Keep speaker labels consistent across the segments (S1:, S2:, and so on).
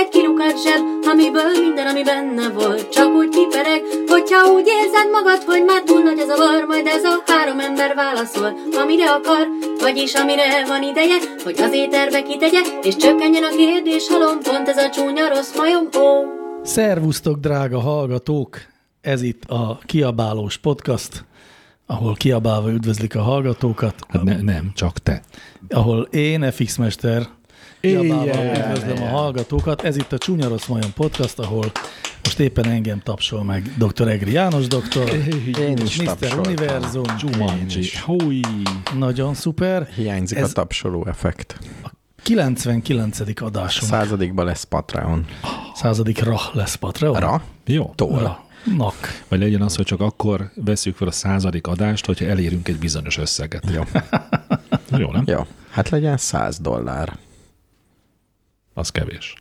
S1: egy kilukat zseb, amiből minden, ami benne volt, csak úgy kipereg, hogyha úgy érzed magad, hogy már túl nagy az a var, majd ez a három ember válaszol, amire akar, vagyis amire van ideje, hogy az éterbe kitegye, és csökkenjen a kérdés halom, pont ez a csúnya rossz majom, ó.
S2: Szervusztok, drága hallgatók! Ez itt a Kiabálós Podcast, ahol kiabálva üdvözlik a hallgatókat,
S3: Hát ne, nem, csak te.
S2: ahol én, FX Mester, kiabálva
S3: Éjjjel!
S2: üdvözlöm a hallgatókat. Ez itt a Csúnya Rossz Majon Podcast, ahol most éppen engem tapsol meg dr. Egri János doktor,
S4: Én is
S2: Mr.
S4: tapsoltam.
S2: Univerzum,
S3: Manji. Húj.
S2: nagyon szuper.
S4: Hiányzik
S2: Ez-
S4: Ez... a tapsoló effekt.
S2: 99. adásunk,
S4: Századikban lesz Patreon.
S2: századik ra lesz Patreon.
S4: Ra?
S3: Jó.
S4: Tóra.
S2: Ra. Nak.
S3: Vagy legyen az, hogy csak akkor veszük fel a századik adást, hogyha elérünk egy bizonyos összeget.
S4: Jó.
S3: Jó, nem?
S4: Jó. Hát legyen 100 dollár.
S3: Az kevés.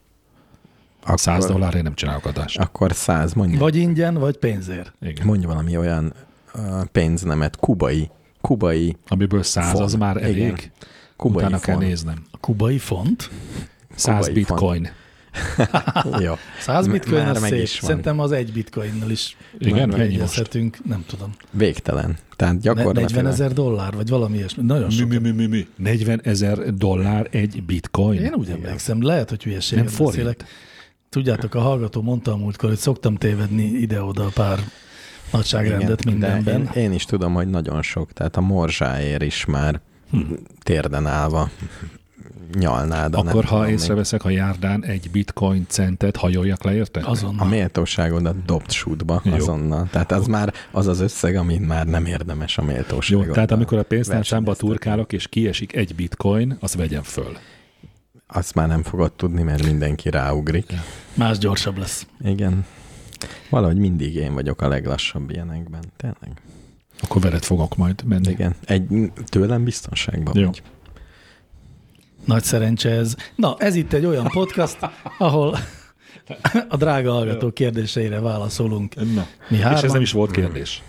S4: Akkor,
S3: 100 dollárért nem csinálok adást.
S4: Akkor 100, mondj,
S2: Vagy ingyen, vagy pénzért.
S3: Igen.
S4: mondj valami olyan uh, pénznemet, kubai, kubai,
S3: Amiből 100 az
S4: Fon.
S3: már
S4: Igen.
S3: elég.
S4: kubai
S3: Utána kell
S4: font.
S3: néznem.
S2: A kubai font.
S3: 100
S4: Kubai font.
S3: bitcoin.
S4: Jó.
S2: 100
S4: M-
S2: bitcoin
S4: már
S2: az
S4: meg
S2: szép.
S4: is van.
S2: Szerintem az egy bitcoinnal is
S3: Igen,
S4: Már
S3: mennyi most?
S2: egyezhetünk, nem tudom.
S4: Végtelen. Tehát
S2: Ne- 40
S4: gyakorlatilag
S2: ezer dollár, vagy valami ilyesmi. Nagyon
S3: Mi,
S2: sok.
S3: mi, mi, mi, mi? 40 ezer dollár egy bitcoin.
S2: Én úgy emlékszem, lehet, hogy
S3: Nem
S2: hülyeséget
S3: forint.
S2: beszélek. Tudjátok, a hallgató mondta a múltkor, hogy szoktam tévedni ide-oda pár nagyságrendet
S4: Igen, de
S2: mindenben.
S4: Én, én is tudom, hogy nagyon sok, tehát a morzsáért is már hm. térden állva nyalnád. a nem
S3: Akkor,
S4: tudom
S3: ha
S4: mit.
S3: észreveszek a járdán egy bitcoin centet, hajoljak le érte?
S4: A
S2: Azonnal.
S4: méltóságodat dobt sútba
S3: Mhm. Jó.
S4: azonnal. Tehát az már az az összeg, amit már nem érdemes a
S3: Jó,
S4: méltóságodat.
S3: tehát amikor a pénztárcámba
S4: versenyeztetni.
S3: turkálok, és kiesik egy bitcoin, azt vegyem föl.
S4: Azt már nem fogod tudni, mert mindenki ráugrik.
S2: Más gyorsabb lesz.
S4: Igen. Valahogy mindig én vagyok a leglassabb ilyenekben. Tényleg.
S3: Akkor veled fogok majd menni.
S4: Igen. Egy tőlem biztonságban
S3: Jó.
S4: vagy.
S2: Nagy szerencse ez. Na, ez itt egy olyan podcast, ahol a drága hallgató kérdéseire válaszolunk.
S3: Na.
S2: Mi
S3: És ez
S2: hárman.
S3: nem is volt kérdés.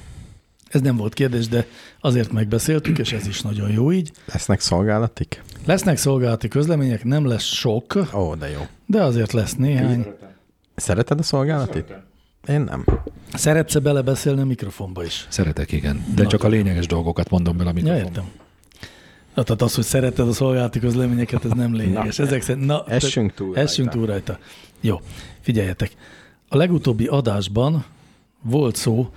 S2: Ez nem volt kérdés, de azért megbeszéltük, és ez is nagyon jó így.
S4: Lesznek szolgálatik?
S2: Lesznek szolgálati közlemények, nem lesz sok,
S4: Ó, de jó.
S2: de azért lesz néhány.
S4: Szereted a szolgálatit? Én nem.
S2: Szeretsz belebeszélni a mikrofonba is?
S3: Szeretek, igen. De csak a lényeges dolgokat mondom bele a
S2: Ja,
S3: mikrofonba.
S2: értem. Na, tehát az, hogy szereted a szolgálati közleményeket, ez nem lényeges.
S4: Na.
S2: Ezek szerint, na, tehát
S4: Essünk túl
S2: essünk
S4: rajta.
S2: túl rajta. Jó, figyeljetek. A legutóbbi adásban volt szó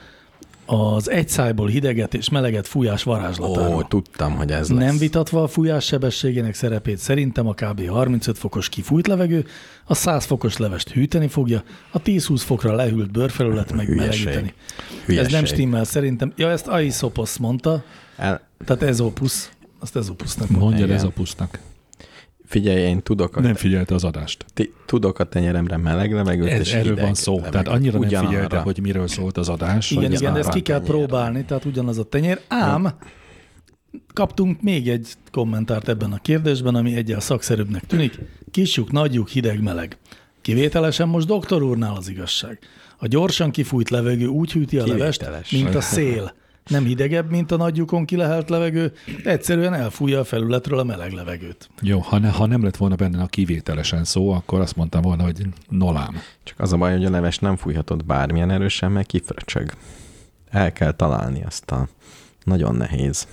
S2: az egy szájból hideget és meleget fújás varázslatáról.
S4: Ó, tudtam, hogy ez lesz.
S2: Nem vitatva a fújás sebességének szerepét, szerintem a kb. 35 fokos kifújt levegő a 100 fokos levest hűteni fogja, a 10-20 fokra lehűlt bőrfelület meg
S4: Hülyeség.
S2: melegíteni.
S4: Hülyeség.
S2: Ez nem stimmel szerintem. Ja, ezt Aisopos mondta,
S4: El,
S2: tehát Ezopus, azt Ezopusnak mondta.
S3: Mondja
S4: Igen.
S3: ez a pusznak.
S4: figyelj, én tudok a,
S3: Nem figyelte az adást.
S4: ti, tudok a tenyeremre meleg levegőt,
S3: Ez,
S4: és
S3: erről
S4: hideg
S3: van szó.
S4: levegőt.
S3: Tehát annyira nem
S4: Ugyanarra.
S3: figyelte, hogy miről szólt az adás.
S2: Igen,
S3: hogy
S2: igen, de
S3: már
S2: ezt ki
S3: van.
S2: kell
S4: tenyér.
S2: próbálni, tehát ugyanaz a tenyér. Ám kaptunk még egy kommentárt ebben a kérdésben, ami egyel szakszerűbbnek tűnik. Kisjuk, nagyjuk, hideg, meleg. Kivételesen most doktor úrnál az igazság. A gyorsan kifújt levegő úgy hűti a levest,
S4: Kivételes.
S2: mint a szél. Nem hidegebb, mint a nagyjukon kilehelt levegő, egyszerűen elfújja a felületről a meleg levegőt.
S3: Jó, ha, ne, ha nem lett volna benne a kivételesen szó, akkor azt mondtam volna, hogy nolám.
S4: Csak az a baj, hogy a leves nem fújhatod bármilyen erősen, mert kifröcsög. El kell találni azt a... Nagyon nehéz.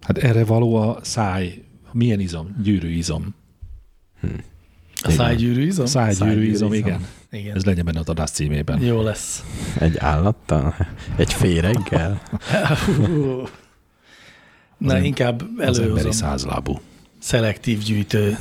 S3: Hát erre való a száj. Milyen izom? Gyűrűizom.
S2: A szájgyűrű izom?
S3: Szájgyűrűizom,
S4: Szájgyűrűizom.
S3: igen.
S2: Igen.
S3: Ez legyen benne az adás címében.
S2: Jó lesz.
S4: Egy állattal? Egy féreggel?
S2: Hú. Na, inkább
S3: Az emberi
S2: előhozom.
S3: százlábú.
S2: szelektív gyűjtő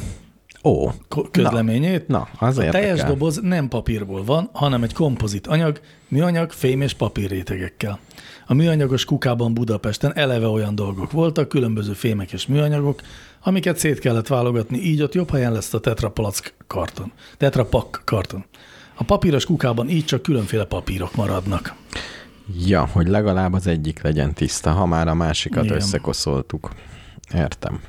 S4: Ó,
S2: ko- közleményét.
S4: na, az
S2: a teljes
S4: érdekel.
S2: doboz nem papírból van, hanem egy kompozit anyag, műanyag, fém és papír rétegekkel. A műanyagos kukában Budapesten eleve olyan dolgok voltak, különböző fémek és műanyagok, amiket szét kellett válogatni, így ott jobb helyen lesz a tetrapalack karton, tetrapak karton. A papíros kukában így csak különféle papírok maradnak.
S4: Ja, hogy legalább az egyik legyen tiszta, ha már a másikat
S2: Igen.
S4: Igen. összekoszoltuk. Értem.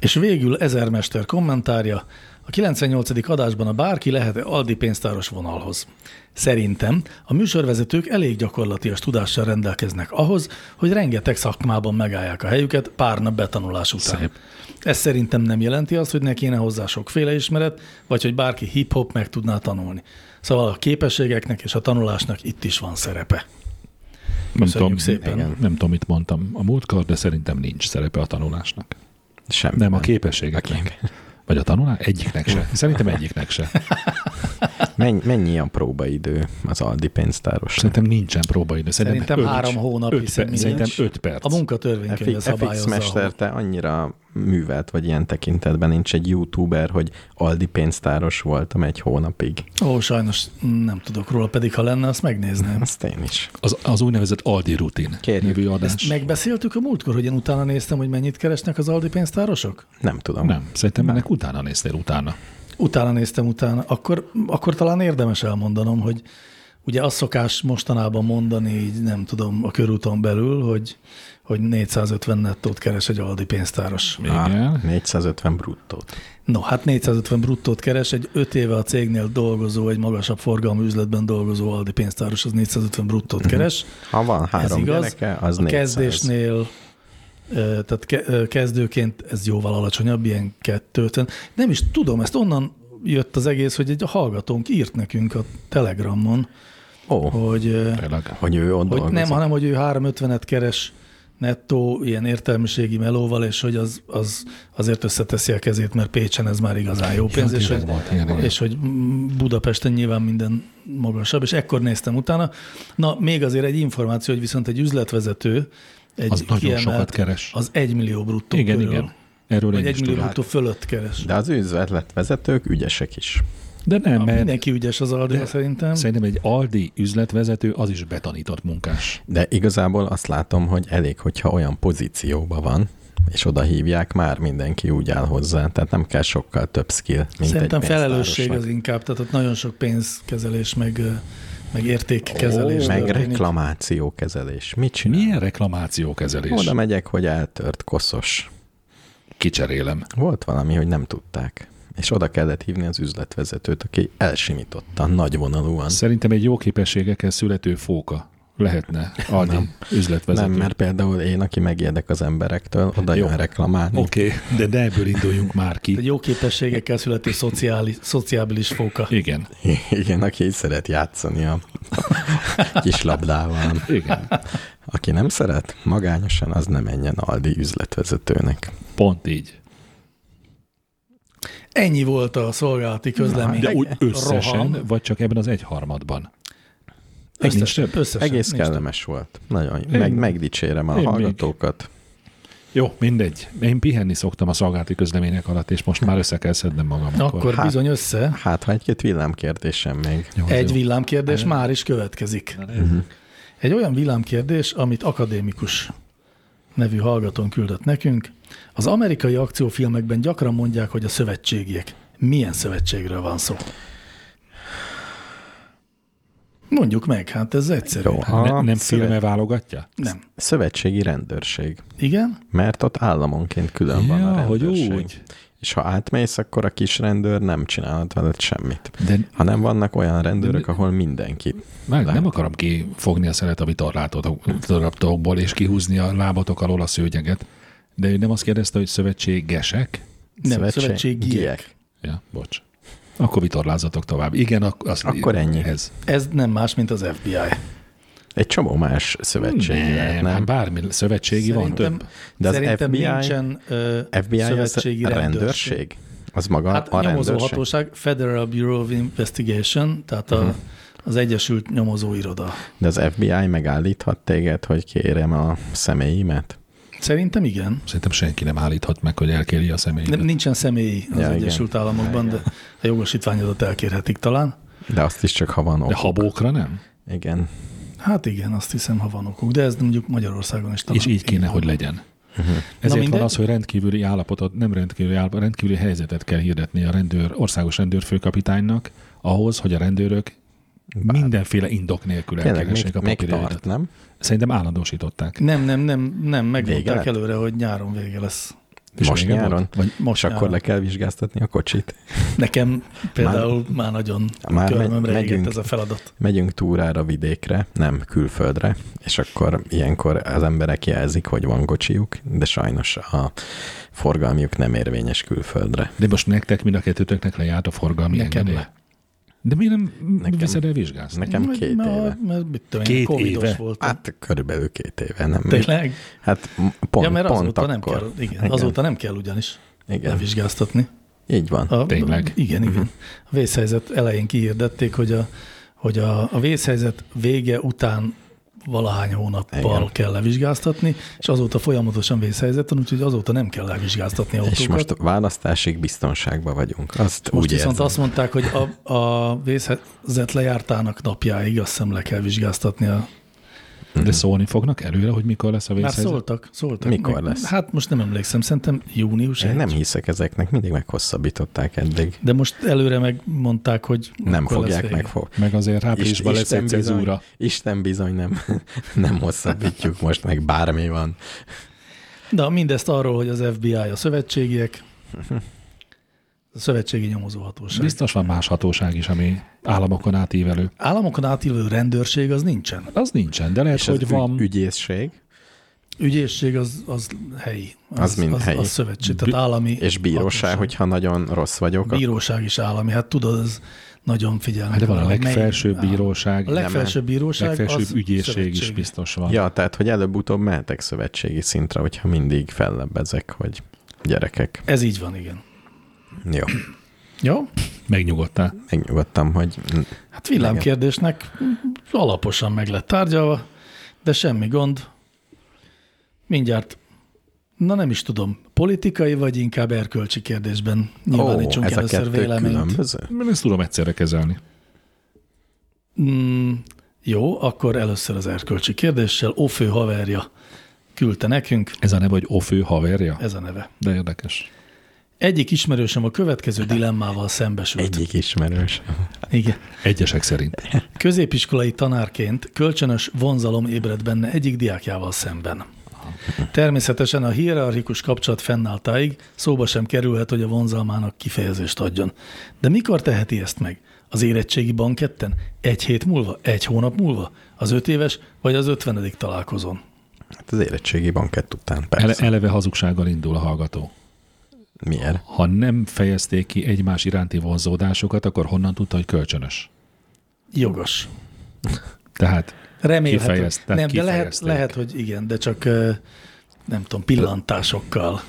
S2: És végül ezermester kommentárja, a 98. adásban a bárki lehet -e Aldi pénztáros vonalhoz. Szerintem a műsorvezetők elég gyakorlatias tudással rendelkeznek ahhoz, hogy rengeteg szakmában megállják a helyüket pár nap betanulás után.
S3: Szép.
S2: Ez szerintem nem jelenti azt, hogy ne kéne hozzá sokféle ismeret, vagy hogy bárki hip-hop meg tudná tanulni. Szóval a képességeknek és a tanulásnak itt is van szerepe.
S3: Nem
S2: Köszönjük
S3: tudom,
S2: szépen.
S3: igen. nem tudom, mit mondtam a múltkor, de szerintem nincs szerepe a tanulásnak.
S4: Semmi.
S3: Nem a képességeknek. Vagy a tanulás? Egyiknek se. Szerintem egyiknek se.
S4: Mennyi, mennyi a próbaidő az Aldi pénztáros?
S3: Szerintem nincsen próbaidő. Szerintem,
S2: Szerintem
S3: öt-
S2: három hónap,
S3: öt
S2: hiszen
S3: perc.
S2: mi
S3: Szerintem
S2: nincs.
S3: öt perc.
S2: A munkatörvénykönyve
S4: FX
S2: szabályozza.
S4: mester,
S2: ahol-
S4: te annyira művelt vagy ilyen tekintetben, nincs egy youtuber, hogy Aldi pénztáros voltam egy hónapig.
S2: Ó, sajnos nem tudok róla, pedig ha lenne, azt megnézném.
S4: Azt én is.
S3: Az, az úgynevezett Aldi rutin
S4: Kérjük.
S3: nevű adás.
S2: Ezt megbeszéltük a múltkor, hogy én utána néztem, hogy mennyit keresnek az Aldi pénztárosok?
S4: Nem tudom.
S3: Nem, szerintem ennek utána néztél utána.
S2: Utána néztem utána. Akkor, akkor talán érdemes elmondanom, hogy ugye azt szokás mostanában mondani, így nem tudom, a körúton belül, hogy, hogy 450 nettót keres egy Aldi pénztáros.
S3: Igen.
S4: 450 bruttót.
S2: No, hát 450 bruttót keres, egy 5 éve a cégnél dolgozó, egy magasabb forgalmú üzletben dolgozó Aldi pénztáros, az 450 bruttót keres.
S4: Ha van
S2: Ez
S4: három
S2: igaz.
S4: gyereke, az
S2: a
S4: 400.
S2: kezdésnél, ö, tehát ke- ö, kezdőként ez jóval alacsonyabb, ilyen 250. Nem is tudom, ezt onnan jött az egész, hogy egy hallgatónk írt nekünk a Telegramon,
S4: Ó,
S2: hogy, ö,
S3: Tényleg.
S4: hogy ő ott
S2: hogy
S4: dolgozik.
S2: nem, hanem hogy ő 350-et keres nettó ilyen értelmiségi melóval, és hogy az, az azért összeteszi a kezét, mert Pécsen ez már igazán jó pénz, és
S3: tényleg
S2: hogy,
S3: volt ilyen, igen.
S2: és hogy mm, Budapesten nyilván minden magasabb, és ekkor néztem utána. Na, még azért egy információ, hogy viszont egy üzletvezető, egy
S3: Az nagyon
S2: kiemelt,
S3: sokat keres.
S2: az 1 millió bruttó
S3: Igen,
S2: körül,
S3: igen. Erről
S2: Vagy
S3: én
S2: 1
S3: is
S2: millió
S3: tudom.
S2: bruttó fölött keres.
S4: De az üzletvezetők ügyesek is.
S3: De nem,
S2: Na,
S3: mert
S2: Mindenki ügyes az Aldi, szerintem.
S3: Szerintem egy Aldi üzletvezető az is betanított munkás.
S4: De igazából azt látom, hogy elég, hogyha olyan pozícióban van, és oda hívják, már mindenki úgy áll hozzá. Tehát nem kell sokkal több skill, mint
S2: Szerintem
S4: egy
S2: felelősség az
S4: pénztárosnak.
S2: inkább, tehát ott nagyon sok pénzkezelés, meg, ö, meg értékkezelés.
S4: Ó, meg
S2: történik.
S4: reklamáció kezelés. Mit csinál?
S3: Milyen reklamációkezelés?
S4: Oda megyek, hogy eltört koszos.
S3: Kicserélem.
S4: Volt valami, hogy nem tudták. És oda kellett hívni az üzletvezetőt, aki elsimította nagyvonalúan.
S3: Szerintem egy jó képességekkel születő fóka lehetne Aldi nem. üzletvezető.
S4: Nem, mert például én, aki megijedek az emberektől, oda jön reklamálni.
S3: Oké, okay, de ne ebből induljunk már
S2: Egy
S3: ki.
S2: jó képességekkel születő szociális, szociábilis fóka.
S3: Igen,
S4: Igen, aki így szeret játszani a kis labdával.
S3: igen.
S4: Aki nem szeret, magányosan az nem menjen Aldi üzletvezetőnek.
S3: Pont így.
S2: Ennyi volt a szolgálati közlemény.
S3: De úgy összesen,
S2: Rohan.
S3: Rohan. vagy csak ebben az egyharmadban.
S2: Összes,
S3: Nincs több?
S2: összesen,
S4: Egész
S2: nincs több.
S4: kellemes volt. Nagyon jó.
S3: Én-
S4: Meg, megdicsérem a
S3: én még.
S4: hallgatókat.
S3: Jó, mindegy. Én pihenni szoktam a szolgálati közlemények alatt, és most már össze kell szednem magam.
S2: Akkor
S4: Hát.
S2: bizony össze.
S4: Hát, ha egy-két villámkérdésem még.
S3: Jó, az
S2: Egy
S3: jó.
S2: villámkérdés már is következik.
S4: Mhm.
S2: Egy olyan villámkérdés, amit akadémikus nevű hallgatón küldött nekünk. Az amerikai akciófilmekben gyakran mondják, hogy a szövetségiek. Milyen szövetségről van szó? Mondjuk meg, hát ez egyszerű.
S4: Jó.
S3: Ne, nem
S4: Szövet-
S3: filme válogatja?
S2: Nem.
S4: Szövetségi rendőrség.
S2: Igen?
S4: Mert ott államonként külön van a
S3: Ja, hogy
S4: rendőrség.
S3: úgy.
S4: És ha átmész, akkor a kis rendőr nem csinálhat veled semmit.
S3: De
S4: Hanem vannak olyan rendőrök, ahol mindenki.
S3: Már nem akarom kifogni a szeret a vitorlátokból, és kihúzni a lábatok alól a szőnyeget, de ő nem azt kérdezte, hogy szövetségesek?
S2: Nem,
S4: Szövetség-
S2: szövetségiek.
S4: giek.
S3: Ja, bocs. Akkor vitorlázatok tovább. Igen, ak- az,
S4: Akkor ennyi.
S3: Ez.
S2: Ez nem más, mint az FBI.
S4: Egy csomó más szövetség nem, lehet,
S3: Nem, nem.
S4: nem?
S3: Hát bármi szövetségi van több.
S4: De az
S2: szerintem
S4: FBI
S2: nincsen ö,
S4: FBI az a
S2: szövetségi rendőrség.
S4: rendőrség? Az maga
S2: Hát
S4: a
S2: a nyomozó
S4: rendőrség?
S2: hatóság, Federal Bureau of Investigation, tehát a, az Egyesült Nyomozóiroda.
S4: De az FBI megállíthat téged, hogy kérem a személyimet?
S2: Szerintem igen.
S3: Szerintem senki nem állíthat meg, hogy elkéri a
S2: Nem,
S3: személyét.
S2: nincsen személyi az
S4: Ja,
S2: ja,
S4: igen.
S2: Egyesült igen. Államokban, de a jogosítványodat elkérhetik talán.
S4: De azt is csak, ha van
S3: De
S4: ok.
S3: habókra nem?
S4: Igen.
S2: Hát igen, azt hiszem, ha van okuk, de ez mondjuk Magyarországon is talán.
S3: És így kéne, hogy legyen. Ezért van
S2: mindegy.
S3: az, hogy rendkívüli állapotot, nem rendkívüli állapot, rendkívüli helyzetet kell hirdetni a rendőr, országos rendőrfőkapitánynak, ahhoz, hogy a rendőrök mindenféle indok nélkül
S4: Tényleg még,
S3: elkeressék a
S4: még tart,
S3: papírjaidat.
S4: nem?
S3: Szerintem állandósították.
S2: Nem, nem, nem, nem,
S4: Vége
S2: megmondták
S4: lett?
S2: előre, hogy nyáron vége lesz.
S3: És
S4: most
S3: vége volt?
S4: nyáron?
S3: Vagy
S4: És
S2: Most
S4: akkor
S2: nyáron.
S4: le kell vizsgáztatni a kocsit.
S2: Nekem például már, már nagyon
S4: Már
S2: már körmömre
S4: megy-
S2: égett
S4: megyünk.
S2: ez a feladat.
S4: Megyünk túrára vidékre, nem külföldre, és akkor ilyenkor az emberek jelzik, hogy van kocsijuk, de sajnos a forgalmjuk nem érvényes külföldre.
S3: De most nektek mind a kettőtöknek lejárt a forgalmi
S2: Nekem
S3: engedély.
S2: le.
S3: De miért nem
S4: Nekem-
S3: Nekem. viszed el vizsgálsz?
S4: Nekem
S2: Vagy
S4: két
S2: mert,
S4: éve.
S2: Mert, mit tudom,
S3: Két
S2: két covidos
S3: éve?
S2: voltam.
S4: Hát körülbelül két éve. Nem.
S2: Tényleg?
S4: Hát m- pont,
S2: ja, mert
S4: pont
S2: azóta
S4: akkor.
S2: nem kell, igen, azóta nem kell ugyanis
S4: Igen.
S2: levizsgáztatni.
S4: Így van.
S2: A,
S3: Tényleg.
S2: Igen,
S4: Mhm.
S2: igen. A vészhelyzet elején kihirdették, hogy a, hogy a, a vészhelyzet vége után valahány hónappal
S4: Igen.
S2: igen. kell levizsgáztatni, és azóta folyamatosan vészhelyzet van, úgyhogy azóta nem kell levizsgáztatni autókat.
S4: És most választásig biztonságban vagyunk. Azt
S2: most
S4: úgy
S2: viszont
S4: érzem.
S2: azt mondták, hogy a, a vészhelyzet lejártának napjáig azt hiszem le kell vizsgáztatni. A...
S3: De szólni fognak előre, hogy mikor lesz a
S2: Már
S3: vészhelyzet?
S2: szóltak, szóltak.
S4: Mikor
S2: Még-
S4: lesz?
S2: Hát most nem emlékszem, szerintem június.
S4: Én
S2: egy.
S4: nem hiszek ezeknek, mindig meghosszabbították eddig.
S2: De most előre megmondták, hogy akkor
S4: Nem
S2: lesz
S4: fogják
S2: vége.
S4: meg. Fog...
S3: Meg azért áprilisban lesz egy cezúra.
S4: Isten bizony nem, nem hosszabbítjuk most meg, bármi van.
S2: De mindezt arról, hogy az FBI a szövetségiek, a szövetségi nyomozóhatóság. Bizt...
S3: Biztos van más hatóság is, ami államokon átívelő.
S2: Államokon átívelő rendőrség az nincsen.
S3: Az nincsen, de lehet,
S4: És
S3: hogy
S4: az
S3: van.
S4: ügy, ügyészség
S2: Ügyészség az, az helyi.
S4: Az mind
S2: az,
S4: helyi.
S2: Az szövetség, tehát állami.
S4: és bíróság,
S2: hatóság.
S4: hogyha nagyon rossz vagyok, akkor
S2: Bíróság is állami. Hát tudod, ez nagyon figyelme.
S3: Hát de van a
S2: kell, hogy melyik
S3: legfelsőbb
S2: állam.
S3: bíróság,
S2: A legfelsőbb
S3: a
S2: bíróság, az
S3: legfelsőbb ügyészség is
S2: szövetség.
S3: biztos van.
S4: Ja, tehát, hogy előbb-utóbb mehetek szövetségi szintre, hogyha mindig fellebbezek, hogy gyerekek.
S2: Ez így van, igen.
S4: Jó,
S2: Jó?
S3: Megnyugodtál.
S4: megnyugodtam, hogy
S2: Hát villámkérdésnek alaposan meg lett tárgyalva, de semmi gond. Mindjárt, na nem is tudom, politikai vagy inkább erkölcsi kérdésben nyilvánítsunk
S4: ez a
S2: először
S4: kettő
S2: véleményt.
S4: különböző.
S3: Mert ezt tudom egyszerre kezelni.
S2: Mm, jó, akkor először az erkölcsi kérdéssel. Ofő haverja küldte nekünk,
S3: Ez a neve, hogy Ofő haverja?
S2: ez a neve.
S3: De érdekes.
S2: Egyik ismerősöm a következő dilemmával szembesült.
S4: Egyik ismerős.
S2: Igen.
S3: Egyesek szerint.
S2: Középiskolai tanárként kölcsönös vonzalom ébredt benne egyik diákjával szemben. Természetesen a hierarchikus kapcsolat fennálltáig szóba sem kerülhet, hogy a vonzalmának kifejezést adjon. De mikor teheti ezt meg? Az érettségi banketten? Egy hét múlva? Egy hónap múlva? Az öt éves vagy az ötvenedik találkozón?
S4: Hát az érettségi bankett után,
S3: Ele,
S4: persze.
S3: eleve hazugsággal indul a hallgató.
S4: Miért?
S3: Ha nem fejezték ki egymás iránti vonzódásokat, akkor honnan tudta, hogy kölcsönös?
S2: Jogos.
S3: Tehát
S2: Remélhető.
S3: Kifejezte-
S2: Nem, de lehet,
S3: kifejezték.
S2: lehet, hogy igen, de csak ö, nem tudom, pillantásokkal,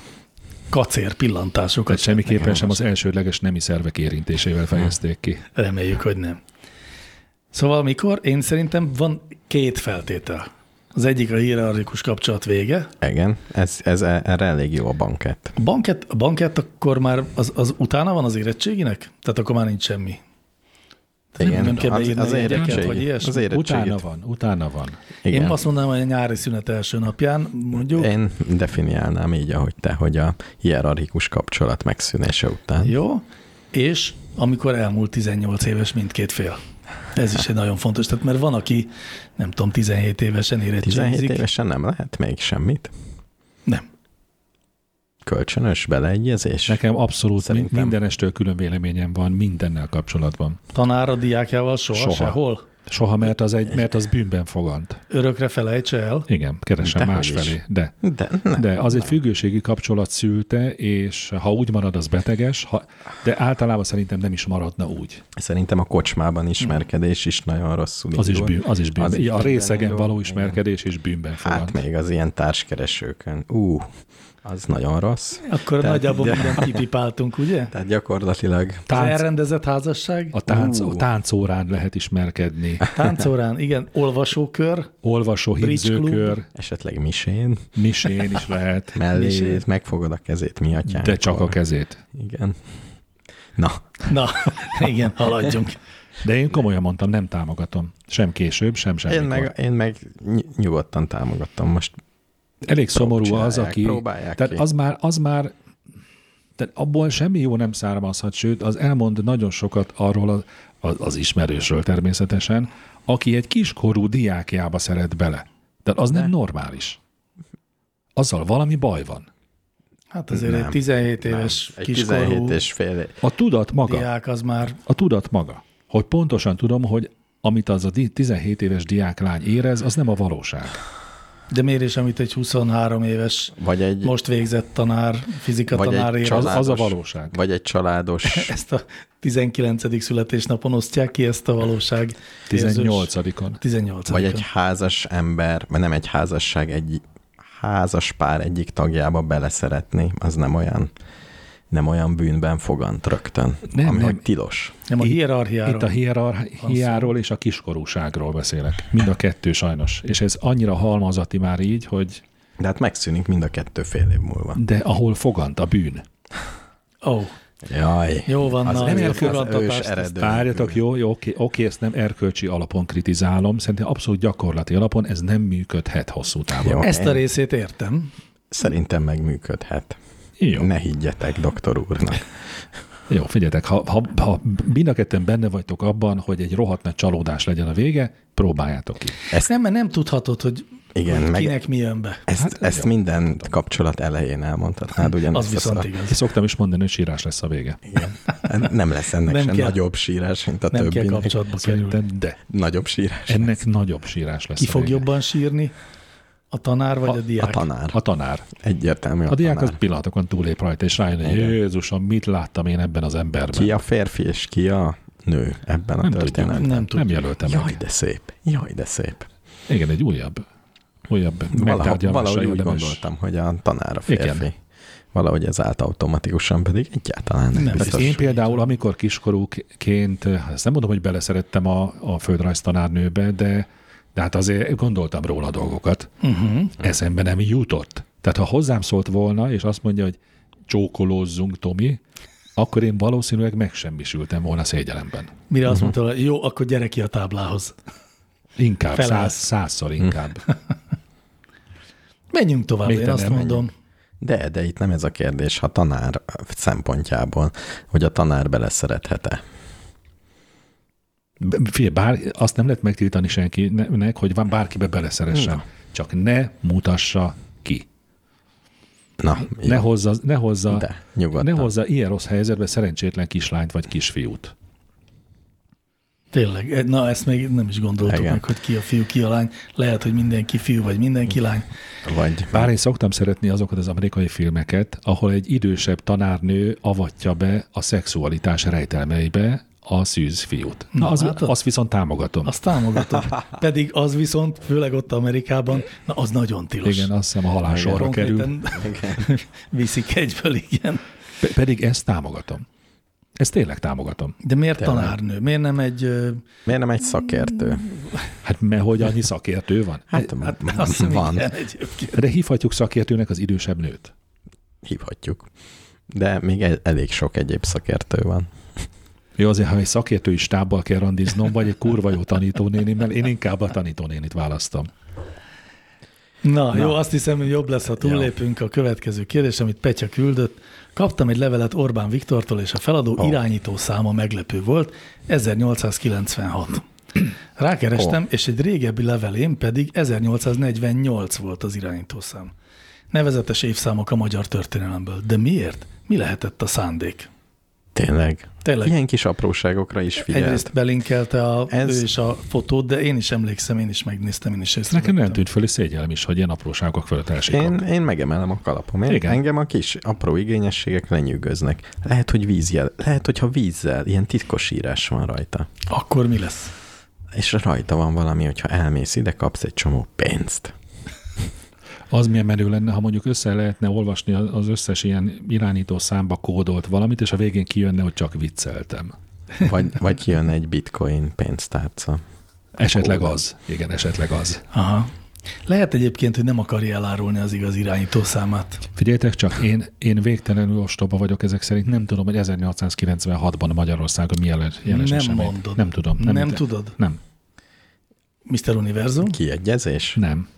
S2: kacér pillantásokat.
S3: Tehát semmiképpen sem az elsődleges nemi szervek érintésével fejezték ki.
S2: Reméljük, hogy nem. Szóval mikor? Én szerintem van két feltétel. Az egyik a hierarchikus kapcsolat vége.
S4: Igen, ez, ez, erre elég jó a bankett.
S2: A bankett, a bankett akkor már az, az utána van az érettséginek? Tehát akkor már nincs semmi. Tehát
S4: Igen,
S2: nem kell
S4: az-
S2: beírni
S4: az
S2: az,
S4: érettség.
S2: vagy ilyesmi.
S4: Az érettségit.
S3: Utána van, utána van.
S4: Igen.
S2: Én azt mondanám, hogy a nyári szünet első napján, mondjuk. Én...
S4: Én definiálnám így, ahogy te, hogy a hierarchikus kapcsolat megszűnése után.
S2: Jó. És amikor elmúlt 18 éves mindkét fél. Ez is egy nagyon fontos. Tehát mert van, aki, nem tudom, 17 évesen
S4: 17
S2: érettségizik.
S4: évesen nem lehet még semmit.
S2: Nem.
S4: Kölcsönös beleegyezés.
S3: Nekem abszolút
S4: Szerintem.
S3: Szerintem. mindenestől külön véleményem van mindennel kapcsolatban.
S2: Tanár a diákjával soha, soha.
S3: Soha.
S2: sehol.
S3: Soha, mert az, egy, mert az bűnben fogant.
S2: Örökre felejtse el.
S3: Igen, keresem
S4: Dehogy
S3: másfelé.
S4: is.
S3: De,
S4: De nem.
S3: de az egy függőségi kapcsolat szülte, és ha úgy marad, az beteges, ha, de általában szerintem nem is maradna úgy.
S4: Szerintem a kocsmában ismerkedés is nagyon rosszul
S3: Az is
S4: indul.
S3: bűn. Az is bűn.
S4: Az
S3: Az
S4: is
S3: a
S4: bűnben
S3: részegen
S4: indul.
S3: való ismerkedés és bűnben
S4: Hát
S3: fogant.
S4: még az ilyen társkeresőkön. Ú, az nagyon rossz.
S2: Akkor
S4: Tehát-
S2: Tehát, nagyjából
S4: de-
S2: de... mindent kipipáltunk, ugye?
S4: Tehát gyakorlatilag
S2: Az
S3: Tánc,
S2: elrendezett házasság,
S3: a tánc,
S4: Ú.
S3: táncórán lehet ismerkedni.
S2: táncórán, igen, olvasókör,
S3: Olvasó,
S2: Bridge Club.
S3: hímzőkör,
S4: esetleg misén,
S3: misén is lehet,
S4: mellé
S2: Misén?
S4: megfogod a kezét mi atyánk.
S3: de csak a kezét.
S4: Igen. Na,
S2: na, igen, haladjunk.
S3: De én komolyan mondtam, nem támogatom. Sem később, sem semmikor.
S4: én meg, én meg ny- nyugodtan támogattam most.
S3: Elég szomorú
S4: csinálják,
S3: az, aki...
S4: próbálják
S3: tehát
S4: ki.
S3: az már, az már... Tehát abból semmi jó nem származhat, sőt, az elmond nagyon sokat arról az, az, az ismerősről természetesen, aki egy kiskorú diákjába szeret bele. Tehát az nem normális. Azzal valami baj van.
S2: Hát azért
S4: Nem,
S2: egy 17
S4: nem.
S2: éves
S4: Egy
S2: kiskorú
S4: 17 és fél.
S3: A tudat maga.
S2: diák az már
S3: a tudat maga, hogy pontosan tudom, hogy amit az a di- 17 éves diáklány érez, az nem a valóság.
S2: De miért is, amit egy 23 éves,
S4: Vagy egy,
S2: most végzett tanár, fizika
S4: Vagy egy
S2: tanár ér,
S3: Az,
S2: az,
S4: család.
S3: az a valóság.
S4: vagy egy családos,
S2: ezt a 19. születésnapon osztják ki ezt a valóság. érzős-
S3: 18-on.
S2: 18.
S4: vagy egy házas ember, vagy nem egy házasság, egy házas pár egyik tagjába beleszeretni, az nem olyan nem olyan bűnben fogant rögtön,
S3: Nem,
S4: nem, ami
S3: nem.
S4: nem. tilos.
S2: Nem a
S3: Itt-
S2: hierarchiáról.
S3: Itt a hierarchiáról és a kiskorúságról beszélek. Mind a kettő sajnos. És ez annyira halmazati már így, hogy
S4: De hát megszűnik mind a kettő fél év múlva.
S3: de ahol fogant a bűn.
S2: Ó, oh,
S4: Jaj.
S2: jó van,
S4: Az
S2: na,
S4: nem
S2: az
S4: elkülön-
S2: fogadtatás,
S4: az ős
S2: ezt-
S4: ered- Döntő.
S3: Várjatok, jó, jó, oké, oké, ezt nem erkölcsi alapon kritizálom, szerintem abszolút gyakorlati alapon ez nem működhet hosszú távon.
S4: Jó.
S2: Ezt a
S4: Én-
S2: részét értem.
S4: Szerintem megműködhet.
S3: Jó.
S4: Ne higgyetek doktor úrnak.
S3: Jó, figyeljetek, ha, ha, ha mind a ketten benne vagytok abban, hogy egy rohadt nagy csalódás legyen a vége, próbáljátok ki.
S2: Ezt nem, mert nem tudhatod, hogy
S4: Igen,
S2: hogy
S4: meg-
S2: kinek mi jön be.
S4: Ezt,
S3: Hát,
S4: hát, ezt
S3: jó.
S4: minden kapcsolat elején elmondhatnád ugyanezt.
S2: Az
S4: a
S2: viszont
S4: szart.
S2: igaz.
S3: Én szoktam is mondani, hogy sírás lesz a vége.
S4: Igen. Hát Nem lesz ennek
S2: Nem
S4: nem sem
S2: kell.
S4: kell. nagyobb sírás, mint a
S2: Nem kell
S4: többinek.
S2: kapcsolatba kerülni.
S3: Szerintem de.
S4: Nagyobb sírás.
S3: Ennek nagyobb sírás lesz
S2: Ki
S3: a
S2: fog
S3: vége.
S2: jobban sírni? A tanár vagy a, a diák?
S4: A tanár.
S3: szóval A tanár.
S4: Egyértelmű a,
S3: A diák az
S4: tanár.
S3: pillanatokon túlép rajta, és rájön, hogy Jézusom, mit láttam én ebben az emberben.
S4: Ki a férfi és ki a nő ebben a
S3: Nem tudjuk.
S4: történetben.
S2: Nem tudjuk.
S3: Nem jelöltem
S4: Jaj,
S3: meg.
S4: de szép. Jaj, de szép.
S3: Igen, egy újabb, újabb
S4: Valahogy,
S3: megtárgyalásra
S4: valahogy úgy
S3: érdemes.
S4: gondoltam, hogy a tanár a
S3: Igen.
S4: férfi. Valahogy ez állt automatikusan, pedig egyáltalán nem,
S2: Nem,
S4: nem
S2: ez
S4: biztos.
S3: Én például, amikor kiskorúként, hát ezt nem mondom, hogy beleszerettem a, a földrajztanárnőbe, de, de hát azért gondoltam róla dolgokat.
S2: Uh-huh.
S3: Eszembe nem jutott. Tehát ha hozzám szólt volna, és azt mondja, hogy csókolózzunk, Tomi, akkor én valószínűleg megsemmisültem volna szégyelemben.
S2: Mire azt mondta, hogy jó, akkor gyere ki a táblához.
S3: Inkább,
S2: Felállsz.
S3: száz, százszor inkább.
S2: Menjünk tovább,
S3: Még
S2: én
S3: te
S2: azt
S3: nem
S2: mondom.
S4: De, de itt nem ez a kérdés, ha tanár szempontjából, hogy a tanár beleszerethet-e.
S3: B- Figyelj, bár, azt nem lehet megtiltani senkinek, hogy van bárkibe beleszeressen. Csak ne mutassa ki.
S4: Na,
S3: Ne
S4: jó.
S3: hozza, ne hozza,
S4: De, nyugodtan.
S3: ne hozza ilyen rossz helyzetbe szerencsétlen kislányt vagy kisfiút.
S2: Tényleg, e- na ezt még nem is gondoltuk
S4: Igen.
S2: meg, hogy ki a fiú, ki a lány. Lehet, hogy mindenki fiú, vagy mindenki lány.
S4: Vagy
S3: Bár én szoktam szeretni azokat az amerikai filmeket, ahol egy idősebb tanárnő avatja be a szexualitás rejtelmeibe a szűz fiút. Na,
S2: Na,
S3: az,
S2: látod?
S3: azt viszont támogatom. Azt
S2: Azt támogatom. Pedig az viszont, főleg ott Amerikában, na az nagyon tilos.
S3: igen, azt hiszem a halál sorra kerül.
S2: Konkrétan viszik egyből, igen.
S3: Pe- Pedig ezt támogatom. Ezt tényleg támogatom.
S2: De miért tanárnő? Miért nem egy... ö,
S4: miért nem egy szakértő?
S3: Hát mert hogy annyi szakértő van.
S4: Hát,
S2: Hát
S4: m-
S2: azt hiszem,
S4: van,
S2: igen, egyébként.
S3: De hívhatjuk szakértőnek az idősebb nőt.
S4: hívhatjuk. De még el- elég sok egyéb szakértő van.
S3: Jó, azért, ha egy szakértői stábbal kell randiznom, vagy egy kurva jó tanítónénimmel, én inkább a tanítónénit választom.
S2: Na, Na, jó, azt hiszem, hogy jobb lesz, ha túllépünk a következő kérdés, amit Petya küldött. Kaptam egy levelet Orbán Viktortól, és a feladó oh. irányító száma meglepő volt, 1896. Rákerestem, oh. és egy régebbi levelém pedig 1848 volt az irányítószám. Nevezetes évszámok a magyar történelemből. De miért? Mi lehetett a szándék?
S4: Tényleg.
S2: Tényleg.
S4: Ilyen kis apróságokra is figyelt.
S2: Egyrészt belinkelte a,
S4: Ez-
S2: ő és a fotót, de én is emlékszem, én is megnéztem, én is
S3: Nekem nem
S2: észrevettem.
S3: tűnt föl, és szégyellem is, hogy ilyen apróságok fölött elsikom.
S4: Én, én megemelem a kalapom. Én,
S3: Igen.
S4: engem a kis apró igényességek lenyűgöznek. Lehet, hogy vízjel, lehet, hogyha vízzel, ilyen titkos írás van rajta.
S2: Akkor mi lesz?
S4: És rajta van valami, hogyha elmész ide, kapsz egy csomó pénzt.
S3: Az milyen menő lenne, ha mondjuk össze lehetne olvasni az az összes ilyen irányító számba kódolt valamit, és a végén kijönne, hogy csak vicceltem.
S4: Vagy, vagy jön egy bitcoin pénztárca.
S3: Esetleg az. Igen, esetleg az.
S2: Aha. Lehet egyébként, hogy nem akarja elárulni az igaz irányító számát.
S3: Figyeljetek csak, én, én végtelenül ostoba vagyok ezek szerint. Nem tudom, hogy 1896-ban Magyarországon mi jelen, jelen
S2: Nem
S3: esemény.
S2: mondod.
S3: Nem tudom.
S2: Nem tudod?
S3: Nem.
S2: Mr. Univerzum?
S4: Kiegyezés?
S3: Nem.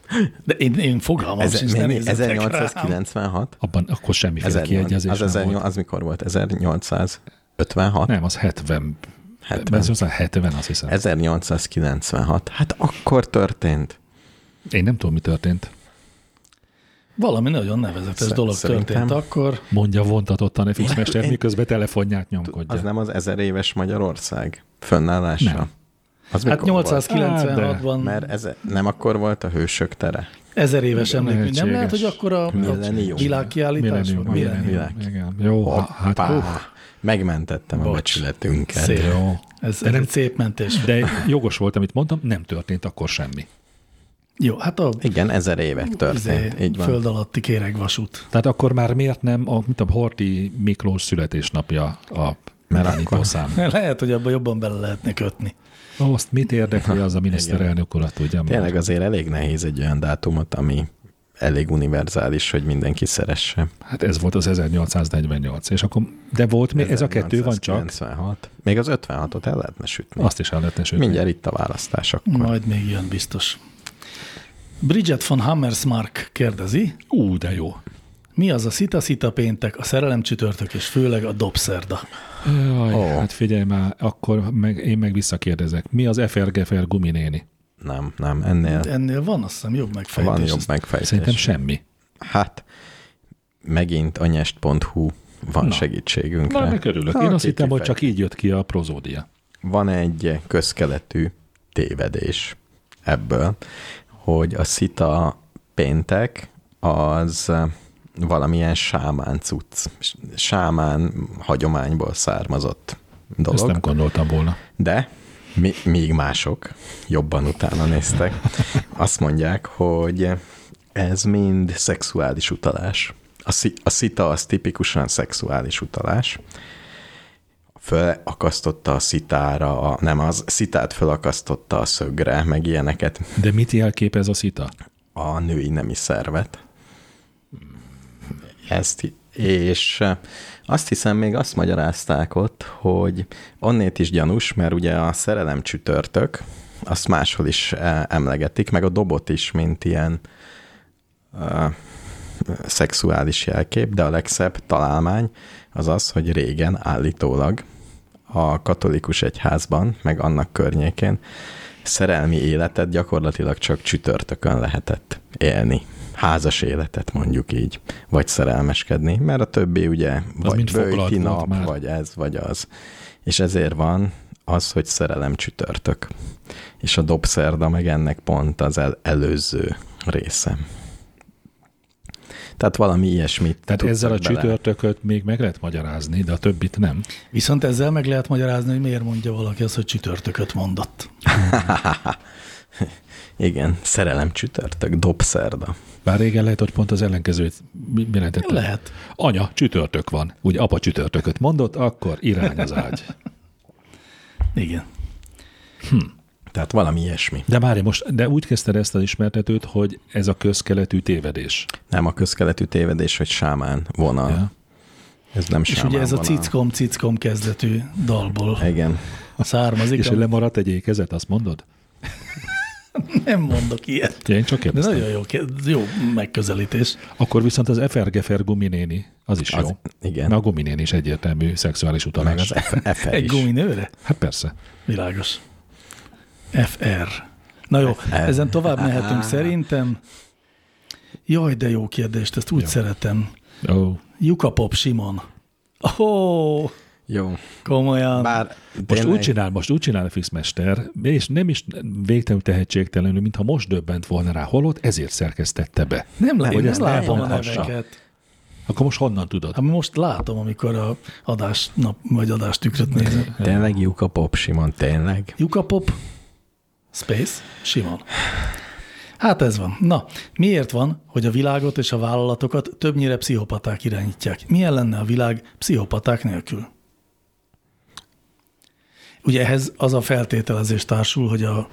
S2: De én, én fogalmam
S4: Ez,
S2: sincs, ne
S4: mennyi?
S2: nézzetek rám.
S4: 1896?
S3: Abban akkor semmiféle
S4: Ezer-
S3: kiegyezés
S4: az,
S3: nem
S4: ezer-
S3: volt.
S4: az mikor volt? 1856?
S3: Nem, az 70.
S4: 70.
S3: Ez az a 70, azt hiszem. Ez...
S4: 1896. Hát akkor történt.
S3: Én nem tudom, mi történt.
S2: Valami nagyon nevezetes
S4: Szer-
S2: dolog
S4: szerintem.
S2: történt akkor.
S3: Mondja vontatottan a fixmester,
S4: Én-
S3: miközben telefonját nyomkodja.
S4: Az nem az ezer éves Magyarország fönnállása?
S3: Nem.
S4: Az
S2: Hát
S4: mikor volt? Mert
S2: 896-ban
S4: ez nem akkor volt a hősök tere?
S2: ezer éves
S3: Igen,
S2: emlékünk. Nem
S3: lehetséges.
S2: lehet, hogy akkor a, a
S4: Millennium.
S2: világkiállítás
S3: Millennium,
S2: volt?
S3: millennium,
S2: Millennium.
S4: Világ.
S3: igen. Jó, ha- hát
S4: Hoppá!
S3: uh,
S4: Megmentettem a
S2: Bocs.
S4: becsületünket.
S2: Szép.
S3: jó.
S2: Ez,
S3: De
S2: ez
S3: nem-
S2: egy szép mentés. volt.
S3: De jogos volt, amit mondtam, nem történt akkor semmi.
S2: Jó, hát a
S4: Igen, ezer évek
S2: izé,
S4: történt. Így van.
S2: föld alatti kéregvasút.
S3: Tehát akkor már miért nem a, mit a Horti Miklós születésnapja a
S4: Mert
S3: irányító
S4: akkor-
S3: szám?
S2: Lehet, hogy abban jobban bele lehetne kötni.
S3: Azt mit érdekli az a miniszterelnök urat, ugye?
S4: Tényleg azért elég nehéz egy olyan dátumot, ami elég univerzális, hogy mindenki szeresse.
S3: Hát ez volt az 1848, és akkor, de volt még, ez a kettő van csak,
S4: 1996. Még az 56-ot el lehetne sütni.
S3: azt is el lehetne sütni.
S4: Mindjárt itt a választás akkor.
S2: Majd még jön biztos. Bridget von Hammersmark kérdezi,
S3: Ú, de jó.
S2: mi az a szita-szita péntek, a szerelem csütörtök és főleg a dobszerda?
S3: Jaj,
S4: Ó.
S3: oh. hát figyelj már, akkor meg, én meg visszakérdezek. Mi az efergefer guminéni?
S4: Nem, nem, ennél
S2: Hát Ennél van azt hiszem jobb megfejtés.
S4: van jobb
S2: Ezt-
S4: megfejtés.
S3: Szerintem semmi.
S4: Hát, megint anyest.hu van
S3: Na.
S4: Na. segítségünkre.
S3: Na, meg örülök.
S4: Na,
S3: Én azt
S4: ki-
S3: hittem, hogy
S4: kifejt.
S3: csak így jött ki a prozódia.
S4: Van egy közkeletű tévedés ebből, hogy a szita péntek az eh, valamilyen sámán cucc, sámán hagyományból származott
S3: Ezt
S4: dolog.
S3: nem gondoltam volna.
S4: De mi, még mások jobban utána néztek. Azt mondják, hogy ez mind szexuális utalás. A, szi, a szita az tipikusan szexuális utalás. Fölakasztotta a szitára, a, nem, az szitát fölakasztotta a szögre, meg ilyeneket,
S3: De mit jelképez a szita?
S4: a női nemi szervet. Ezt, i- és azt hiszem még azt magyarázták ott, hogy onnét is gyanús, mert ugye a szerelem csütörtök, azt máshol is eh, emlegetik, meg a dobot is, mint ilyen eh, szexuális jelkép, de a legszebb találmány az az, hogy régen állítólag a katolikus egyházban, meg annak környékén szerelmi életet gyakorlatilag csak csütörtökön lehetett élni. Házas életet mondjuk így, vagy szerelmeskedni, mert a többi ugye vagy
S3: mind foglalt
S4: bőti
S3: volt
S4: nap,
S3: már.
S4: vagy ez, vagy az. És ezért van az, hogy szerelem csütörtök. És a dobszerda meg ennek pont az el- előző része. Tehát valami ilyesmit
S3: Tehát
S4: tudtak
S3: ezzel a
S4: bele.
S3: csütörtököt még meg lehet magyarázni, de a többit nem.
S2: Viszont ezzel meg lehet magyarázni, hogy miért mondja valaki azt, hogy csütörtököt mondott.
S4: Igen, szerelem csütörtök, dobszerda.
S3: Bár régen lehet, hogy pont az ellenkezőt mi-
S4: Hát,
S3: jelentette.
S2: Lehet.
S3: Anya, csütörtök van. Ugye apa csütörtököt mondott, akkor irány az ágy.
S2: Igen.
S4: Tehát valami ilyesmi.
S3: De már most, de úgy kezdted ezt az ismertetőt, hogy ez a közkeletű tévedés.
S4: Nem a közkeletű tévedés, hogy sámán vonal.
S3: Ja.
S4: Ja. Ez nem
S2: És
S4: sámán
S2: ugye ez a
S4: vonal.
S2: cickom, cickom kezdetű dalból
S4: Igen.
S2: származik.
S3: És lemaradt egy ékezet, azt mondod?
S2: Nem mondok ilyet.
S3: Én csak
S2: De
S3: kérdeztem.
S2: nagyon jó, ke- jó megközelítés.
S3: Akkor viszont az Efergefer guminéni, az is
S4: Az,
S3: jó.
S4: igen.
S3: Mert a guminén is egyértelmű szexuális
S4: Meg
S3: utalás.
S4: az F- FR
S2: Egy
S4: is.
S2: guminőre?
S3: Hát persze.
S2: Világos. FR. Na jó, ezen tovább mehetünk szerintem. Jaj, de jó kérdést, ezt úgy szeretem.
S3: Ó,
S2: Jukapop Simon. Ó, oh,
S4: Jó.
S2: komolyan.
S4: Bár
S3: Most
S4: tényleg-
S3: úgy csinál, most úgy csinál a fixmester, és nem is végtelenül tehetségtelenül, mintha most döbbent volna rá, holott ezért szerkesztette be.
S2: Nem, lá-
S3: hogy
S2: nem
S3: ezt ne
S2: látom a
S3: elmondhassa.
S2: neveket.
S3: Akkor most honnan tudod?
S2: Hát most látom, amikor a adás nap, vagy adás tükröt nézem.
S4: Tényleg Juka Pop Simon, tényleg?
S2: Jukapop, Space, Simon. Hát ez van. Na, miért van, hogy a világot és a vállalatokat többnyire pszichopaták irányítják? Milyen lenne a világ pszichopaták nélkül? Ugye ehhez az a feltételezés társul, hogy a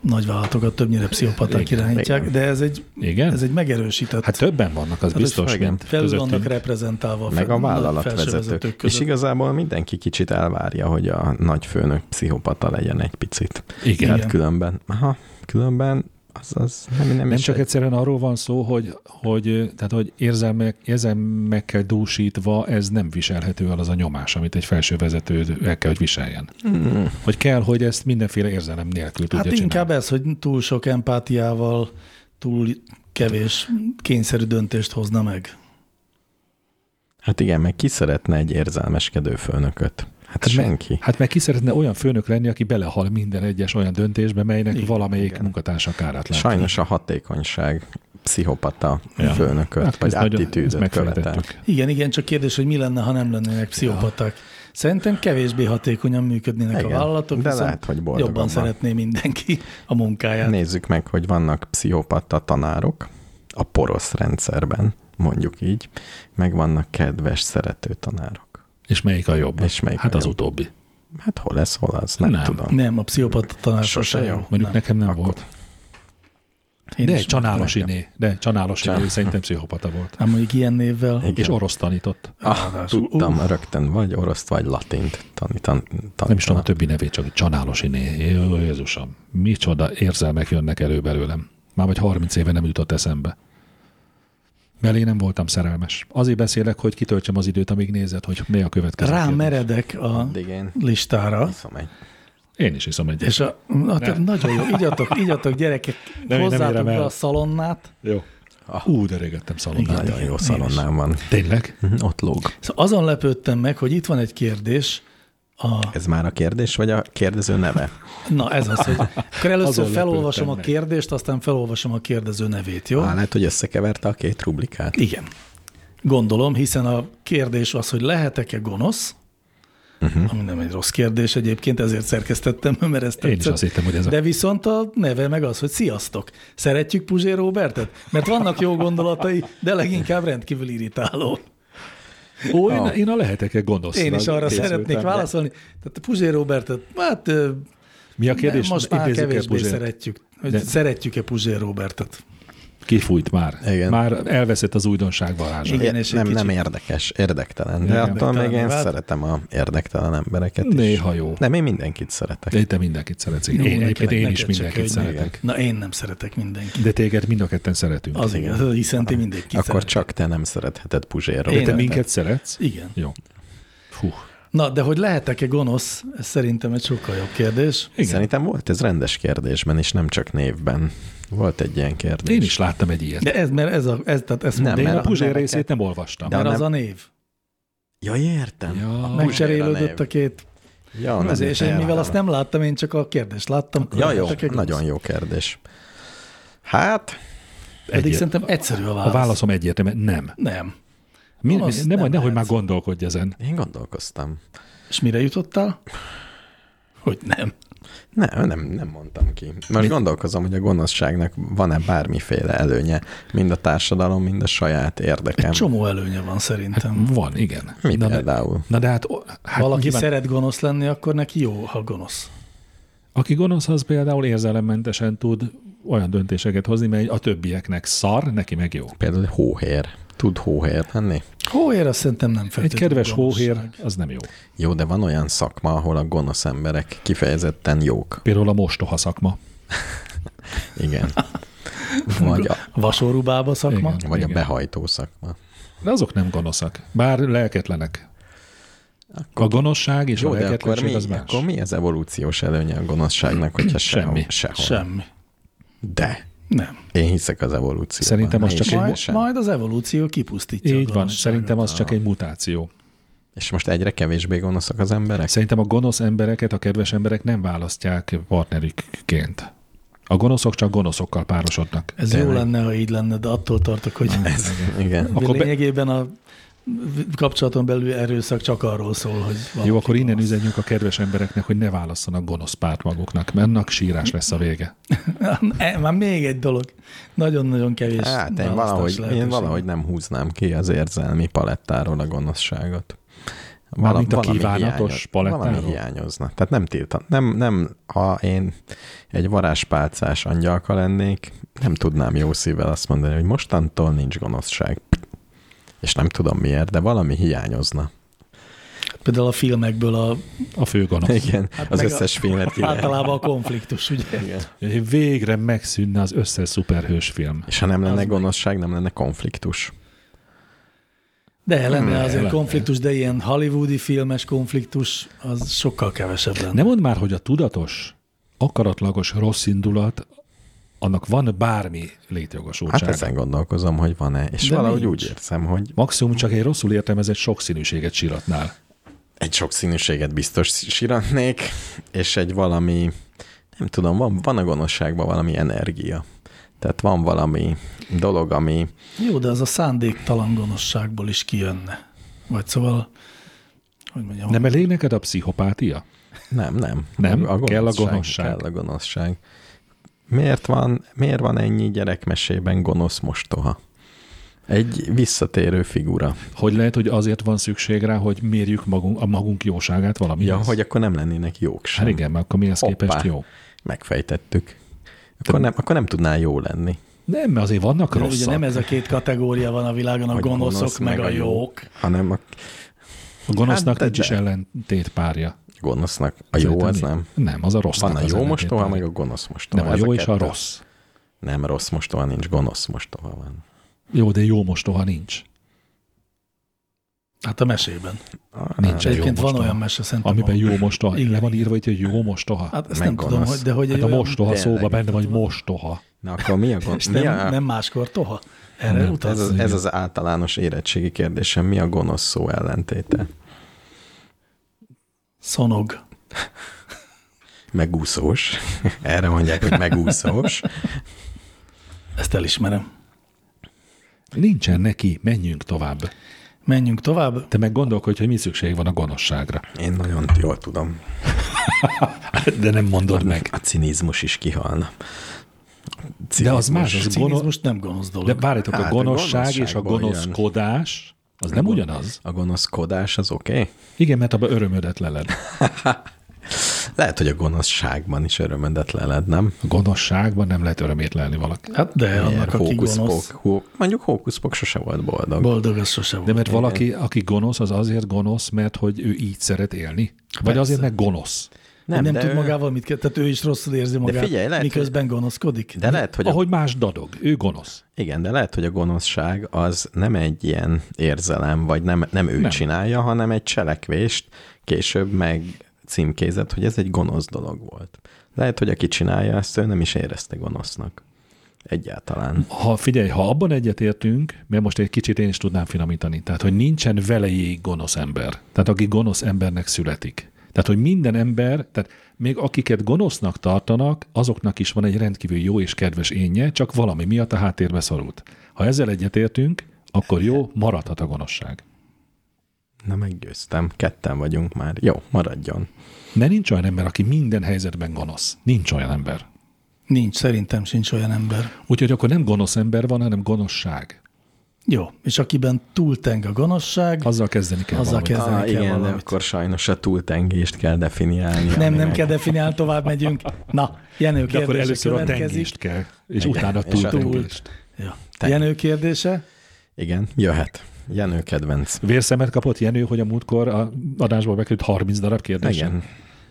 S2: nagyvállalatokat többnyire pszichopaták
S4: Igen,
S2: irányítják,
S4: igen.
S2: de ez egy,
S3: Igen?
S2: ez egy megerősített.
S3: Hát többen vannak, az
S2: Hát ez
S3: biztos.
S4: igen.
S3: mint
S2: felül vannak
S3: közöttünk.
S2: reprezentálva
S4: Meg
S2: fel-
S4: a
S2: felsővezetők
S4: vállalatvezetők. És
S2: között.
S4: igazából mindenki kicsit elvárja, hogy a nagyfőnök pszichopata legyen egy picit.
S3: Igen.
S4: Tehát Hát különben, aha, különben az, az nem, nem,
S3: Nem
S4: is
S3: csak
S4: egy-
S3: egyszerűen arról van szó, hogy, hogy, tehát, hogy érzelmek, érzelmekkel dúsítva ez nem viselhető el az a nyomás, amit egy felső vezető el kell, hogy viseljen. Hmm. Hogy kell, hogy ezt mindenféle érzelem nélkül tudja
S2: Hát inkább
S3: csinálni.
S2: ez, hogy túl sok empátiával, túl kevés kényszerű döntést hozna meg.
S4: Hát igen, meg ki szeretne egy érzelmeskedő főnököt? Hát
S3: Hát meg-
S4: senki.
S3: Hát meg ki szeretne olyan főnök lenni, aki belehal minden egyes olyan döntésbe, melynek
S2: Igen,
S3: igen, valamelyik igen. munkatársa kárat lát.
S4: Sajnos a hatékonyság pszichopata
S3: Ja.
S4: ja. főnököt,
S3: Hát
S4: hát vagy
S3: ez nagyon- ezt
S4: attitűdöt követel.
S3: megfejtettük.
S2: Igen, igen, csak kérdés, hogy mi lenne, ha nem lennének pszichopaták. Szerintem kevésbé hatékonyan működnének igen, a
S4: Igen,
S2: vállalatok,
S4: de
S2: viszont
S4: lehet, hogy boldogabban.
S2: jobban szeretné mindenki a munkáját.
S4: Nézzük meg, hogy vannak pszichopata tanárok a porosz rendszerben, mondjuk így, meg vannak kedves, szerető tanárok.
S3: És melyik a jobb?
S4: És melyik
S3: hát
S4: a
S3: az
S4: jobb?
S3: utóbbi.
S4: Hát hol lesz, hol az, nem,
S3: Nem.
S4: nem. tudom.
S2: Nem, a pszichopata tanár
S4: Sose
S2: sose
S4: jó.
S2: jó.
S3: Mondjuk
S2: Nem.
S3: nekem nem
S4: Akkor-
S3: volt.
S2: Én
S3: de
S2: is
S3: Csanálos
S2: nekem.
S3: iné. De Csanálos
S4: Csan-
S3: iné szerintem pszichopata volt.
S2: Hát mondjuk ilyen névvel.
S4: Igen.
S3: És orosz tanított. Hát
S4: Ah, tudtam, rögtön vagy oroszt, vagy latint tanítan, tanítanak.
S3: Nem is tudom a többi nevét, csak Csanálos iné. Jó, Jézusom, micsoda érzelmek jönnek elő belőlem. Már vagy 30 éve nem jutott eszembe. Belé nem voltam szerelmes. Azért beszélek, hogy kitöltsem az időt, amíg nézed, hogy mi a következő.
S2: Rá
S3: kérdés.
S2: meredek a
S4: Addig én
S2: listára,
S4: iszom egy
S3: Én is iszom egyet.
S2: és a, a te, nagyon jó, igyatok, igyatok gyerekek,
S3: nem
S2: nem, hozzátok
S3: érem
S2: be
S3: el.
S2: a szalonnát.
S3: Jó. Ú, de régettem szalonnát.
S4: nagyon jó
S2: is.
S4: szalonnám van.
S3: Ah. Tényleg?
S4: Mhm, Ott lóg.
S2: Szóval azon lepődtem meg, hogy itt van egy kérdés, a,
S4: Ez már a kérdés, vagy a kérdező neve?
S2: na ez az, hogy akkor először
S3: Azon
S2: felolvasom
S3: lepődtem
S2: a
S3: meg.
S2: kérdést, aztán felolvasom a kérdező nevét, jó?
S4: Á, lehet, hogy összekeverte a két rublikát.
S2: Igen. Gondolom, hiszen a kérdés az, hogy lehetek-e gonosz, uh-huh. ami nem egy rossz kérdés egyébként, ezért szerkesztettem, mert ezt
S3: Én
S2: tetszett.
S3: is azt hittem, hogy ez a...
S2: De viszont a neve meg az, hogy sziasztok, szeretjük Puzsé Robertet? Mert vannak jó gondolatai, de leginkább rendkívül irritáló.
S3: Ó, én, én a lehetek-e gonosz?
S2: Én is arra
S3: Készültem,
S2: szeretnék
S3: de-
S2: válaszolni. Tehát a Puzsé Robertet, hát ö,
S3: Mi a kérdés?
S2: most már
S3: Idézzük el
S2: kevésbé
S3: Puzsért.
S2: szeretjük. Hogy
S3: De-
S2: Szeretjük-e Puzsé Robertet?
S3: Kifújt már.
S4: Igen.
S3: Már elveszett az újdonság varázsa.
S2: Igen,
S4: Igen,
S2: és egy
S4: nem, nem
S2: kicsit-
S4: érdekes, érdektelen. De attól
S2: Érdektelen
S4: még én
S2: vált.
S4: szeretem a érdektelen embereket is.
S3: Néha jó.
S4: Nem, én mindenkit szeretek.
S3: De te mindenkit szeretsz. Én,
S2: Jó,
S3: én,
S2: neked-
S3: egyébként én
S2: neked
S3: is
S2: csak
S3: mindenkit
S2: könnyű.
S3: szeretek.
S2: Na én nem szeretek mindenkit.
S3: De téged mind a ketten szeretünk.
S2: Az igaz, hiszen ti mindenkit
S4: Akkor
S2: szeretek.
S4: csak te nem szeretheted Puzsér
S2: Én
S3: Te
S2: nem.
S4: Robertet.
S3: minket szeretsz?
S2: Igen.
S3: Jó. Hú.
S2: Na, de hogy lehetek-e gonosz, ez szerintem egy sokkal jobb kérdés.
S3: Igen.
S4: Szerintem volt ez rendes kérdésben, és nem csak névben. Volt egy ilyen kérdés.
S3: Én is láttam egy ilyet.
S2: De ez, mert ez, a, ez tehát ezt
S4: Nem,
S2: mondom,
S3: De én
S4: mert a
S3: a Puzsér
S4: neveket-
S3: részét nem olvastam.
S4: De-
S2: mert az
S4: nem-
S2: a név.
S4: Ja, értem. A
S3: Ja.
S4: Puzsér
S2: Megcserélődött
S4: név.
S2: a két
S4: Ja, nem
S2: Azért, és én
S4: értem.
S2: mivel azt nem láttam, én csak a kérdést láttam.
S4: Ja, jó,
S2: Csak egy-
S4: nagyon jó kérdés. Hát,
S2: Pedig
S3: Egyet-
S2: szerintem egyszerű a válasz.
S3: A válaszom egyértelmű, nem.
S2: Nem.
S3: Mi, mi,
S2: Azt
S3: nem,
S2: nem
S3: majd nehogy már
S2: lehet.
S3: gondolkodj ezen.
S4: én gondolkoztam.
S2: És mire jutottál? Hogy nem.
S4: Nem, nem, nem mondtam ki. Most gondolkozom, hogy a gonoszságnak van-e bármiféle előnye, mind a társadalom, mind a saját érdekem.
S2: Egy csomó előnye van szerintem.
S3: Hát Van, igen.
S4: Mi
S3: Na, de,
S4: például?
S3: na de hát, o- hát
S2: Hát Valaki
S3: nyilván-
S2: szeret gonosz lenni, akkor neki jó, ha gonosz.
S3: Aki gonosz, az például érzelemmentesen tud olyan döntéseket hozni, mely a többieknek szar, neki meg jó.
S2: Hát
S4: Például hóhér. Tud hóhér lenni?
S2: Hóér azt szerintem nem
S3: Egy
S2: feltétlenül
S3: kedves
S2: gonoszság.
S3: hóhér, az nem jó.
S4: Jó, de van olyan szakma, ahol a gonosz emberek kifejezetten jók.
S3: Például a mostoha szakma.
S4: Igen. Vagy a,
S2: Vasorubába szakma.
S3: Igen.
S4: vagy a behajtó szakma.
S3: De azok nem gonoszak, bár lelketlenek. Akkor a gonoszság és
S4: Jó,
S3: a
S4: de akkor mi,
S3: lelketlenség az más.
S4: akkor mi az evolúciós előnye a gonoszságnak, hogyha
S3: Semmi.
S4: sehol? sehol.
S2: Semmi.
S4: De
S2: Nem.
S4: én hiszek az evolúcióban.
S3: Szerintem az
S4: Ne
S3: csak
S4: is
S3: egy-
S4: én
S2: Majd,
S4: sem.
S2: majd az evolúció kipusztítja. a
S3: Így van,
S2: gonoszságot.
S3: szerintem az csak egy mutáció.
S4: És most egyre kevésbé gonoszak az emberek?
S3: Szerintem a gonosz embereket a kedves emberek nem választják partnerükként. A gonoszok csak gonoszokkal párosodnak.
S2: Ez jó
S4: Tényleg.
S2: lenne, ha így lenne, de attól tartok, hogy ez
S4: Igen.
S2: Akkor
S3: Akkor be-
S2: lényegében a kapcsolaton belül erőszak csak arról szól, hogy valaki
S3: Jó, akkor innen
S2: gonosz.
S3: üzenjük a kedves embereknek, hogy ne válasszanak gonosz párt maguknak, mert annak sírás lesz a vége.
S2: E, Már még egy dolog. Nagyon-nagyon kevés
S4: Hát én
S2: választás
S4: valahogy, én
S2: lehetőség.
S4: valahogy nem húznám ki az érzelmi palettáról a gonoszságot.
S3: Mármint a
S4: valami
S3: kívánatos
S4: hiányo-
S3: palettáról?
S4: Valami hiányozna. Tehát nem tiltan. Nem, nem, ha én egy varázspálcás angyalka lennék, nem tudnám jó szívvel azt mondani, hogy mostantól nincs gonoszság. És nem tudom miért, de valami hiányozna.
S2: Például a filmekből a,
S3: A fő gonosz.
S4: Igen,
S2: Hát
S4: hát az
S2: meg a-
S4: összes filmet király.
S2: általában a konfliktus, ugye?
S4: Igen.
S3: Végre megszűnne az összes szuperhős film.
S4: És ha nem
S2: Az
S4: lenne
S2: meg-
S4: gonoszság, nem lenne konfliktus.
S2: De lenne azért
S3: lenne.
S2: konfliktus, de ilyen hollywoodi filmes konfliktus, az sokkal kevesebb lenne.
S3: Nem mondd már, hogy a tudatos, akaratlagos rossz indulat annak van bármi létjogosultsága.
S4: Hát ezen gondolkozom, hogy van-e. És
S2: De
S4: De valahogy
S2: nincs.
S4: úgy érzem, hogy
S3: Maximum csak egy rosszul értelmezett sokszínűséget síratnál.
S4: egy sokszínűséget biztos siratnék, és egy valami, nem tudom, van, van a gonoszságban valami energia. Tehát van valami dolog, ami
S2: Jó, de az a szándéktalan gonoszságból is kijönne. Vagy szóval, hogy mondjam,
S3: Nem elég neked a pszichopátia?
S4: nem, nem.
S3: Nem? Kell a gonoszság.
S4: Kell a gonoszság. Miért van, miért van ennyi gyerekmesében gonosz mostoha? Egy visszatérő figura.
S3: Hogy lehet, hogy azért van szükség rá, hogy mérjük magunk, a magunk jóságát valami?
S4: Ja, hogy akkor nem lennének jók sem.
S3: Hát igen, mert akkor mihez
S4: Hoppá.
S3: képest jó?
S4: Megfejtettük. Akkor nem, akkor nem tudnál jó lenni.
S3: Nem, mert azért vannak
S2: de ugye
S3: rosszak.
S2: nem ez a két kategória van a világon, a
S4: Hogy
S2: gonoszok
S4: gonosz,
S2: meg, a jók.
S4: Hanem a
S3: A gonosznak
S4: Hát,
S3: hát,
S4: de-
S3: nincs is ellentét párja.
S4: gonosznak. A jó az nem.
S3: Nem, az a rossz.
S4: Van a jó mostoha, meg a gonosz mostoha.
S3: Nem, a
S4: Ez
S3: jó és a
S4: kettő.
S3: rossz.
S4: Nem rossz mostoha, nincs gonosz mostoha van.
S3: Jó, de jó mostoha nincs.
S2: Hát a mesében.
S3: Nincs
S2: És
S3: egy jó
S2: egyébként van
S3: mostoha.
S2: olyan mese szerintem.
S3: Amiben
S2: ahol-
S3: jó mostoha.
S2: Igen.
S3: Igen. Le van írva itt, hogy jó mostoha. Hát,
S2: Hát ezt
S4: meg
S2: nem tudom,
S4: gonosz.
S2: hogy, de hogy egy
S3: a
S2: olyan-
S3: mostoha
S4: tényleg.
S3: szóban benne vagy mostoha.
S4: Ah, Na akkor mi a
S2: És
S4: gonosz? mi
S2: nem,
S4: a...
S2: nem máskor toha? Erre
S3: Nem,
S4: Ez
S2: utalsz?
S4: az, ez az általános érettségi kérdésem, mi a gonosz szó ellentéte?
S2: Szonog.
S4: Megúszós. Erre mondják, hogy megúszós.
S2: Ezt elismerem.
S3: Nincsen neki, menjünk tovább.
S2: Menjünk tovább.
S3: Te meg gondolkodj, hogy mi szükség van a gonoszságra.
S4: Én nagyon jól tudom.
S3: De nem mondod meg.
S4: A cinizmus is kihalna.
S3: De az más,
S4: Cinizmus.
S3: az
S2: Gonosz,
S3: gonosz.
S2: most nem gonosz dolog.
S3: De várjátok, a
S4: Hát, a
S3: gonoszság és a
S4: gonoszságból jön.
S3: gonoszkodás, az nem ugyanaz?
S4: A gonoszkodás az oké? Okay?
S3: Igen, mert abban örömödet leled.
S4: Lehet, hogy a gonoszságban is örömödet leled, nem?
S3: A gonoszságban nem lehet örömét lelni valaki.
S2: Hát de annak,
S4: Miért?
S2: aki
S4: Hókuszpók.
S2: gonosz,
S4: Hó... Mondjuk hókuszpok sose volt boldog. Bo-
S2: boldog, az sose
S3: De
S2: volt.
S3: mert valaki, aki gonosz, az azért gonosz, mert hogy ő így szeret élni? Vagy azért, mert gonosz?
S2: Nem, nem
S4: de
S2: tud
S4: ő-
S2: magával mit kell, tehát ő is rosszul érzi magát,
S4: figyelj, lehet,
S2: miközben gonoszkodik.
S4: De lehet, hogy a,
S3: Ahogy más dadog, ő gonosz.
S4: igen, de lehet, hogy a gonoszság az nem egy ilyen érzelem, vagy nem, nem ő
S3: Nem.
S4: nem. csinálja, hanem egy cselekvést később meg címkézett, hogy ez egy gonosz dolog volt. Lehet, hogy aki csinálja ezt, ő nem is érezte gonosznak. Egyáltalán.
S3: Ha figyelj, ha abban egyetértünk, mert most egy kicsit én is tudnám finomítani, tehát hogy nincsen velejéig gonosz ember, tehát aki gonosz embernek születik. Tehát, hogy minden ember, tehát még akiket gonosznak tartanak, azoknak is van egy rendkívül jó és kedves énje, csak valami miatt a háttérbe szorult. Ha ezzel egyetértünk, akkor jó, maradhat a gonoszság.
S4: Na, meggyőztem. Ketten vagyunk már. Jó, maradjon.
S3: De nincs olyan ember, aki minden helyzetben gonosz. Nincs olyan ember.
S2: Nincs, szerintem sincs olyan ember.
S3: Úgyhogy akkor nem gonosz ember van, hanem gonoszság.
S2: Jó, és akiben túlteng a gonoszság,
S3: Azzal kezdeni kell
S2: Azzal
S3: Azzal kell.
S2: kezd- Kezdeni
S4: Ah,
S2: kell
S4: igen, de
S2: valamit.
S4: akkor sajnos a túltengést kell definiálni.
S2: nem,
S4: ami
S2: nem
S4: meg-
S2: kell definiálni, tovább megyünk. Na, Jenő
S3: De akkor
S2: kérdése
S3: először a
S2: következik.
S3: tengést kell, és
S4: Igen,
S3: utána
S4: és a
S3: túl.
S2: Ja. Jenő kérdése?
S4: Igen, jöhet. Jenő kedvenc.
S3: Vérszemet kapott Jenő, hogy a múltkor a adásból bekerült 30 darab kérdés.
S4: Igen.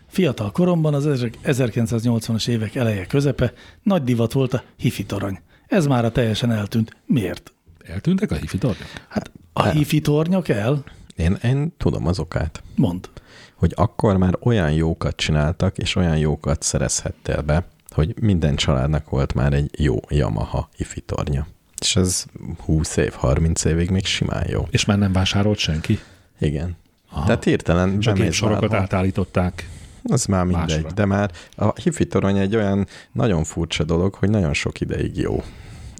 S2: Fiatal koromban az ezrek- 1980-as évek eleje közepe nagy divat volt a hifi torony. Ez már a teljesen eltűnt. Miért?
S3: Eltűntek a hifi darabok?
S2: Hát a hifi tornyok el?
S4: Én, én tudom az okát,
S2: Mond.
S4: hogy akkor már olyan jókat csináltak, és olyan jókat szerezhettél be, hogy minden családnak volt már egy jó Yamaha ifitornya. És ez 20 év, 30 évig még simán jó.
S3: És már nem vásárolt senki.
S4: Igen. Aha. Tehát hirtelen
S3: Csak
S4: bemész
S3: én sorokat
S4: bárhol.
S3: átállították.
S4: Az már mindegy,
S3: másra.
S4: Másra. de már a hifi torony egy olyan nagyon furcsa dolog, hogy nagyon sok ideig jó.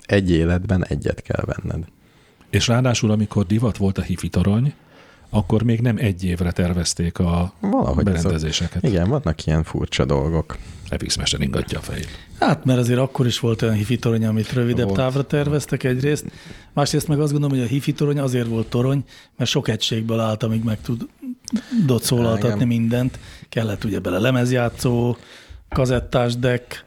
S4: Egy életben egyet kell venned.
S3: És ráadásul, amikor divat volt a hifi torony, akkor még nem egy évre tervezték a
S4: Valahogy azok-
S3: berendezéseket.
S4: Igen, vannak ilyen furcsa dolgok.
S3: Epix Mester ingatja a fejét.
S2: Hát, mert azért akkor is volt olyan hifi torony, amit rövidebb
S4: Volt.
S2: távra terveztek egyrészt. Másrészt meg azt gondolom, hogy a hifi torony azért volt torony, mert sok egységből állt, amíg meg tudott szólaltatni
S4: Igen.
S2: mindent. Kellett ugye bele lemezjátszó, kazettás deck,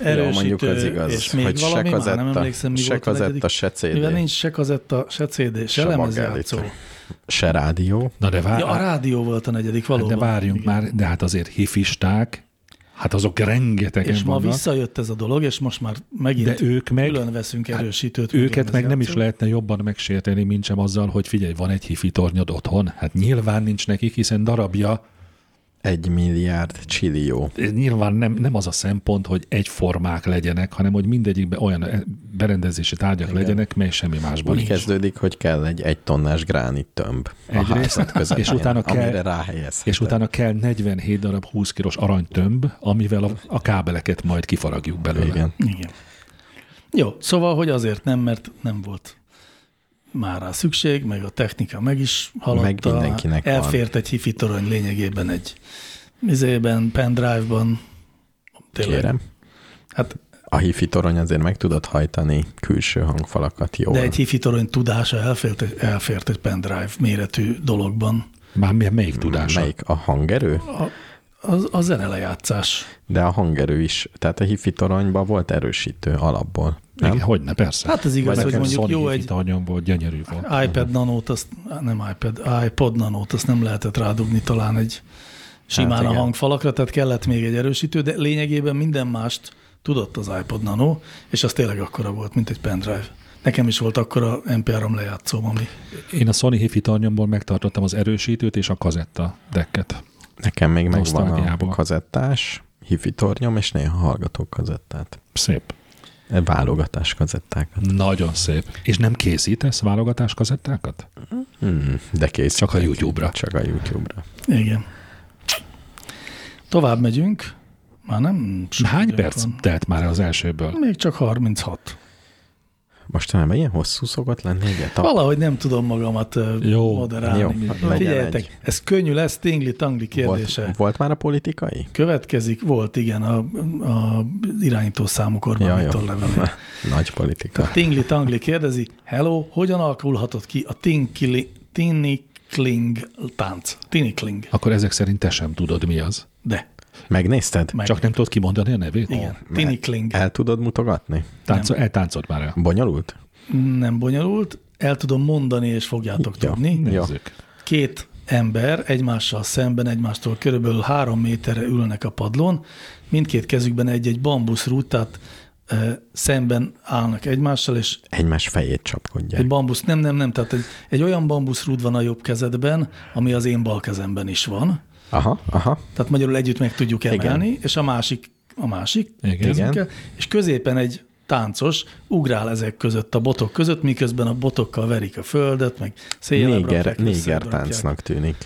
S2: erősítő,
S4: Jó, mondjuk az igaz,
S2: és még
S4: hogy se
S2: valami, már nem
S4: kazetta,
S2: emlékszem, mi
S4: se
S2: volt
S4: kazetta,
S2: a negyedik.
S4: se CD.
S2: Mivel nincs se kazetta, se CD, se,
S4: Se
S2: lemezjátszó.
S4: magálit. Se rádió.
S3: Na de, vár,
S2: Ja, a rádió volt a negyedik,
S3: hát
S2: valóban.
S3: de várjunk már, de hát azért hifisták, hát azok rengetegen
S2: És ma
S3: vannak.
S2: visszajött ez a dolog, és most már megint
S3: De ők meg- hát
S2: külön veszünk erősítőt.
S3: Őket meg nem is
S2: lemezjátszót.
S3: lehetne jobban megsérteni, mint sem azzal, hogy figyelj, van egy hifi tornyod otthon. Hát nyilván nincs nekik, hiszen darabja
S4: egy milliárd csillió.
S3: Ez nyilván nem, nem az a szempont, hogy egyformák legyenek, hanem hogy mindegyikben olyan eh, berendezési tárgyak Igen. legyenek, mely semmi másban
S4: Úgy
S3: nincs.
S4: kezdődik, hogy kell egy egy tonnás gránit tömb a
S3: Egyrészt,
S4: házat közepén,
S3: és utána kell-
S4: amire ráhelyez.
S3: És utána kell 47 darab 20 kilós aranytömb, amivel a, a kábeleket majd kifaragjuk belőle.
S4: Igen.
S2: Igen. Jó, szóval, hogy azért nem, mert nem volt már rá szükség, meg a technika meg is haladta.
S4: Meg mindenkinek van.
S2: Elfért egy hifi torony lényegében egy izében, pendrive-ban. Tényleg.
S4: Kérem.
S2: Hát,
S4: A hifi torony azért meg tudod hajtani külső hangfalakat jól.
S2: de egy hifi torony tudása elfért, elfért egy pendrive méretű dologban.
S3: Már mi- melyik tudása?
S4: Melyik? A hangerő?
S2: Az, a zenelejátszás.
S4: De a hangerő is. Tehát a hifi toronyban volt erősítő alapból. Nem?
S3: Igen, Hogyne, persze.
S2: Hát ez igaz, hogy
S3: Vagy nekem
S2: mondjuk
S3: Sony
S2: jó
S3: hív
S2: egy-
S3: itt a anyom volt, gyönyörű volt.
S2: iPad nanót, azt, nem iPad, iPod nanót, azt nem lehetett rádugni talán egy simán
S4: Hát
S2: hát a
S4: igen.
S2: hangfalakra, tehát kellett még egy erősítő, de lényegében minden mást tudott az iPod nano, és az tényleg akkora volt, mint egy pendrive. Nekem is volt akkora MP3 lejátszóm, ami
S3: Én a Sony hifi tarnyomból megtartottam az erősítőt és a kazetta dekket.
S4: Nekem még megvan a
S3: Nosztalgiából.
S4: kazettás, hifi tornyom, és néha hallgatok kazettát. E,
S3: Szép.
S4: Válogatás kazettákat.
S3: Nagyon szép. És nem készítesz válogatás kazettákat?
S2: Hmm,
S4: Mm, de kész.
S3: Csak a YouTube-ra.
S4: Csak a YouTube-ra.
S2: igen. Tovább megyünk, már nem sok
S3: Hány
S2: időnk
S3: perc
S2: van.
S3: telt már az elsőből?
S2: Még csak 36.
S4: Mostanában ilyen hosszú szokott lenni, ugye? Ta-
S2: Valahogy nem tudom magamat ö,
S3: Jó,
S2: moderálni.
S4: jó, legyen egy.
S2: Figyeljetek, ez könnyű lesz, tingli-tangli kérdése.
S4: volt, volt már a politikai?
S2: Következik, volt igen, a, a irányító számú
S4: Ja, jó.
S2: kormányítól levelé.
S4: Nagy politika.
S2: Tingli Tangli kérdezi, hello, hogyan alakulhatott ki a tinkili, tinikling tánc? Tinikling,
S3: Akkor ezek szerint te sem tudod, mi az.
S2: de,
S4: Megnézted?
S2: meg.
S3: Csak nem tudod kimondani a nevét?
S2: igen, tinikling.
S4: El tudod mutogatni?
S3: Táncol, eltáncolt már el.
S4: Bonyolult?
S2: Nem bonyolult, el tudom mondani, és fogjátok
S4: Ja.
S2: tudni.
S4: Ja.
S3: Nézzük.
S2: Két ember egymással szemben, egymástól körülbelül három méterre ülnek a padlón, mindkét kezükben egy-egy bambuszrút, tehát ö, szemben állnak egymással, és
S4: Egymás fejét
S2: Egy
S4: csapkodják.
S2: bambusz, nem, nem, nem, tehát egy, egy olyan bambuszrúd van a jobb kezedben, ami az én bal kezemben is van.
S4: Aha, aha.
S2: Tehát magyarul együtt meg tudjuk emelni, Igen. és a másik, a másik
S3: Igen.
S2: kezünkkel, és középen egy táncos ugrál ezek között, a botok között, miközben a botokkal verik a földet, meg széjelebbre
S4: Néger,
S2: fekvő
S4: néger
S2: szétdobják.
S4: táncnak tűnik.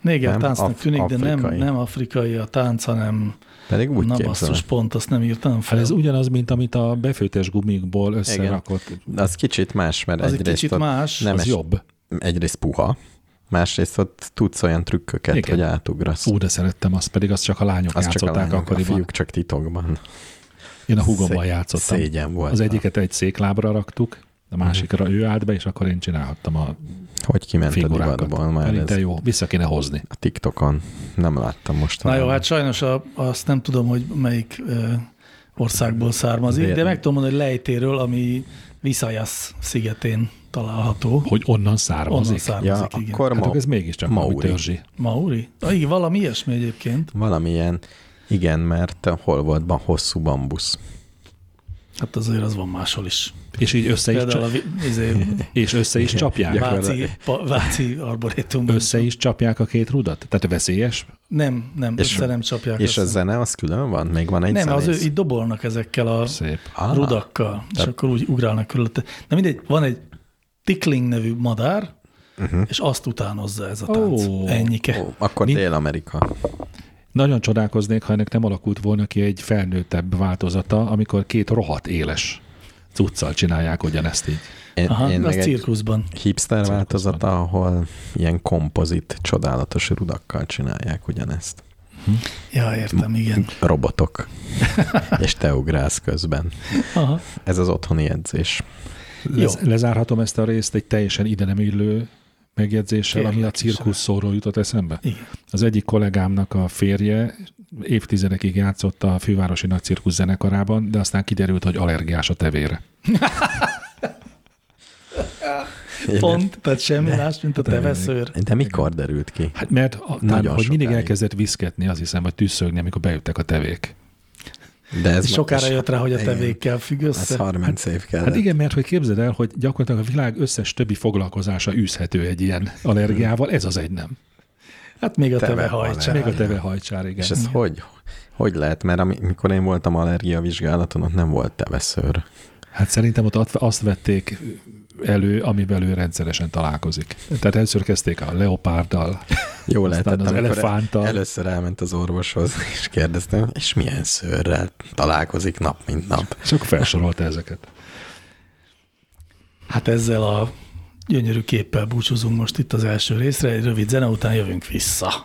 S2: Néger
S4: nem?
S2: táncnak
S4: Af-
S2: tűnik, de nem,
S4: afrikai.
S2: nem afrikai a tánc, hanem
S4: Pedig úgy
S2: na
S4: képzelem.
S2: basszus, pont azt nem írtam fel.
S3: Hát ez ugyanaz, mint amit a befőtes gumikból összerakott.
S4: De az kicsit más, mert
S2: Az egy
S4: egyrészt
S2: kicsit
S4: ott
S2: más,
S4: nem
S3: Az
S4: es,
S3: jobb.
S4: egyrészt puha, másrészt ott tudsz olyan trükköket,
S3: Igen.
S4: hogy átugrasz.
S3: Ú, de szerettem azt, pedig azt csak a lányok
S4: az csak a,
S3: játszották
S4: lányok, a
S3: akkoriban.
S4: fiúk csak titokban.
S3: Én a húgommal
S4: Szé-
S3: játszottam.
S4: szégyen volt. Mhm.
S3: Az egyiket egy széklábra raktuk, a másikra ő állt be, és akkor én csinálhattam a
S4: Hogy kiment a
S3: figurákat.
S4: divatból már
S3: Pedig
S4: ez
S3: te jó, vissza kéne hozni.
S4: a TikTokon. Nem láttam most.
S2: Na jó, hát sajnos a, azt nem tudom, hogy melyik ö, országból származik, de
S4: Vietnam.
S2: meg tudom mondani, hogy Lejtéről, ami Visayas szigetén található.
S3: Hogy onnan
S2: Onnan
S3: származik.
S4: ja,
S2: származik, ja, igen. Akkor...
S4: akkor
S3: Hát
S4: ma,
S3: akkor ez mégiscsak
S4: Mauri.
S3: Mauri. törzsi.
S2: Mauri? Ah, igen, valami ilyesmi egyébként.
S4: valamilyen, igen, mert hol volt ban hosszú bambusz.
S2: Hát azért az van máshol is.
S3: És így össze is,
S2: Például a
S3: csa-
S2: vi- izé,
S3: és össze is csapják.
S2: Váci, pa, Váci arborétumban.
S3: Össze is csapják a két rudat? Tehát veszélyes?
S2: Nem, nem,
S4: És-
S2: össze nem csapják.
S4: És
S2: össze.
S4: a zene az külön van? Még van egy
S2: nem, az ő,
S4: zenész?
S2: így dobolnak ezekkel a
S3: Szép.
S4: Ah.
S2: rudakkal, és akkor úgy ugrálnak körülötte. Na mindegy, van egy tickling nevű madár, uh-huh. és azt utánozza ez a tánc.
S3: Ó.
S2: Oh. Ennyike.
S4: Mhm. Ó, akkor
S3: Mind-
S4: Dél-Amerika.
S3: Nagyon csodálkoznék, ha ennek nem alakult volna ki egy felnőttebb változata, amikor két rohadt éles cuccal csinálják ugyanezt így.
S4: Én,
S2: Aha,
S4: én
S2: az
S4: meg egy
S2: cirkuszban.
S4: hipster változata, ahol ilyen kompozit, csodálatos rudakkal csinálják ugyanezt.
S2: Ja, értem, igen.
S4: Robotok. És te ugrálsz közben.
S2: Aha.
S4: Ez az otthoni edzés.
S3: Lez, lezárhatom ezt a részt egy teljesen ide nem illő megjegyzéssel,
S2: Kérlek,
S3: ami a
S2: Istenem.
S3: cirkuszóról jutott eszembe.
S2: Igen.
S3: Az egyik kollégámnak a férje évtizedekig játszott a fővárosi nagy cirkusz zenekarában, de aztán kiderült, hogy allergiás a tevére.
S2: Pont, tehát semmi más, mint a te veszőr.
S4: De mikor derült ki?
S3: Hát mert a,
S4: Nagyon
S3: nem, hogy mindig
S4: sokáig.
S3: elkezdett viszketni, azt hiszem, hogy tűzszögni, amikor bejöttek a tevék.
S4: De ez
S2: Sokára jött rá, hogy a
S4: Igen.
S2: tevékkel függ
S4: Ez
S2: össze.
S4: 30 év kellett.
S3: Hát igen, mert hogy képzeld el, hogy gyakorlatilag a világ összes többi foglalkozása űzhető egy ilyen allergiával, ez az egy nem.
S2: Hát még a
S4: Teve
S2: teve
S4: halál.
S2: hajtsák.
S3: Még a teve hajcsár, igen.
S4: És ez hogy, hogy lehet? Mert amikor én voltam allergia vizsgálaton, ott nem volt teveszőr.
S3: Hát szerintem ott at- azt vették elő, amivel ő rendszeresen találkozik. Tehát először kezdték a leopárdal.
S4: Jó
S3: Aztán
S4: lehetett,
S3: az
S4: amikor
S3: elefánttal.
S4: Először elment az orvoshoz, és kérdeztem, és milyen szőrrel találkozik nap, mint nap.
S3: És akkor felsorolta ezeket.
S2: Hát ezzel a gyönyörű képpel búcsúzunk most itt az első részre, egy rövid zene után jövünk vissza.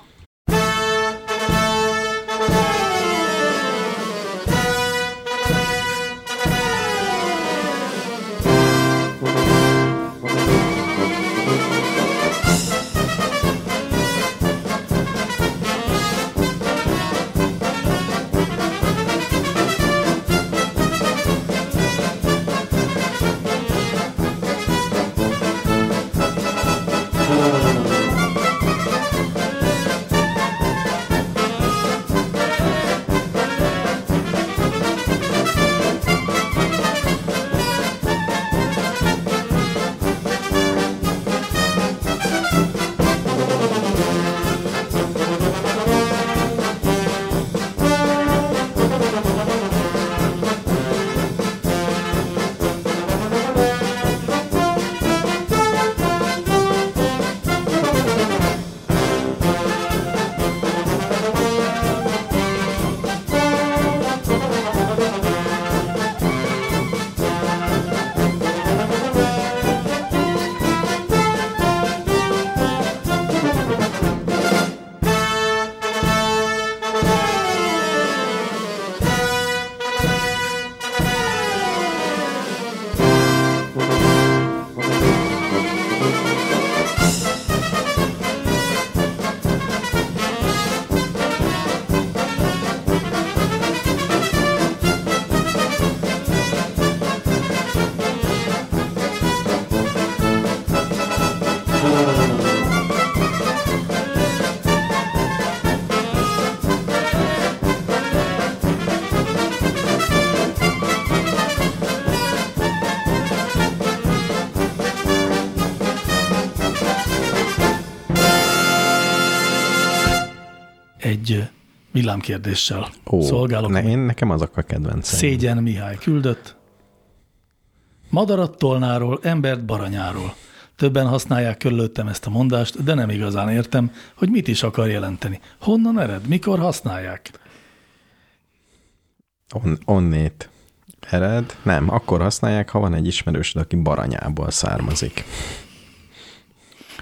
S2: Egy ö, villámkérdéssel
S4: Ó,
S2: szolgálok.
S4: ne,
S2: Ne,
S4: én nekem azok a kedvencem.
S2: Szégyen Mihály küldött. Madarat tolnáról, embert baranyáról. Többen használják körülöttem ezt a mondást, de nem igazán értem, hogy mit is akar jelenteni. Honnan ered? Mikor használják?
S4: On, onnét ered? Nem, akkor használják, ha van egy ismerősöd, aki baranyából származik.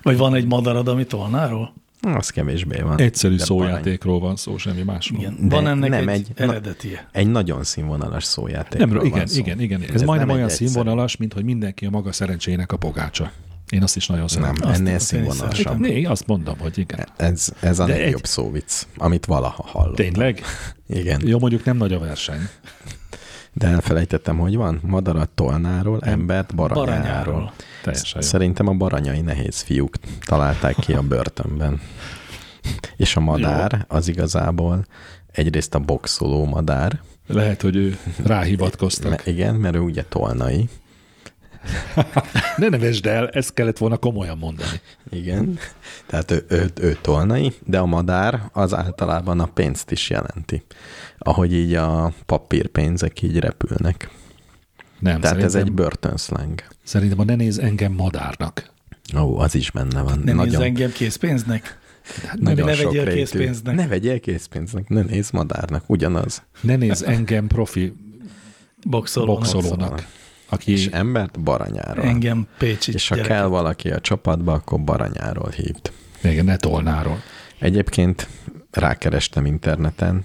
S2: Vagy van egy madarad, ami tolnáról?
S4: Az kevésbé van.
S3: Egyszerű
S4: De
S3: szójátékról van szó, semmi másról.
S2: Igen.
S4: De
S2: Van ennek
S4: nem
S2: nem egy,
S4: egy-
S2: egy eredetie.
S4: Egy nagyon színvonalas szójáték.
S3: Nem, igen, igen, igen. Ez, ez majdnem olyan színvonalas, mint hogy mindenki a maga szerencséjének a pogácsa. Én azt is nagyon
S4: Nem,
S3: szeretem. Hát
S4: azt ennél
S2: azt én is
S4: színvonalasabb.
S2: szeretem.
S3: Né, azt mondom, hogy igen.
S4: Ez, ez a
S3: De
S4: legjobb
S3: egy-
S4: szóvic, amit valaha hallottam.
S3: Tényleg?
S4: Igen.
S3: Jó, mondjuk nem nagy a verseny.
S4: De elfelejtettem, hogy van. Madarat tolnáról, embert baranyáról.
S2: Baranyáról.
S3: Teljesen jó.
S4: Szerintem a baranyai nehéz fiúk találták ki a börtönben. És a madár az igazából egyrészt a boxoló madár,
S3: Lehet, hogy ő ráhivatkoztak.
S4: me- igen, mert ő ugye tolnai,
S3: Ne nevesd el, ezt kellett volna komolyan mondani.
S2: Mm.
S4: igen, tehát ő, ő, ő tolnai, de a madár az általában a pénzt is jelenti, ahogy így a papírpénzek így repülnek.
S3: Nem,
S4: Tehát ez
S3: szerintem,
S4: egy börtönszleng.
S3: szerintem a ne néz engem madárnak.
S4: Ó, az is benne van.
S2: Nem nézz
S4: nagyon, Hát
S2: engem készpénznek?
S4: nagyon
S2: ne vegyél
S4: sokrétű.
S2: készpénznek.
S4: Ne vegyél készpénznek, ne nézz madárnak, ugyanaz.
S3: Ne néz engem profi
S2: Boxolónak.
S3: boxolónak, aki
S4: És embert baranyáról.
S2: Engem Pécsi
S4: És ha
S2: gyerek.
S4: kell valaki a csapatba, akkor baranyáról hívt.
S3: igen, ne tolnáról.
S4: Egyébként rákerestem interneten,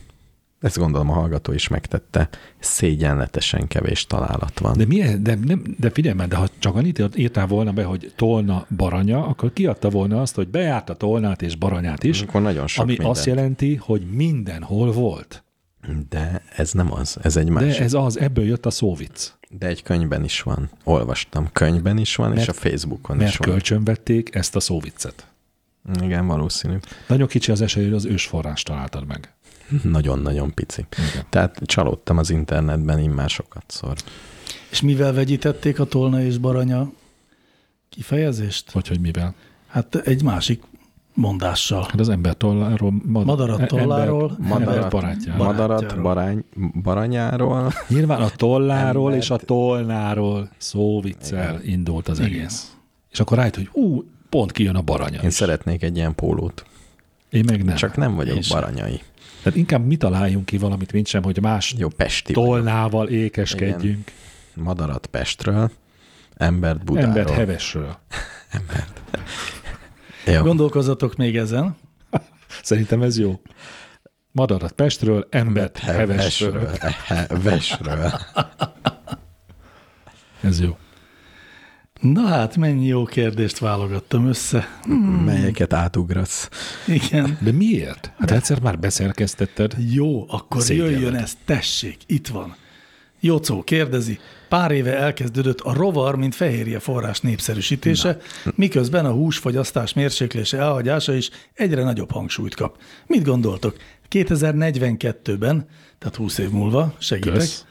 S4: ezt gondolom a hallgató is megtette, szégyenletesen kevés találat van.
S3: De, milyen, de, nem, de figyelj már, de ha csak annyit írt- írtál volna be, hogy tolna baranya, akkor kiadta volna azt, hogy bejárta tolnát és baranyát is,
S4: Akkor nagyon Mhm. sok
S3: ami
S4: mindent.
S3: azt jelenti, hogy mindenhol volt.
S4: De ez nem az, ez egy
S3: De
S4: másik. De,
S3: ez az, ebből jött a szóvic.
S4: De egy könyvben is van. Olvastam, könyvben is van, és
S3: Mert-
S4: a Facebookon
S3: Mert
S4: is van.
S3: kölcsön vették ezt a szóviccet.
S4: Igen, valószínű.
S3: Nagyon kicsi az esély, hogy az ősforrás találtad meg.
S4: Nagyon-nagyon pici.
S3: Igen.
S4: Tehát csalódtam az internetben immár sokat szor.
S2: És mivel vegyítették a tolna és baranya kifejezést?
S3: Vagy hogy mivel.
S2: Hát egy másik mondással.
S3: Hát az ember tolláról, mad-
S2: Madarat
S3: e-
S2: tolláról,
S3: ember, ember
S4: madarat-
S3: barátjáról.
S2: barátjáról.
S4: Madarat, barány, baranyáról.
S3: Nyilván a tolláról
S4: Embert.
S3: és a tolnáról szóviccel indult az egész. És akkor rájött, hogy ú, pont kijön a baranya.
S4: Én
S3: is.
S4: szeretnék egy ilyen pólót.
S3: Én meg nem.
S4: Csak nem vagyok
S3: Én sem.
S4: baranyai.
S3: Tehát inkább mi találjunk ki valamit, mint sem, hogy más
S4: Jó, Pesti vagyok.
S3: tolnával ékeskedjünk.
S4: Madarat Pestről, embert Budáról.
S3: Embert hevesről.
S4: Jó.
S2: Gondolkozzatok még ezen.
S3: Szerintem ez jó. Madarat Pestről, embert hevesről.
S4: Hevesről. Hevesről.
S3: Ez jó.
S2: Na hát, mennyi jó kérdést válogattam össze. Hm,
S4: Melyeket átugrasz.
S2: Igen.
S3: De miért? Hát egyszer már beszerkesztetted.
S2: Jó, akkor
S3: Szégyenled.
S2: jöjjön ez, tessék, itt van. Jocó kérdezi, pár éve elkezdődött a rovar, mint fehérje forrás népszerűsítése, Na. miközben a húsfogyasztás mérséklése elhagyása is egyre nagyobb hangsúlyt kap. Mit gondoltok? 2042-ben, tehát 20 év múlva, segítek,
S3: Kösz.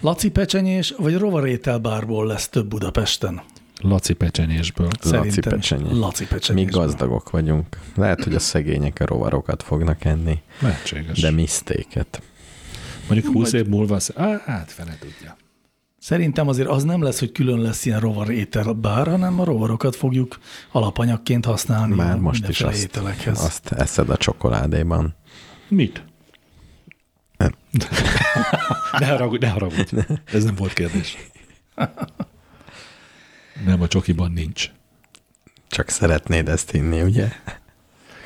S2: Laci pecsenyés vagy rovarételbárból lesz több Budapesten?
S3: Laci pecsenyésből.
S2: Szerintem is
S4: pecsenyés.
S2: Laci
S4: Mi
S2: pecsenyés.
S4: gazdagok vagyunk. Lehet, hogy a szegények a rovarokat fognak enni,
S3: Lehetséges.
S4: de
S3: De
S4: misztéket.
S3: Mondjuk 20 év múlva, az- Á, hát fene tudja.
S2: Szerintem azért az nem lesz, hogy külön lesz ilyen rovar ételbár, hanem a rovarokat fogjuk alapanyagként használni.
S4: Már
S2: a
S4: most is
S2: Mm, mindenféle
S4: azt,
S2: ételekhez.
S4: azt eszed a csokoládéban.
S3: Mit?
S4: Nem.
S3: ne haragudj, ne haragudj. Ez nem volt kérdés. Nem, a csokiban nincs.
S4: Csak szeretnéd ezt inni, ugye?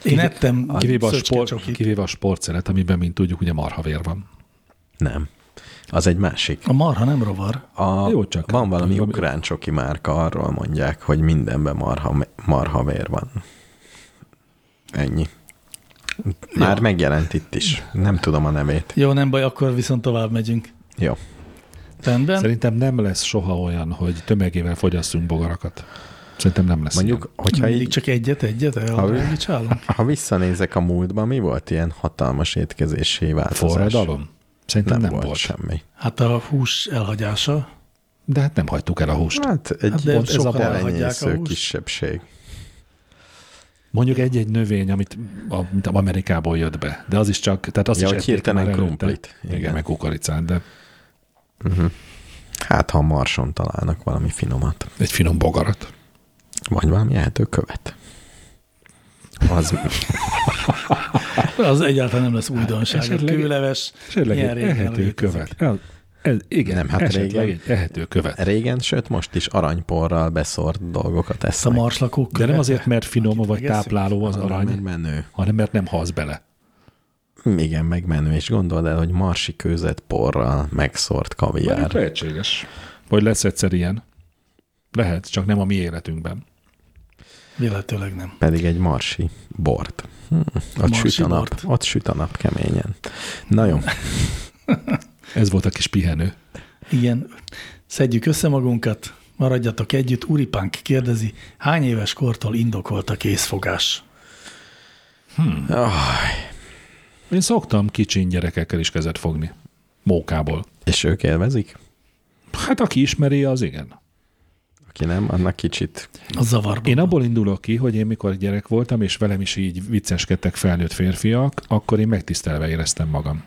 S2: Én ettem
S3: Kivéve a, sport,
S2: szöcskecsokit.
S3: kivéve a sportszeret, amiben, mint tudjuk, ugye marhavér van.
S4: Nem. Az egy másik.
S2: A marha nem rovar.
S4: A,
S3: Jó, csak-
S4: van valami
S3: valami-
S4: ukrán csoki márka, arról mondják, hogy mindenben marha, marha vér van. Ennyi. Már
S3: Jó.
S4: megjelent itt is. Nem tudom a nevét.
S2: Jó, nem baj, akkor viszont tovább megyünk.
S4: Jó.
S2: Rendben?
S3: Szerintem nem lesz soha olyan, hogy tömegével fogyasszunk bogarakat. Szerintem nem lesz
S4: Mondjuk, hogyha
S2: Mindig
S4: így,
S2: csak egyet, egyet, elvicsálunk.
S4: ha visszanézek a múltba, mi volt ilyen hatalmas étkezési
S3: ilyen.
S4: változás?
S3: forradalom. Szerintem
S4: Nem,
S3: nem,
S4: volt, volt
S3: Sem.
S4: semmi.
S2: Hát a hús elhagyása.
S3: De hát nem hagytuk el a húst.
S4: Hát egy
S2: Hát
S4: hát
S2: de
S4: volt ez
S2: sokan
S4: a
S2: elhagyják a
S4: elenyésző
S2: húst.
S4: kisebbség.
S3: Mondjuk egy-egy növény, amit a, mint a Amerikából jött be. De az is csak, tehát az
S4: Ja,
S3: is
S4: hogy
S3: ették
S4: hirtelen
S3: már előtte.
S4: krumplit.
S3: Igen,
S4: Igen.
S3: meg kukoricát, de
S4: Hát, ha a marson találnak valami finomat,
S3: egy finom bogarat.
S4: vagy valami ehető követ. Az,
S2: Az egyáltalán nem lesz újdonság.
S3: Esetleg-
S2: Esetleg, kőleves,
S3: Esetleg
S2: ilyen
S3: egy
S2: régen
S3: ehető
S2: létezik.
S3: követ. El, ez, igen, nem,
S4: Nem,
S3: hát
S4: hát
S3: esetleg
S4: régen.
S3: egy ehető követ.
S4: Régen, sőt most is aranyporral beszort dolgokat
S2: Ezt a
S4: esznek.
S2: marslakók
S3: De nem
S2: követ-
S3: azért, mert finom vagy
S2: megesszük?
S3: tápláló az
S4: Hanem egy
S3: arany,
S4: menő.
S3: hanem mert nem halsz bele.
S4: Igen, megmenő, és gondold el, hogy marsi kőzet porral megszórt
S3: Mondjuk
S4: kaviár.
S3: lehetséges. Vagy lesz egyszer ilyen. Lehet, csak nem a mi életünkben.
S2: Véletőleg nem.
S4: Pedig egy marsi bort. Hm, ott,
S2: Marsi
S4: süt a nap,
S2: bort.
S4: ott süt a nap keményen. Na jó,
S3: Ez volt a kis pihenő.
S2: Igen, szedjük össze magunkat, maradjatok együtt. Uripánk kérdezi, hány éves kortól indokolt a készfogás?
S4: Ah,
S3: Én szoktam kicsin gyerekekkel is kezet fogni. Mókából.
S4: és ők élvezik?
S3: Hát aki ismeri, az igen.
S4: Aki nem, annak kicsit
S2: A zavarban.
S3: Én abból indulok ki, hogy én mikor gyerek voltam, és velem is így vicceskedtek felnőtt férfiak, akkor én megtisztelve éreztem magam.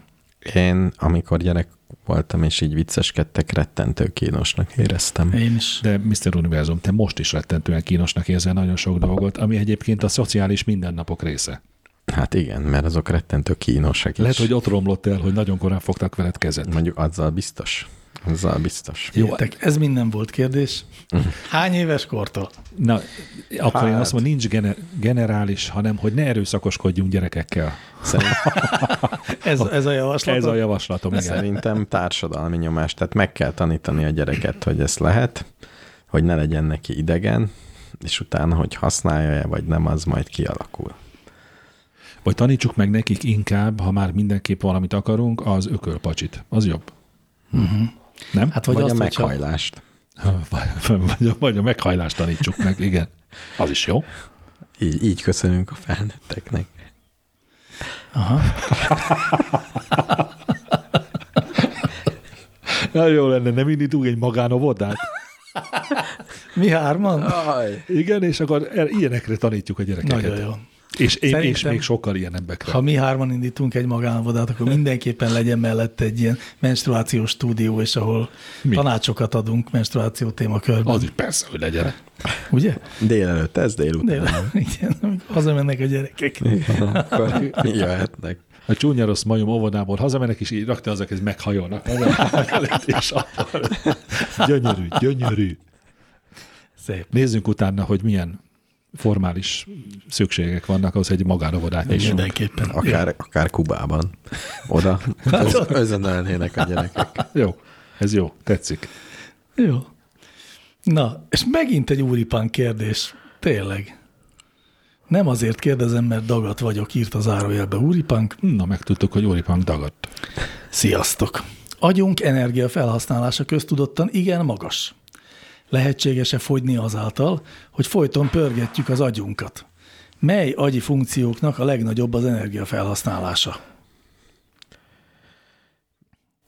S4: Én, amikor gyerek voltam, és így vicceskedtek, rettentő kínosnak éreztem.
S2: Én is.
S3: De Mr. Univerzum, te most is rettentően kínosnak érzel nagyon sok dolgot, ami egyébként a szociális mindennapok része.
S4: Hát igen, mert azok rettentő kínosak is.
S3: Lehet, hogy ott romlott el, hogy nagyon korán fogtak veled kezet.
S4: Mondjuk azzal biztos. Azzal biztos.
S3: Jó,
S2: Értek, ez mind nem volt kérdés. Hány éves kortól?
S3: Na, akkor hát. én
S4: Hát.
S3: azt mondom, nincs gene- generális, hanem hogy ne erőszakoskodjunk gyerekekkel.
S4: Szerintem,
S2: Ez, ez a javaslat.
S3: Ez a javaslatom. Igen.
S4: szerintem társadalmi nyomás. Tehát meg kell tanítani a gyereket, hogy ez lehet, hogy ne legyen neki idegen, és utána, hogy használja-e vagy nem, az majd kialakul.
S3: Vagy tanítsuk meg nekik inkább, ha már mindenképp valamit akarunk, az ökölpacsit. Az jobb. Uh-huh. Nem?
S2: Hát
S4: Vagy,
S2: vagy,
S4: vagy a
S2: azt, hogyha,
S4: meghajlást.
S3: Vagy, vagy, a- vagy a meghajlást tanítsuk meg, igen. Az is jó.
S4: Így, így köszönünk a felnőtteknek.
S3: Na, jó lenne, nem indítunk egy magánovodát.
S2: mi hárman?
S4: Aj.
S3: Igen, és akkor el, ilyenekre tanítjuk a gyerekeket.
S2: Nagyon jó.
S3: És én Szerintem... és
S2: Szerintem-
S3: még sokkal ilyen emberekre.
S2: Ha mi hárman indítunk egy magánvadát, akkor mindenképpen legyen mellett egy ilyen menstruációs stúdió, és ahol
S3: Mi?
S2: mi? tanácsokat adunk menstruáció témakörben.
S3: Az is persze, hogy legyen.
S2: Ugye?
S4: Délelőtt, ez délután.
S2: De, igen, amikor hazamennek a gyerekek.
S4: Akkor jöhetnek.
S3: A csúnya rossz majom óvodából hazamenek, és így rakta azok, ez meghajolnak. és akkor- gyönyörű, gyönyörű.
S2: Szép.
S3: Nézzünk utána, hogy milyen formális szükségek vannak ahhoz, hogy egy magánovodát nyissunk.
S2: Mindenképpen.
S4: Akár, akár Kubában. Oda öz, özönölnének a gyerekek.
S3: Jó, ez jó, tetszik.
S2: Jó. Na, és megint egy úripán kérdés. Tényleg. Nem azért kérdezem, mert dagat vagyok, írt az árójelbe úripánk.
S3: Na, megtudtuk, hogy Oripang dagadt.
S2: Sziasztok! Agyunk energia felhasználása köztudottan igen magas. Lehetséges-e fogyni azáltal, hogy folyton pörgetjük az agyunkat? Mely agyi funkcióknak a legnagyobb az energia felhasználása?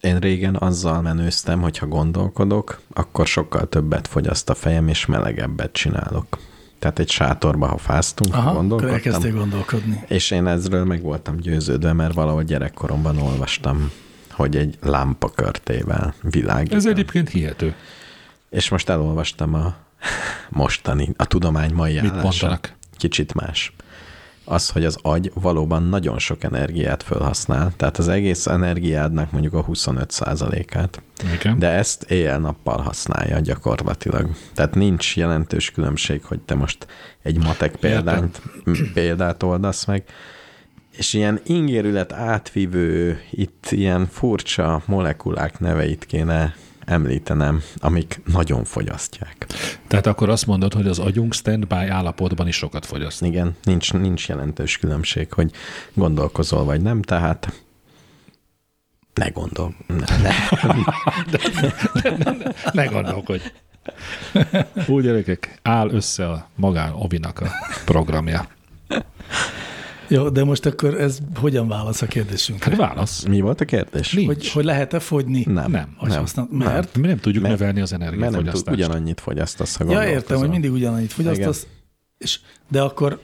S4: Én régen azzal menőztem, hogy ha gondolkodok, akkor sokkal többet fogyaszt a fejem, és melegebbet csinálok. Tehát egy sátorba, ha fáztunk, Aha,
S2: Aha, akkor
S4: gondolkodtam.
S2: elkezdtél gondolkodni.
S4: És én ezről meg voltam győződve, mert valahol gyerekkoromban olvastam, hogy egy lámpa körtével világít.
S3: Ez egyébként hihető.
S4: És most elolvastam a mostani, a tudomány mai
S3: Mit
S4: állása.
S3: mondanak?
S4: Kicsit más. Az, hogy az agy valóban nagyon sok energiát felhasznál, tehát az egész energiádnak mondjuk a 25%-át,
S3: Igen.
S4: de ezt éjjel-nappal használja gyakorlatilag. Tehát nincs jelentős különbség, hogy te most egy matek példányt, példát oldasz meg, és ilyen ingérület átvívő, itt ilyen furcsa molekulák neveit kéne említenem, amik nagyon fogyasztják.
S3: Tehát akkor azt mondod, hogy az agyunk standby állapotban is sokat fogyaszt.
S4: Igen, nincs, nincs jelentős különbség, hogy gondolkozol vagy nem, tehát ne gondol. Ne, ne.
S3: Ne gondolkodj. Úgy gyerekek, áll össze a magán Ovinak a programja.
S2: Jó, de most akkor ez hogyan válasz a kérdésünkre?
S3: Hát válasz.
S4: Mi volt a kérdés?
S3: Mi?
S2: Hogy, hogy lehet-e fogyni?
S4: Nem.
S3: Nem.
S2: Hogy használ, mert?
S3: Mi nem tudjuk
S4: Mert-
S3: növelni az
S4: Mert nem tud,
S3: energiafogyasztást.
S4: ugyanannyit fogyasztasz, ha
S2: Ja,
S4: gondolkozol.
S2: értem, hogy mindig ugyanannyit fogyasztasz, és, de akkor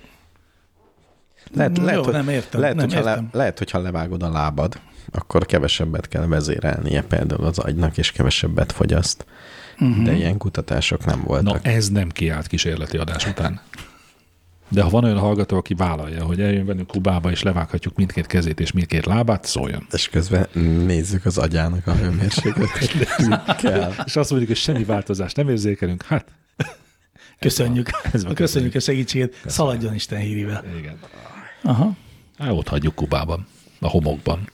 S4: Lehet,
S2: Jó,
S4: lehet, hogy,
S2: nem értem,
S4: Lehet,
S2: nem
S4: hogyha Le,
S2: értem.
S4: lehet, hogyha levágod a lábad, akkor kevesebbet kell vezérelnie például az agynak, és kevesebbet fogyaszt.
S2: Mhm.
S4: Uh-huh. De ilyen kutatások nem
S3: Na, e-
S4: voltak.
S3: ez nem kiállt kísérleti adás után. De ha van olyan hallgató, aki vállalja, hogy eljön velünk Kubába, és levághatjuk mindkét kezét és mindkét lábát, szóljon.
S4: és közben nézzük az agyának a hőmérsékletet. Mit kell.
S3: És azt mondjuk, hogy semmi változást nem érzékelünk. Hát,
S2: köszönjük.
S3: Ez van,
S2: Köszönjük a segítséget. Szaladjon Isten hírivel.
S3: igen.
S2: Aha.
S3: Hát, ott hagyjuk Kubában, a homokban.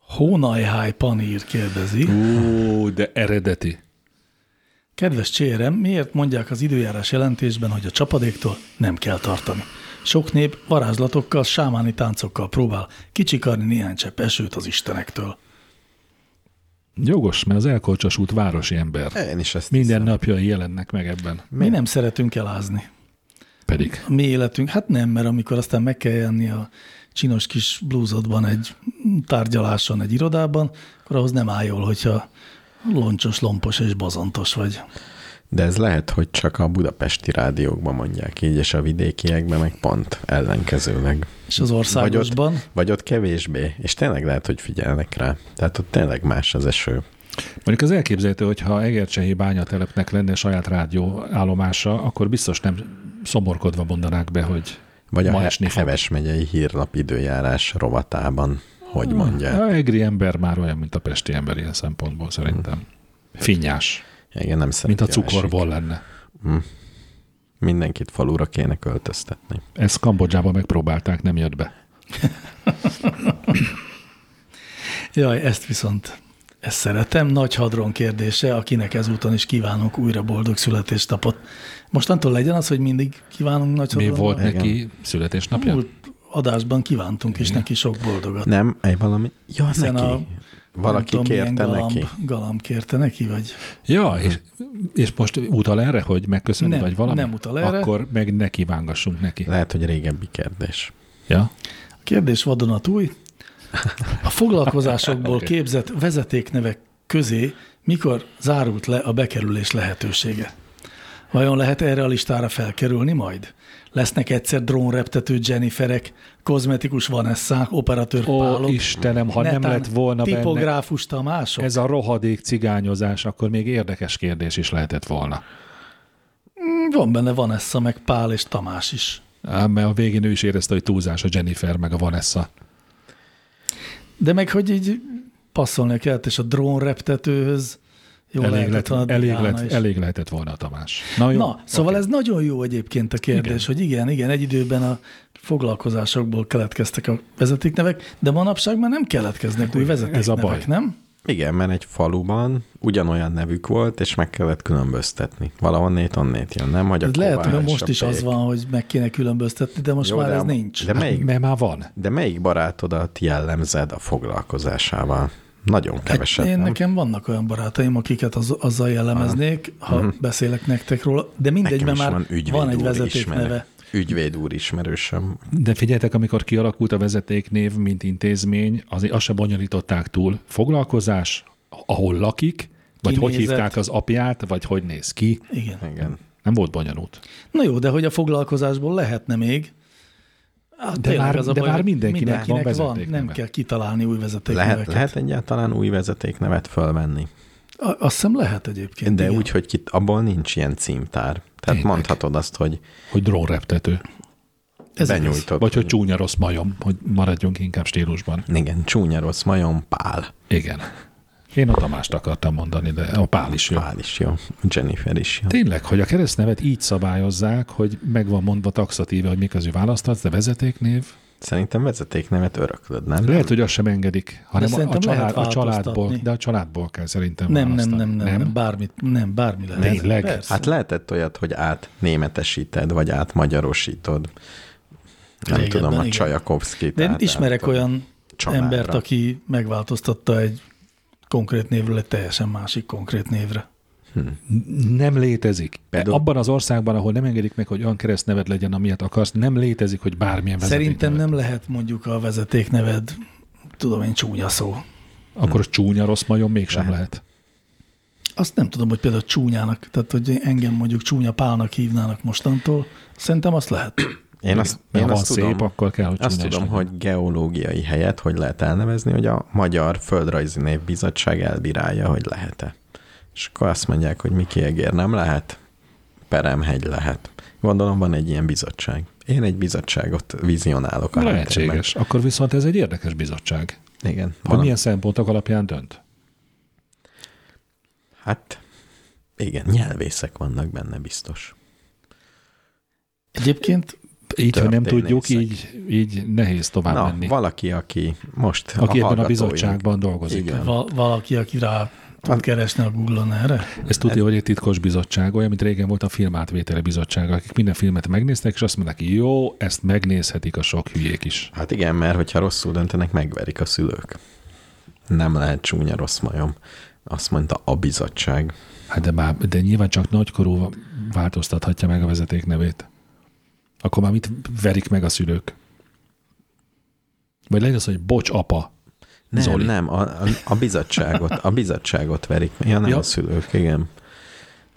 S2: Hónajháj panír kérdezi.
S3: Ú, de eredeti.
S2: Kedves csérem, miért mondják az időjárás jelentésben, hogy a csapadéktól nem kell tartani? Sok nép varázslatokkal, sámáni táncokkal próbál kicsikarni néhány csepp esőt az istenektől.
S3: Jogos, mert az elkolcsosult városi ember.
S4: Én is ezt
S3: Minden napjai jelennek meg ebben.
S2: Mi nem szeretünk elázni.
S3: Pedig.
S2: A mi életünk, hát nem, mert amikor aztán meg kell jenni a csinos kis blúzodban egy tárgyaláson, egy irodában, akkor ahhoz nem áll jól, hogyha loncsos, lompos és bozontos vagy.
S4: De ez lehet, hogy csak a budapesti rádiókban mondják így, és a vidékiekben meg pont ellenkezőleg.
S2: És az
S4: Vagy ott,
S2: országosban...
S4: vagy ott kevésbé, és tényleg lehet, hogy figyelnek rá. Tehát ott tényleg más az eső.
S3: Mondjuk az elképzelhető, hogy ha Egercsehi bányatelepnek lenne saját rádió állomása, akkor biztos nem szomorkodva mondanák be, hogy
S4: Vagy a
S3: Ma
S4: Ma
S3: esni fog.
S4: Heves megyei hírlap időjárás rovatában, hogy
S2: Hmm.
S4: mondják.
S3: A egri ember már olyan, mint a pesti ember ilyen szempontból szerintem. Finnyás,
S2: Hát,
S4: Igen, nem szeretem.
S3: mint a cukorból lenne.
S4: Mindenkit falura kéne költöztetni.
S3: Ezt Kambodzsában megpróbálták, nem jött be.
S2: Jaj, ezt viszont ezt szeretem. Nagy hadron kérdése, akinek ezúton is kívánok újra boldog születésnapot. Mostantól legyen az, hogy mindig kívánunk nagy
S3: Mi
S2: hadronnak?
S3: volt
S4: Igen.
S3: neki születésnapja?
S2: Múlt adásban kívántunk is neki sok boldogat.
S4: Nem, egy valami... Ja,
S2: Hiszen
S4: neki.
S2: a-
S4: A,
S2: nem
S4: Valaki
S2: nem milyen
S4: kérte
S2: galamb,
S4: neki.
S2: Galamb kérte neki, vagy?
S3: Ja, és, és most utal erre, hogy megköszönni,
S2: Nem,
S3: vagy valami?
S2: nem utal erre.
S3: Akkor meg ne kívángassunk neki.
S4: Lehet, hogy régebbi kérdés.
S3: Ja?
S2: A kérdés vadonatúj. A foglalkozásokból
S3: Oké.
S2: képzett vezetéknevek közé mikor zárult le a bekerülés lehetősége? Vajon lehet erre a listára felkerülni majd? Lesznek egyszer drónreptető Jenniferek, kozmetikus Vanessák, operatőr
S3: Ó,
S2: pálok,
S3: Istenem, ha nem
S2: netán
S3: lett volna benne-
S2: tipográfus Tamások?
S3: Ez a rohadék cigányozás, akkor még érdekes kérdés is lehetett volna.
S2: Hmm, Van benne Vanessa, meg Pál és Tamás is.
S3: Ám mert a végén ő is érezte, hogy túlzás a Jennifer meg a Vanessa.
S2: De meg, hogy így passzolni kellett, és a drónreptetőhöz jó
S3: elég,
S2: lehetett
S3: lett,
S2: volna
S3: elég,
S2: Diana
S3: lett,
S2: is.
S3: elég lehetett volna a Tamás. Na, jó,
S2: Na, szóval okay. ez nagyon jó egyébként a kérdés, igen. hogy igen, igen, egy időben a foglalkozásokból keletkeztek a vezetéknevek, de manapság már nem keletkeznek új vezetéknevek,
S3: a baj.
S2: nem?
S4: Igen, mert egy faluban ugyanolyan nevük volt, és meg kellett különböztetni. Valahonnét, onnét jön, nem? Hogy a
S2: Ez lehet,
S4: Kovács,
S2: hogy
S4: a
S2: most is az
S4: Pék.
S2: van, hogy meg kéne különböztetni, de most
S4: Jó,
S2: már
S4: de
S2: ez
S4: a-
S2: nincs.
S4: De melyik,
S3: Hát, Mert már van.
S4: de melyik barátodat jellemzed a foglalkozásával? Nagyon keveset,
S2: Hát Én
S4: nem?
S2: nekem vannak olyan barátaim, akiket az, azzal jellemeznék, ha beszélek nektek róla, de mindegy,
S4: Nekem
S2: mert
S4: is
S2: már van egy vezetékneve.
S4: ismerő- Ügyvéd úr ismerősöm.
S3: De figyeljetek, amikor kialakult a vezetéknév, mint intézmény, azért azt se bonyolították túl. Foglalkozás, ahol lakik, vagy
S2: Kinézet.
S3: hogy hívták az apját, vagy hogy néz ki.
S2: Igen.
S4: Igen.
S3: Nem volt bonyolult.
S2: Na jó, de hogy a foglalkozásból lehetne még. Hát
S3: De
S2: tényleg
S3: már-
S2: az a
S3: de
S2: baj,
S3: már
S2: hogy
S3: mindenkinek van
S2: van,
S3: vezetékneve.
S2: nem kell kitalálni új vezetékneveket.
S4: Lehet, lehet egyáltalán új vezetéknevet fölvenni.
S2: A, azt hiszem lehet egyébként.
S4: De
S2: igen.
S4: úgy, hogy kit, abból nincs ilyen címtár. Tehát
S3: Tényleg.
S4: mondhatod azt, hogy
S3: Hogy drónreptető.
S2: Ez igaz.
S4: benyújtod.
S3: Vagy hogy csúnya rossz majom, hogy maradjunk inkább stílusban.
S4: Igen, csúnya rossz majom, pál.
S3: Igen. Én a Tamást akartam mondani, de a Pál is jó.
S4: Pál is jó, Jennifer is jó.
S3: Tényleg, hogy a keresztnevet így szabályozzák, hogy meg van mondva taxatíve, hogy mi közül választhatsz, de vezetéknév,
S4: Szerintem vezetéknevet öröklöd, nem?
S3: Lehet, hogy azt sem engedik, hanem a, a,
S2: szerintem lehet
S3: család, a családból,
S2: változtatni.
S3: de a családból kell szerintem
S2: Nem, nem,
S3: választani.
S2: nem, nem, nem, bármit, nem, bármi lehet.
S3: Tényleg?
S2: Persze.
S4: Hát lehetett olyat, hogy átnémetesíted, vagy átmagyarosítod. Nem
S2: Régebben,
S4: tudom, a
S2: igen.
S4: Csajakovszkit.
S2: De én
S4: át-
S2: ismerek
S4: át-
S2: olyan
S4: családra.
S2: embert, aki megváltoztatta egy konkrét névről egy teljesen másik konkrét névre.
S3: Nem létezik.
S4: Például-
S3: Abban az országban, ahol nem engedik meg, hogy olyan keresztneved legyen, amilyet akarsz, nem létezik, hogy bármilyen
S2: Szerintem
S3: vezetékneved.
S2: nem lehet mondjuk a vezetékneved, tudom én, csúnya szó.
S3: Akkor csúnya rossz majom mégsem lehet. lehet.
S2: Azt nem tudom, hogy például csúnyának, tehát hogy engem mondjuk csúnya pálnak hívnának mostantól, szerintem azt lehet.
S4: Én azt,
S3: Mert
S4: én
S3: ha
S4: azt
S3: szép,
S4: tudom,
S3: akkor kell, hogy
S4: azt
S3: csúnya is
S4: tudom,
S3: legyen.
S4: hogy geológiai helyet, hogy lehet elnevezni, hogy a Magyar Földrajzi Névbizottság elbírálja, hogy lehet-e. És akkor azt mondják, hogy Miki Egér nem lehet, Peremhegy lehet. Gondolom van egy ilyen bizottság. Én egy bizottságot vizionálok. a háttérben.
S3: Lehetséges. Akkor viszont ez egy érdekes bizottság.
S4: Igen.
S3: Hogy
S4: Valami,
S3: milyen szempontok alapján dönt?
S4: hát igen, nyelvészek vannak benne biztos.
S2: Egyébként
S3: Így, ha nem
S4: Történészek.
S3: tudjuk, így, így nehéz tovább
S4: Na,
S3: menni.
S4: valaki, aki most
S3: Aki ebben a
S4: hallgatóink-
S3: bizottságban dolgozik.
S4: Igen.
S2: val- valaki, aki rá tud keresni a Google-on erre.
S3: Ez
S4: Hát-
S3: tudja, hogy egy titkos bizottság, olyan, mint régen volt a filmátvételi bizottság, akik minden filmet megnéztek, és azt mondták, jó, ezt megnézhetik a sok hülyék is.
S4: Hát igen, mert hogyha rosszul döntenek, megverik a szülők. Nem lehet csúnya rossz majom. Azt mondta a bizottság.
S3: Hát de, már, de nyilván csak nagykorú változtathatja meg a vezeték nevét. Akkor már mit verik meg a szülők? Vagy legyen az, hogy bocs, apa.
S4: Nem,
S3: Zoli.
S4: nem, a, a, a bizottságot, a bizottságot verik. Ja, nem
S3: Ja.
S4: ja. a szülők, igen.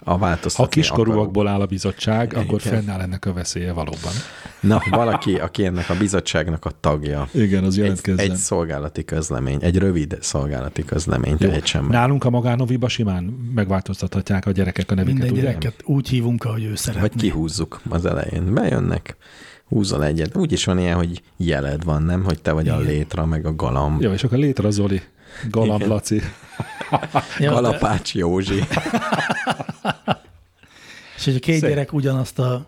S4: A
S3: Ha
S4: változtatni akaró.
S3: kiskorúakból áll a bizottság, akkor
S4: Igen.
S3: fennáll ennek a veszélye valóban.
S4: Na, valaki, aki ennek a bizottságnak a tagja.
S3: Igen, az
S4: Egy,
S3: jelentkezzen.
S4: egy szolgálati közlemény, egy rövid szolgálati közlemény, egy sem.
S3: Nálunk a magánoviba simán megváltoztathatják a gyerekek a nevüket,
S2: Minden
S3: ugye?
S2: gyereket úgy hívunk, ahogy ő szeretné.
S4: Vagy kihúzzuk az elején. Bejönnek, húzol egyet. Úgy is van ilyen, hogy jeled van, nem? Hogy te vagy a létra, meg a galamb.
S3: Jó, és akkor létre a Zoli, Galamb
S4: Igen.
S3: Laci.
S2: Ja, de-
S4: Kalapács Józsi.
S2: És hogyha két
S3: Szép.
S2: gyerek ugyanazt a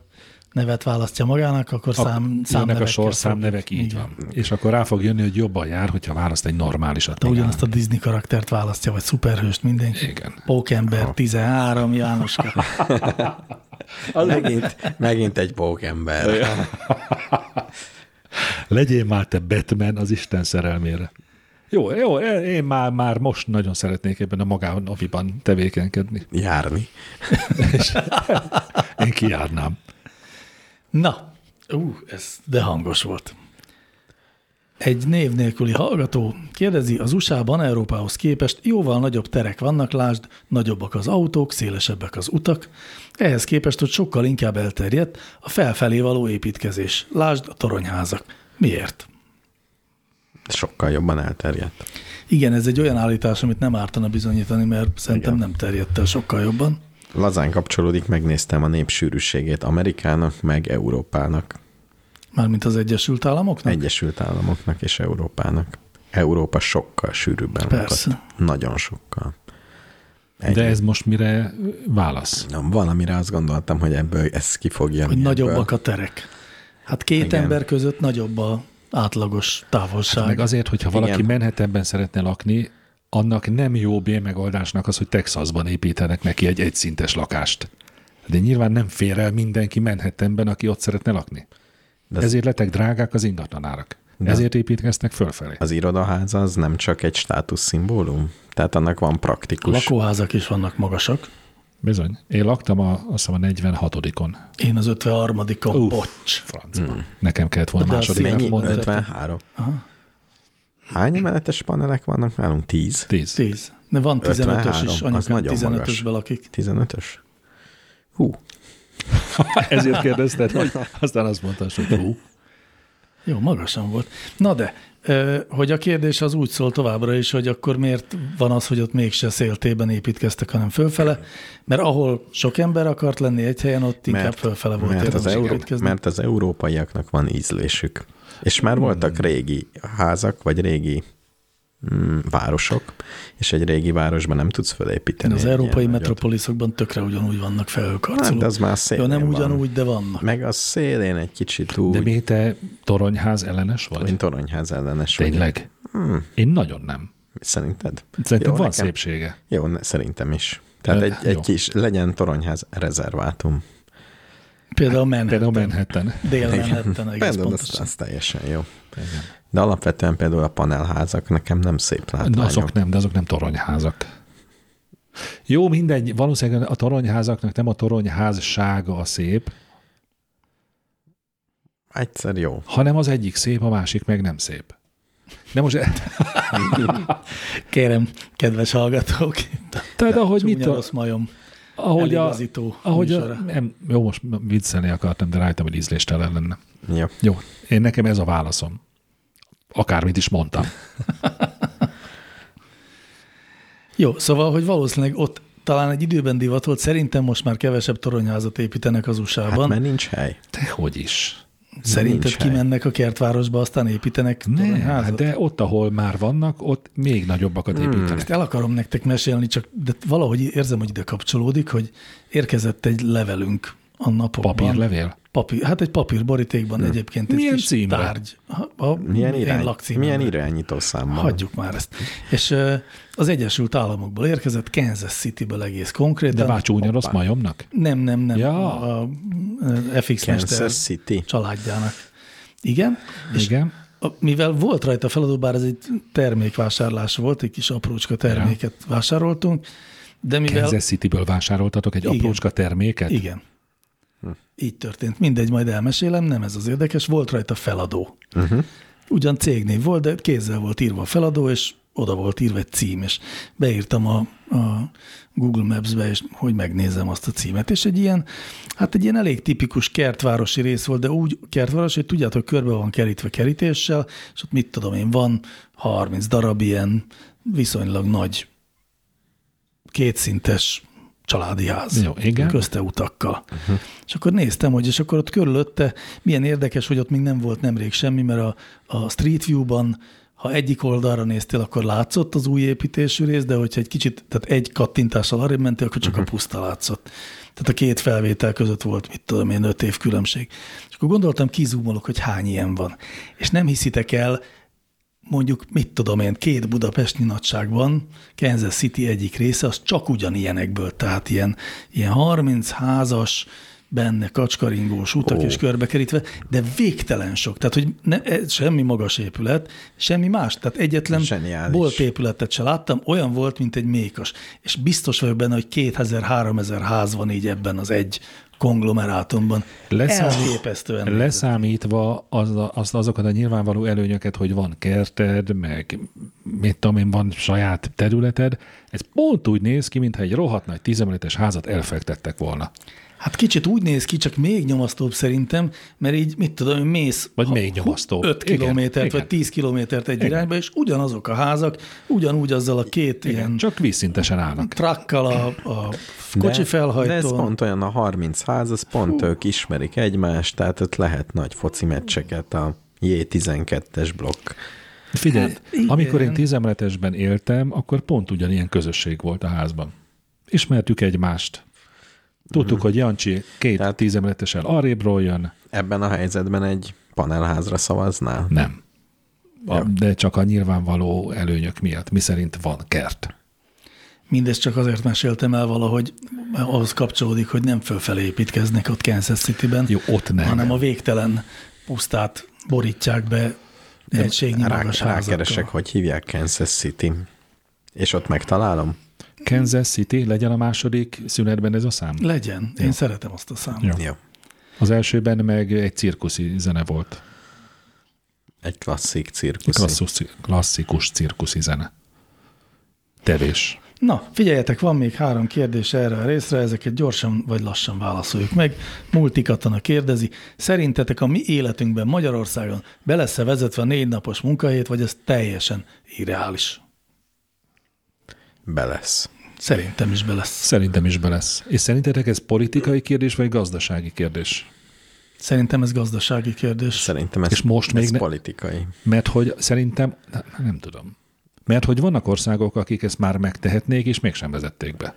S2: nevet választja magának, akkor szám,
S3: Jönnek
S2: számnevekkel
S3: a sorszám nevek, így
S2: Igen.
S3: van. És akkor rá fog jönni, hogy jobban jár, hogyha választ egy normálisat.
S2: De
S3: magának.
S2: ugyanazt a Disney karaktert választja, vagy szuperhőst, mindenki.
S3: Igen.
S2: Pókember 13, Jánoska.
S4: megint, megint egy pókember.
S3: Legyél már te Batman az Isten szerelmére. Jó, jó, én már, már most nagyon szeretnék ebben a magában oviban tevékenykedni.
S4: Járni.
S3: Én kijárnám.
S2: Na, ú, ez de hangos volt. Egy név nélküli hallgató kérdezi, az USA-ban Európához képest jóval nagyobb terek vannak, lásd, nagyobbak az autók, szélesebbek az utak, ehhez képest ott sokkal inkább elterjedt a felfelé való építkezés, lásd a toronyházak. Miért?
S4: Sokkal jobban elterjedt.
S2: Igen, ez egy olyan állítás, amit nem ártana bizonyítani, mert szerintem
S4: Igen.
S2: nem terjedt el sokkal jobban.
S4: Lazán kapcsolódik, megnéztem a népsűrűségét Amerikának, meg Európának,
S2: Mármint az Egyesült Államoknak?
S4: Egyesült Államoknak és Európának. Európa sokkal sűrűbben
S2: Persze.
S4: lakott. Nagyon sokkal. Egy,
S3: De ez most mire válasz?
S4: Na, valamire azt gondoltam, hogy ebből ez ki fog jönni.
S2: Hogy nagyobbak a
S4: ebből.
S2: terek. Hát két
S4: Igen.
S2: Igen. ember között nagyobb a átlagos távolság.
S3: Hát Meg azért, hogyha valaki
S4: Igen.
S3: Igen. Manhattanben szeretne lakni, annak nem jó bérmegoldásnak az, hogy Texasban építenek neki egy egyszintes lakást. De nyilván nem fér el mindenki Manhattanben, aki ott szeretne lakni.
S4: De
S3: De
S4: ez-
S3: Ezért lettek drágák az ingatlanárak.
S4: De-
S3: De. Ezért építkeznek fölfelé.
S4: Az irodaháza az nem csak egy státuszszimbólum? Tehát annak van
S2: A
S4: praktikus.
S2: lakóházak is vannak magasak.
S3: Bizony. Én laktam a, azt hiszem a 46-on.
S2: Én az 53-on,
S3: Uff.
S2: bocs.
S3: Francban. Hmm. Nekem kellett volna
S2: De az
S3: második
S4: Mennyi?
S3: mondani.
S4: 53? Hány emeletes panelek vannak nálunk? 10?
S3: Tíz.
S2: 10. De van 15-ös
S4: 53,
S2: is,
S4: az
S2: anyukám
S4: nagyon
S2: 15-ösbe
S4: magas.
S2: lakik.
S4: 15-ös? Hú,
S3: Ezért kérdezted, hogy aztán azt mondtad, hogy hú.
S2: Jó, magasan volt. Na de, ö, hogy a kérdés az úgy szól továbbra is, hogy akkor miért van az, hogy ott mégse széltében építkeztek, hanem fölfele, mert ahol sok ember akart lenni egy helyen, ott inkább fölfele volt
S4: mert az,
S2: érdemes
S4: euró,
S2: építkezni.
S4: mert az európaiaknak van ízlésük. És
S2: Hmm.
S4: már voltak régi házak, vagy régi mm, városok, és egy régi városban nem tudsz
S2: De
S4: felépíteni.
S2: az
S4: egy
S2: európai
S4: ilyen nagyot.
S2: metropoliszokban tökre ugyanúgy vannak felhőkarcolók.
S4: Hát, de az már
S2: Jó,
S4: szélén
S2: nem
S4: van.
S2: ugyanúgy, de vannak.
S4: Meg a szélén egy kicsit úgy,
S3: De
S4: de mi?
S3: mi te toronyház ellenes vagy?
S4: mint toronyház ellenes. vagyok.
S3: Tényleg? Hmm. Én nagyon nem.
S4: Szerinted?
S3: Szerintem
S4: Jó,
S3: van
S4: nekem-
S3: szépsége.
S4: Jó, ne, szerintem is. Tehát
S3: Ö,
S2: hát
S4: egy, egy
S3: jó.
S4: kis, legyen toronyház rezervátum.
S2: Például Manhattan.
S3: Például Manhattan.
S2: Dél Manhattan egész
S4: Például az,
S2: pontosan.
S4: az teljesen jó.
S3: Igen.
S4: De alapvetően például a panelházak nekem nem szép
S3: De
S4: látványok.
S3: azok nem, de azok nem toronyházak. Jó, mindegy, valószínűleg a toronyházaknak nem a toronyházsága a szép,
S4: Egyszer jó.
S3: hanem az egyik szép, a másik meg nem szép. De most,
S2: Kérem, kedves hallgatók, itt a
S3: tehát ahogy mit,
S2: csúnya
S3: a,
S2: rossz majom
S3: ahogy a,
S2: eligazító
S3: ahogy a,
S2: műsora.
S3: nem, jó, most viccelni akartam, de rájöttem, hogy ízléstelen lenne.
S4: Jó.
S3: Jó, én nekem ez a válaszom. Akármit is mondtam.
S2: Jó, szóval, hogy valószínűleg ott talán egy időben divat volt, szerintem most már kevesebb toronyházat építenek az
S4: Hát
S2: USA-ban.
S4: Van?
S2: Hát,
S4: mert nincs hely.
S3: Tehogy is.
S2: Szerinted
S4: nincs hely.
S2: kimennek a kertvárosba, aztán építenek
S3: Ne,
S2: toronyházat? Hmm.
S3: hát de ott, ahol már vannak, ott még nagyobbakat építenek.
S2: Ezt el akarom nektek mesélni, csak de valahogy érzem, hogy ide kapcsolódik, hogy érkezett egy levelünk a napokban.
S3: Papírlevél?
S2: Papír, hát egy papírborítékban hmm. egyébként egy
S3: Milyen
S2: kis
S3: címre?
S2: tárgy. Ha, ha,
S4: Milyen,
S2: én
S4: irány,
S2: lakcímen-
S4: milyen irányító számmal?
S2: Hagyjuk már ezt. És ö, az Egyesült Államokból érkezett, Kansas City-ből egész konkrétan.
S3: De már csúnya rossz majomnak?
S2: Nem, nem, nem.
S3: Ja.
S2: A, a FX Mester
S4: Kansas City.
S2: családjának. Igen. És
S3: Igen.
S2: a- mivel volt rajta feladó, bár ez egy termékvásárlás volt, egy kis aprócska terméket ja. vásároltunk, de mivel...
S3: Kansas City-ből vásároltatok egy
S2: Igen.
S3: aprócska terméket?
S2: Igen. Így történt. Mindegy, majd elmesélem, nem ez az érdekes. Volt rajta feladó. Uh-huh. Ugyan cégnév volt, de kézzel volt írva a feladó, és oda volt írva egy cím, és beírtam a, a Google Maps-be, és hogy megnézem azt a címet. És egy ilyen, hát egy ilyen elég tipikus kertvárosi rész volt, de úgy kertváros, hogy tudjátok, körbe van kerítve kerítéssel, és ott mit tudom én, van 30 darab ilyen viszonylag nagy kétszintes családi ház.
S3: Jó, igen.
S2: Közte utakkal. Uh-huh. És akkor néztem, hogy és akkor ott körülötte milyen érdekes, hogy ott még nem volt nemrég semmi, mert a, a Street View-ban, ha egyik oldalra néztél, akkor látszott az új építésű rész, de hogyha egy kicsit, tehát egy kattintással arra mentél, akkor csak uh-huh. a puszta látszott. Tehát a két felvétel között volt, mit tudom én, öt év különbség. És akkor gondoltam, kizúmolok, hogy hány ilyen van. És nem hiszitek el, mondjuk, mit tudom én, két budapesti nagyságban Kansas City egyik része, az csak ugyanilyenekből, tehát ilyen, ilyen 30 házas, benne kacskaringós utak
S4: Ó.
S2: oh. és körbekerítve, de végtelen sok. Tehát, hogy ne, ez semmi magas épület, semmi más. Tehát egyetlen
S4: Zseniális.
S2: boltépületet se láttam, olyan volt, mint egy mékas. És biztos vagyok benne, hogy 2000-3000 ház van így ebben az egy konglomerátumban.
S3: Leszám,
S2: Elképesztően.
S3: leszámítva az, az, azokat a nyilvánvaló előnyöket, hogy van kerted, meg mit tudom én, van saját területed, ez pont úgy néz ki, mintha egy rohadt nagy tízemeletes házat elfektettek volna.
S2: Hát kicsit úgy néz ki, csak még nyomasztóbb szerintem, mert így, mit tudom, én, mész
S3: Vagy
S2: ha-
S3: még nyomasztóbb.
S2: 5
S3: Igen,
S2: kilométert,
S3: igen.
S2: vagy 10 kilométert egy irányba, és ugyanazok a házak, ugyanúgy azzal a két igen, ilyen
S3: Csak vízszintesen állnak.
S2: trakkal a, a kocsi
S4: De ez
S2: felhajtón.
S4: pont olyan a 30 ház, ez pont Hú. ők ismerik egymást, tehát ott lehet nagy foci meccseket a J12-es blokk.
S3: Figyelj,
S2: Hát igen.
S3: amikor én tízemeletesben éltem, akkor pont ugyanilyen közösség volt a házban. Ismertük egymást. Tudtuk,
S2: Mhm.
S3: hogy Jancsi két
S4: Tehát-
S3: Tehát... tízemeletesen arrébről jön.
S4: Ebben a helyzetben egy panelházra szavaznál?
S3: Nem. A, de csak a nyilvánvaló előnyök miatt, miszerint van kert.
S2: Mindezt csak azért meséltem el valahogy, mert ahhoz kapcsolódik, hogy nem fölfelé építkeznek ott Kansas City-ben,
S3: Jó, ott nem.
S2: hanem a végtelen pusztát borítják be egységnyi
S4: Rá,
S2: magas
S4: rákeresek,
S2: házakkal.
S4: hogy hívják Kansas City. És ott megtalálom?
S3: Kansas City legyen a második szünetben ez a szám.
S2: Legyen. Én szeretem azt a számot.
S3: Jó.
S4: Jó.
S3: Az elsőben meg egy cirkuszi zene volt.
S4: Egy klasszik
S3: Egy
S4: cirkusz.
S3: klasszus, klasszikus cirkuszi zene. Tevés.
S2: Na, figyeljetek, van még három kérdés erre a részre, ezeket gyorsan vagy lassan válaszoljuk meg. Multi Katona kérdezi, szerintetek a mi életünkben Magyarországon be lesz-e vezetve a négy napos munkahét, vagy ez teljesen irreális?
S4: Be lesz.
S2: Szerintem is be lesz.
S3: Szerintem is be lesz. És szerintetek ez politikai kérdés, vagy gazdasági kérdés?
S2: Szerintem ez gazdasági kérdés.
S4: Szerintem ez,
S3: És most
S4: ez
S3: még ne-
S4: politikai.
S3: Mert hogy szerintem, na, nem tudom. Mert hogy vannak országok, akik ezt már megtehetnék, és mégsem vezették be.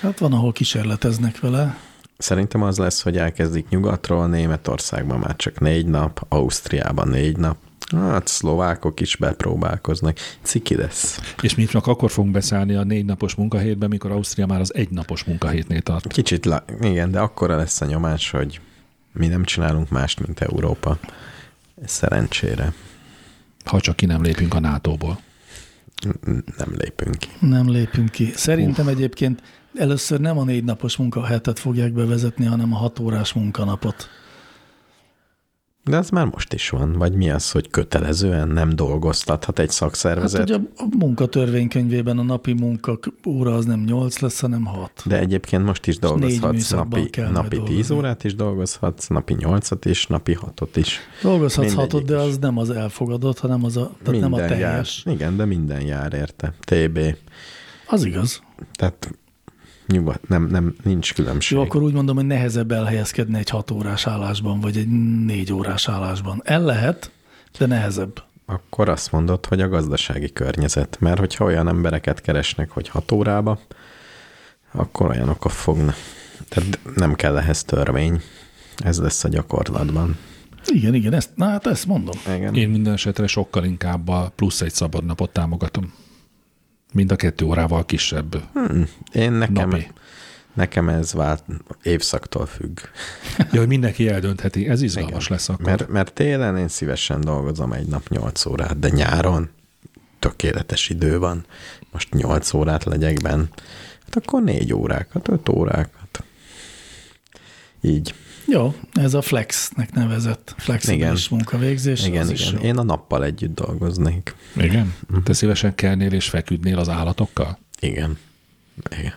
S2: Hát van, ahol kísérleteznek vele.
S4: Szerintem az lesz, hogy elkezdik nyugatról, Németországban már csak négy nap, Ausztriában négy nap. Hát szlovákok is bepróbálkoznak. Ciki lesz.
S3: És mi csak akkor fogunk beszállni a négy napos munkahétben, mikor Ausztria már az egy napos munkahétnél tart.
S4: Kicsit, la- igen, de akkora lesz a nyomás, hogy mi nem csinálunk mást, mint Európa. Szerencsére
S3: Ha csak ki nem lépünk a NATO-ból.
S4: N- nem lépünk ki.
S2: Nem lépünk ki. Szerintem egyébként először nem a négy napos munkahetet fogják bevezetni, hanem a hat órás munkanapot.
S4: De ez már most is van. Vagy mi az, hogy kötelezően nem dolgoztathat egy
S2: Hát
S4: szakszervezet?
S2: ugye a munkatörvénykönyvében a napi munka óra az nem 8 lesz, hanem 6.
S4: De egyébként most is dolgozhatsz
S2: műszakban
S4: napi,
S2: kell majd
S4: napi 10
S2: dolgozni.
S4: órát is dolgozhatsz, napi 8-at is, napi 6-ot is.
S2: Dolgozhatsz
S4: Mindegyik
S2: hatot, de
S4: is.
S2: az nem az elfogadott, hanem az a, tehát nem a teljes.
S4: Jár. Igen, de minden jár érte. TB.
S2: Az igaz.
S4: Tehát nyugat, nem, nem, nincs különbség.
S2: Jó, akkor úgy mondom, hogy nehezebb elhelyezkedni egy hat órás állásban, vagy egy négy órás állásban. El lehet, de nehezebb.
S4: akkor azt mondod, hogy a gazdasági környezet. Mert hogyha olyan embereket keresnek, hogy 6 órába, akkor olyanok fognak. Tehát nem kell ehhez törvény. Ez lesz a gyakorlatban.
S2: Igen, igen, ezt, na hát ezt mondom.
S4: Igen.
S3: Én minden esetre sokkal inkább a plusz egy szabad napot támogatom. Mind a kettő órával kisebb
S4: Hmm. Én nekem,
S3: napi.
S4: nekem ez vált évszaktól függ.
S3: Ja, hogy mindenki eldöntheti, ez izgalmas
S4: Igen.
S3: lesz akkor.
S4: Mert, mert télen én szívesen dolgozom egy nap 8 órát, de nyáron tökéletes idő van. Most 8 órát legyek benne. Hát akkor 4 órákat, 5 órákat. Így.
S2: Jó, ez a flexnek nevezett flexibilis
S4: Igen.
S2: munkavégzés.
S4: igen,
S2: az is
S4: igen.
S2: jó.
S4: Én a nappal együtt dolgoznék.
S3: Igen?
S4: Mhm.
S3: Te szívesen kelnél és feküdnél az állatokkal?
S4: Igen. Igen.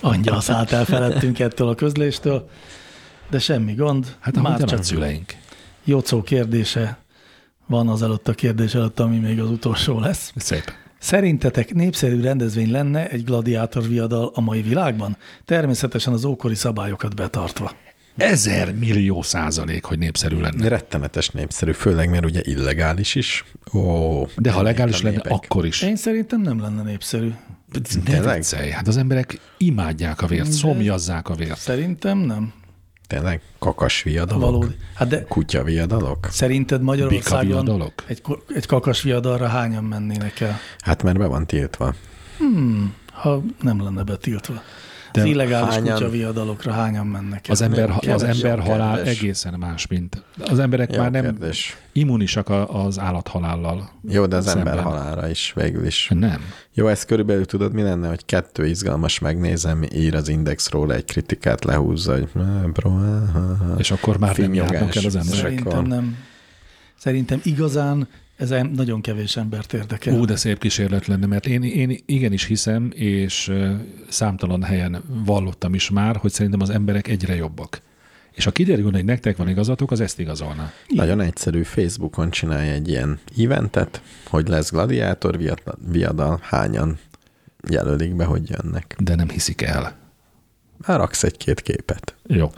S2: Angyal szállt el felettünk ettől a közléstől, de semmi gond.
S3: Hát ahogy a szüleink.
S2: Jocó kérdése van az előtt a kérdés előtt, ami még az utolsó lesz.
S3: Szép.
S2: Szerintetek népszerű rendezvény lenne egy gladiátor viadal a mai világban? Természetesen az ókori szabályokat betartva.
S3: Ezer millió százalék, hogy népszerű lenne.
S4: Rettenetes népszerű, főleg mert ugye illegális is. Ó,
S3: De ha legális
S4: a
S3: lenne,
S4: népek.
S3: akkor is.
S2: Én szerintem nem lenne népszerű.
S3: Ne
S4: Tényleg?
S3: viccelj, hát az emberek imádják a vért, szomjazzák a vért.
S2: Szerintem nem.
S4: Tényleg kakas viadalok?
S2: Valódi. Hát de
S4: Kutya viadalok?
S2: szerinted Magyarországon
S3: Bikaviadalok?
S2: egy, ko- egy kakas viadalra hányan mennének el, Hmm,
S4: Hát mert be van tiltva.
S2: ha nem lenne betiltva? De az illegális
S4: hányan-
S2: kutya viadalokra hányan mennek el?
S3: Az ember, ha- az
S4: Kérdés,
S3: ember
S4: jó
S3: halál
S4: kérdés.
S3: egészen más, mint az emberek
S4: Jó
S3: Hát már nem
S4: kérdés.
S3: immunisak a- az állathalállal.
S4: Jó, de az
S3: szemben.
S4: ember halálra is végül is.
S3: Nem.
S4: Jó, ez körülbelül tudod, mi lenne, hogy kettő izgalmas megnézem, ír az index róla egy kritikát, lehúzza, hogy "Meh, bro, ah, ah, ah."
S3: És akkor már nem
S4: Finnyogás.
S3: járnak el az emberek.
S2: Szerintem
S4: van.
S2: nem. Szerintem igazán ez em- nagyon kevés embert érdekel.
S3: Ú, de szép kísérlet lenne, mert én, én igenis hiszem, és ö, számtalan helyen vallottam is már, hogy szerintem az emberek egyre jobbak. És ha kiderülne, hogy nektek van igazatok, az ezt igazolná.
S4: Nagyon egyszerű, Facebookon csinálj egy ilyen eventet, hogy lesz gladiátor viadal, viadal hányan jelölik be, hogy jönnek.
S3: De nem hiszik el.
S4: Már raksz egy-két képet.
S3: Jó.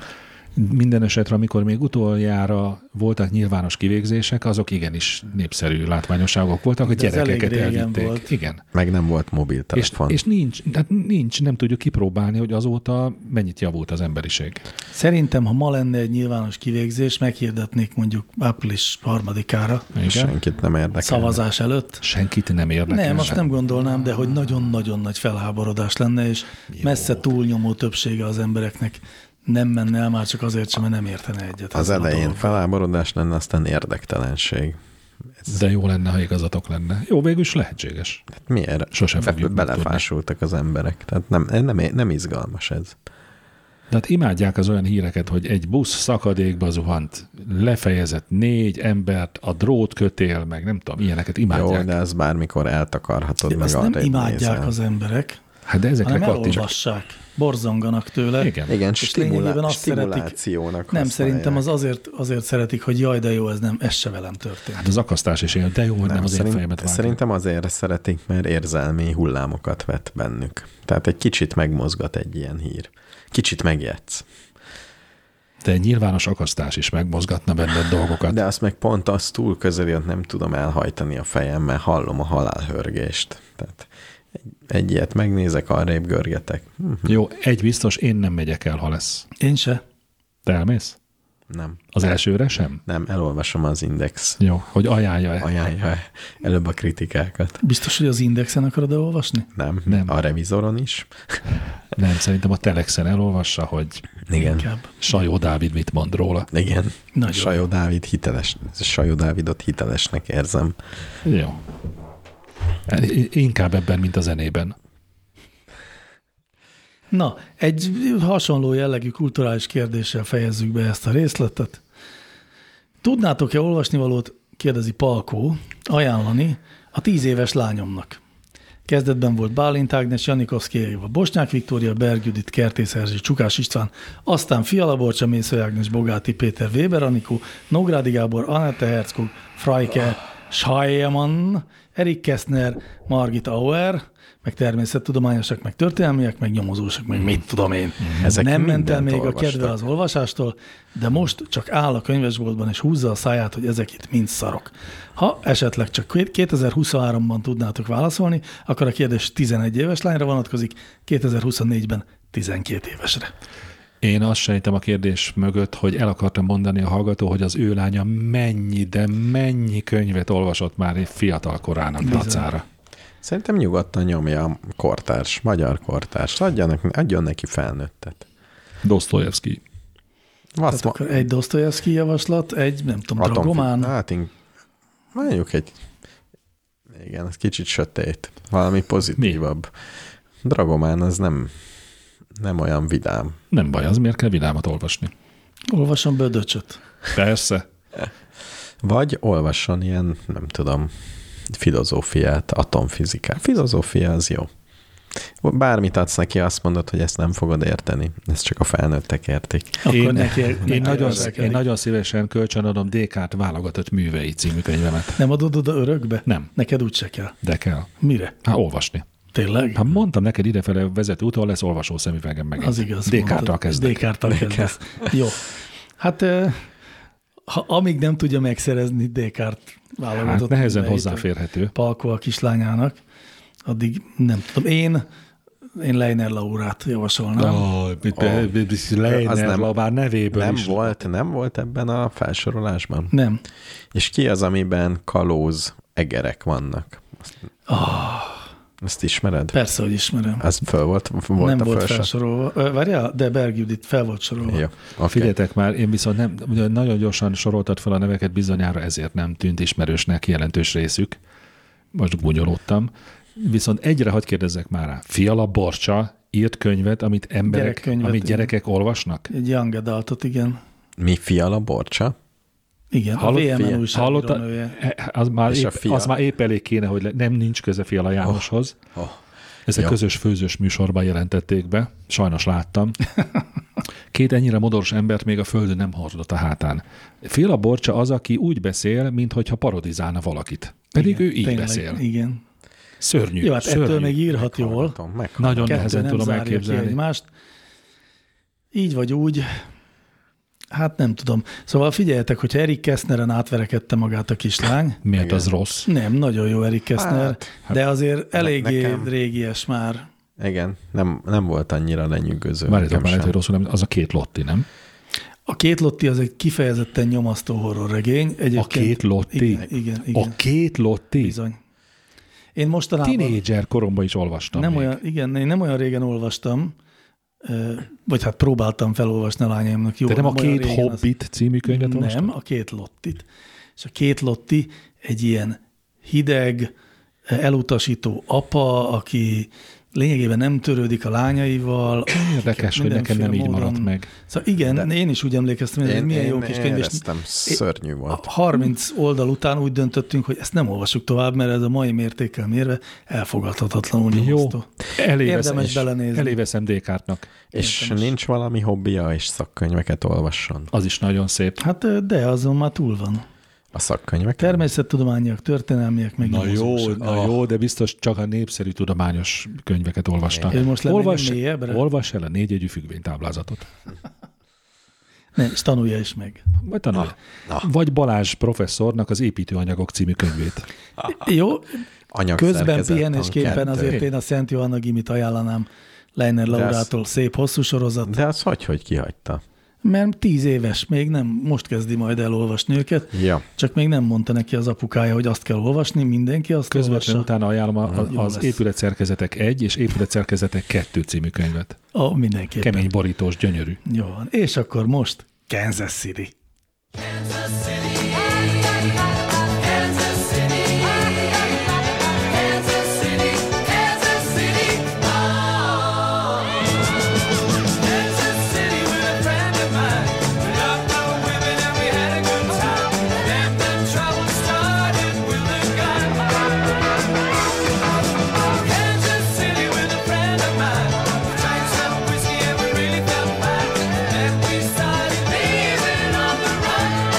S3: Minden esetre, amikor még utoljára voltak nyilvános kivégzések, azok igenis népszerű látványosságok voltak, hogy
S2: De ez
S3: gyerekeket
S2: elég régen
S3: elvitték.
S2: volt.
S3: Igen.
S4: Meg nem volt
S3: És,
S4: mobiltelefon.
S3: és nincs, hát nincs, nem tudjuk kipróbálni, hogy azóta mennyit javult az emberiség.
S2: Szerintem, ha ma lenne egy nyilvános kivégzés, meghirdetnék mondjuk április harmadikára
S3: Igen.
S4: Senkit nem érdekel.
S2: szavazás előtt.
S3: Senkit nem érdekel.
S2: Nem, azt
S3: sem.
S2: nem gondolnám, de hogy nagyon-nagyon nagy felháborodás lenne, és messze túlnyomó többsége az embereknek nem menne el már csak azért sem, mert nem értene egyet.
S4: Az
S2: ezzel a
S4: elején
S2: dologgal.
S4: feláborodás lenne, aztán érdektelenség.
S3: De jó lenne, ha igazatok lenne. Jó, végül is lehetséges.
S4: Hát miért?
S3: Sosem
S4: Be-
S3: fogjuk
S4: belefásultak az emberek. Tehát nem, nem, nem izgalmas ez.
S3: Tehát hát imádják az olyan híreket, hogy egy busz szakadékba zuhant, lefejezett négy embert, a drót kötél, meg nem tudom, ilyeneket imádják.
S4: Jó, de ez bármikor eltakarhatod, meg
S2: Azt nem
S4: arrébb
S2: imádják
S4: nézel.
S2: az emberek,
S3: Hát de ezekre
S2: hanem
S3: kattintsák.
S2: elolvassák, borzonganak tőle.
S3: Igen.
S4: Igen,
S2: És
S4: stimulá-
S2: lényegében
S4: azt
S2: azt szeretik-
S4: stimulációnak
S2: Nem,
S4: használják.
S2: szerintem az azért, azért szeretik, hogy jaj, de jó, ez nem, ez se velem történt.
S3: Hát az akasztás is ilyen, de jó, hogy nem, az én fejemet vágtam.
S4: Szerintem azért szeretik, mert érzelmi hullámokat vet bennük. Tehát egy kicsit megmozgat egy ilyen hír. Kicsit megjegysz.
S3: De egy nyilvános akasztás is megmozgatna benned
S2: Hát.
S3: dolgokat.
S4: De azt meg pont az túl közel jön, nem tudom elhajtani a fejem, mert hallom a halálhörgést. Tehát egy, egy ilyet megnézek, arrébb görgetek. Hm,
S3: Jó, egy biztos, én nem megyek el, ha lesz.
S2: Én se.
S3: Te elmész?
S4: nem,
S3: Az elsőre sem?
S4: nem, elolvasom az index
S3: Jó, hogy ajánlja-e?
S4: ajánlja előbb a kritikákat.
S2: Biztos, hogy az Indexen akarod olvasni?
S4: Nem,
S3: Nem.
S4: nem. a revizoron is.
S3: Nem, szerintem a Telexen elolvassa, hogy
S4: Igen.
S2: Inkább.
S3: Sajó Dávid mit mond róla.
S4: Igen.
S2: Nagyon.
S4: Sajó Dávid hiteles, Sajó Dávidot hitelesnek érzem.
S3: Jó. E, I- Inkább ebben, mint a zenében.
S2: Na, egy hasonló jellegű kulturális kérdéssel fejezzük be ezt a részletet. Tudnátok-e olvasni valót, kérdezi Palkó, ajánlani a tíz éves lányomnak? Kezdetben volt Bálint Ágnes, Janikovszki Éva, Bosnyák Viktória, Bergüdit, Kertész Erzsi, Csukás István, aztán Fiala Borcsa, Mésző Ágnes, Bogáti Péter, Weber Anikó, Nógrádi Gábor, Anette Herzog, Frajke, Schajeman, Erik Kessner, Margit Auer, meg természettudományosak, meg történelmiek, meg nyomozósak, meg mit tudom én.
S4: Ezek
S2: nem ment el
S4: mindent
S2: még a
S4: olvastak.
S2: kedve az olvasástól, de most csak áll a könyvesboltban és húzza a száját, hogy ezek itt mind szarok. Ha esetleg csak 2023-ban tudnátok válaszolni, akkor a kérdés 11 éves lányra vonatkozik, 2024-ben 12 évesre.
S3: Én azt sejtem a kérdés mögött, hogy el akartam mondani a hallgató, hogy az ő lánya mennyi, de mennyi könyvet olvasott már egy fiatal korának dacára.
S4: Szerintem nyugodtan nyomja a kortárs, magyar kortárs. Adjanak, adjon neki felnőttet.
S3: Dostoyevsky.
S4: Azt ma,
S2: Akkor egy Dostoyevsky javaslat, egy nem tudom,
S4: atomfi-
S2: Dragomán,
S4: Hát ink- mondjuk egy, igen, ez kicsit sötét. Valami pozitívabb. Dragomán az nem, nem olyan vidám.
S3: Nem baj, az miért kell vidámat olvasni?
S2: olvasom Bödöcsöt.
S3: Persze.
S4: Vagy olvasson ilyen, nem tudom, filozófiát, atomfizikát. Filozófia az jó. Bármit adsz neki, azt mondod, hogy ezt nem fogod érteni. Ezt csak a felnőttek értik.
S2: Akkor
S3: Én-
S2: neki,
S3: Én
S2: neki
S3: nagyon,
S2: ezek
S3: én
S2: elég.
S3: nagyon szívesen kölcsönadom DK-t válogatott művei című könyvemet.
S2: Nem adod oda örökbe?
S3: Nem.
S2: Neked úgy se kell.
S3: De kell.
S2: Mire?
S3: Hát olvasni.
S2: Tényleg?
S3: Hát mondtam neked idefele vezető úton lesz olvasó szemüvegem megint.
S2: Az igaz.
S3: DK-tal
S2: mondtad.
S3: kezdek.
S2: Descartes-tal kezdesz. Jó. Hát ö, ha, amíg nem tudja megszerezni Descartes válogatott.
S3: Hát nehezen
S2: műveit,
S3: hozzáférhető.
S2: Palkó a kislányának, addig nem tudom. Én, én Leiner Laurát javasolnám.
S3: Oh,
S4: Ó, az
S3: Leiner
S4: nem-
S3: Labár nevéből
S4: Nem
S3: is.
S4: volt, nem volt ebben a felsorolásban?
S2: Nem. Ah.
S4: És ki az, amiben kalóz egerek vannak? Azt- Ezt ismered?
S2: Persze, hogy ismerem.
S4: Ez föl volt, volt
S2: nem
S4: a
S2: volt
S4: felső?
S2: felsorolva. Ö, Várjál, de Berg Judit fel volt sorolva.
S4: Jó,
S2: Ja.
S4: okay.
S3: Figyeljetek már, én viszont nem, ugye nagyon gyorsan soroltad fel a neveket, bizonyára ezért nem tűnt ismerősnek jelentős részük. Most gúnyolódtam. Viszont egyre hadd kérdezzek már rá. Fiala Borcsa írt könyvet, amit emberek,
S2: Gyerekkönyvet,
S3: amit
S2: igen.
S3: gyerekek olvasnak?
S2: Egy young adultot, igen.
S4: Mi fiala borcsa?
S2: Igen,
S3: Hallott-
S2: Hát a VMN
S4: figyel-
S2: újságíró
S3: Hallotta? e,
S2: nője.
S3: Az már,
S4: És a
S3: épp,
S4: fia.
S3: az már épp elég kéne, hogy le, nem nincs köze Fiala Jánoshoz.
S4: Oh.
S2: Ah.
S3: Ezt egy
S4: Jó.
S3: közös főzős műsorban jelentették be, sajnos láttam. Két ennyire modoros embert még a földön nem hordott a hátán. Féla Borcsa az, aki úgy beszél, mintha parodizálna valakit. Pedig igen, ő így
S2: Tényleg,
S3: beszél.
S2: Igen.
S3: Szörnyű.
S2: Jó, hát
S3: szörnyű.
S2: ettől még írhat jól.
S4: Hallgatom, meg.
S3: Nagyon
S2: Kettő
S3: nehezen
S2: nem
S3: tudom
S2: zárja ki
S3: elképzelni.
S2: egymást. Így vagy úgy, hát nem tudom. Szóval figyeljetek, hogyha Erik Keszneren átverekedte magát a kislány,
S3: Miért az rossz?
S2: nem, nagyon jó Erik Kessner,
S4: Hát,
S2: de azért eléggé
S4: nekem-
S2: régies már.
S4: Igen, nem, nem volt annyira lenyűgöző. nekem
S3: Várjátok már, lehet,
S4: sem.
S3: hogy rosszul, nem, az a két Lotti, nem?
S2: A két Lotti az egy kifejezetten nyomasztó horrorregény. Egyébként,
S3: A két Lotti?
S2: Igen, igen. igen.
S3: A két Lotti?
S2: Bizony. Én mostanában
S3: Tinédzser koromban is olvastam
S2: nem
S3: még.
S2: olyan, igen, én nem olyan régen olvastam, ö, vagy hát próbáltam felolvasni a lányaimnak. Jó,
S3: Te nem a
S2: olyan
S3: két
S2: régen az-
S3: Hobbit című könyvet olvastad?
S2: Nem, a két lottit. És a két lotti egy ilyen hideg, elutasító apa, aki lényegében nem törődik a lányaival.
S3: Érdekes, hogy nekem nem így
S2: Mindenféle
S3: maradt
S2: módon-
S3: meg.
S2: Szóval igen, De én is úgy emlékeztem, hogy ez
S4: Én,
S2: milyen
S4: én
S2: jó kis könyv, és
S4: éreztem, szörnyű volt.
S2: a 30 oldal után úgy döntöttünk, hogy ezt nem olvassuk tovább, mert ez a mai mértékkel mérve elfogadhatatlanul
S3: Jó,
S2: nyomasztó. Érdemes
S3: eléveszem,
S2: belenézni.
S3: eléveszem Descartes-nak.
S4: És nincs valami hobbija, és szakkönyveket olvasson.
S3: Az is nagyon szép.
S2: Hát ö, de azon már túl van.
S4: A szakkönyvek?
S2: Természettudományiak, történelmiek, meg
S3: Na jó,
S2: nyomozósak.
S3: na jó, de biztos csak a népszerű tudományos könyveket olvastam.
S2: Én most lemegyek
S3: olvas,
S2: mélyebbre?
S3: olvas el a négyegyű függvénytáblázatot.
S2: Ne, és tanulja is meg.
S3: Vagy tanulj. Vagy Balázs professzornak az építőanyagok című könyvét.
S2: Jó,
S4: Anyag
S2: közben
S4: szerkezet,
S2: pihenésképpen
S4: tankettő.
S2: azért én a Szent Johanna Gimit ajánlanám Leiner Laurától szép hosszú sorozat,
S4: De az hogy, hogy kihagyta?
S2: mert tíz éves még nem, most kezdi majd elolvasni őket,
S4: Ja.
S2: csak még nem mondta neki az apukája, hogy azt kell olvasni, mindenki azt
S3: Közvetlenül
S2: olvassa.
S3: utána ajánlom a,
S2: Jó
S3: a, az
S2: lesz.
S3: épületszerkezetek 1 és épületszerkezetek 2 című könyvet.
S2: A, mindenképpen.
S3: Kemény borítós, gyönyörű.
S2: Jó van. És akkor most Kansas City.
S5: Started leaving on the run.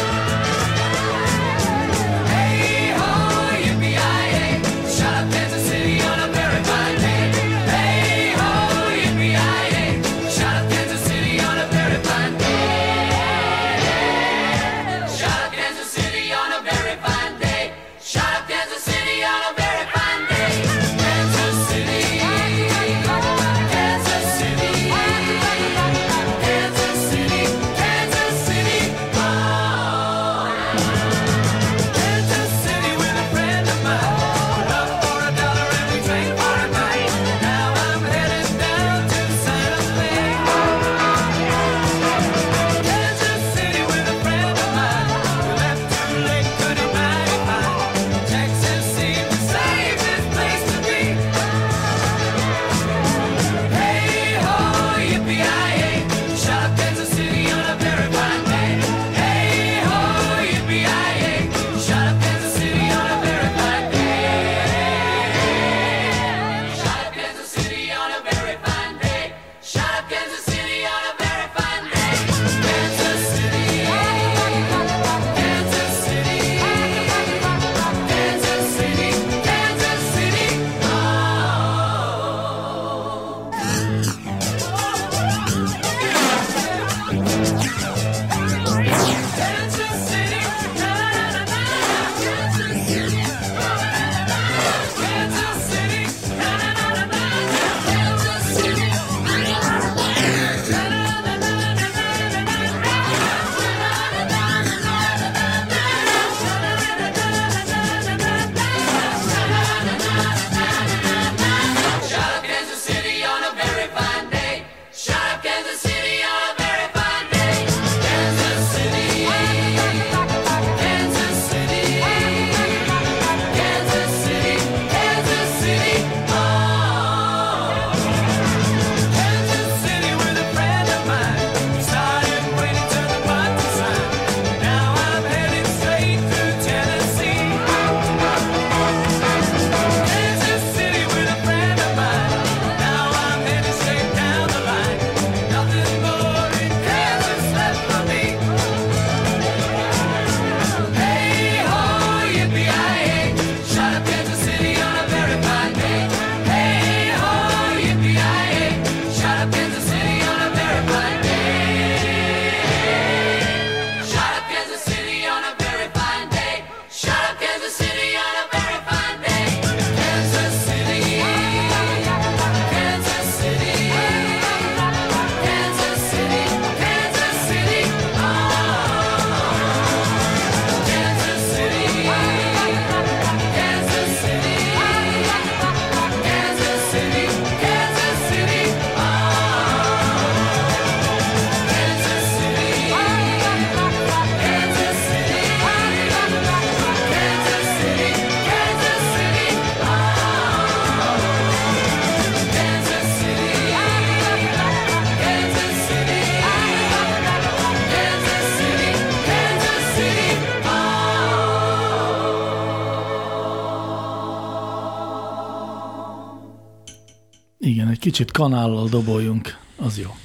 S2: Igen, egy kicsit kanállal doboljunk, az jó.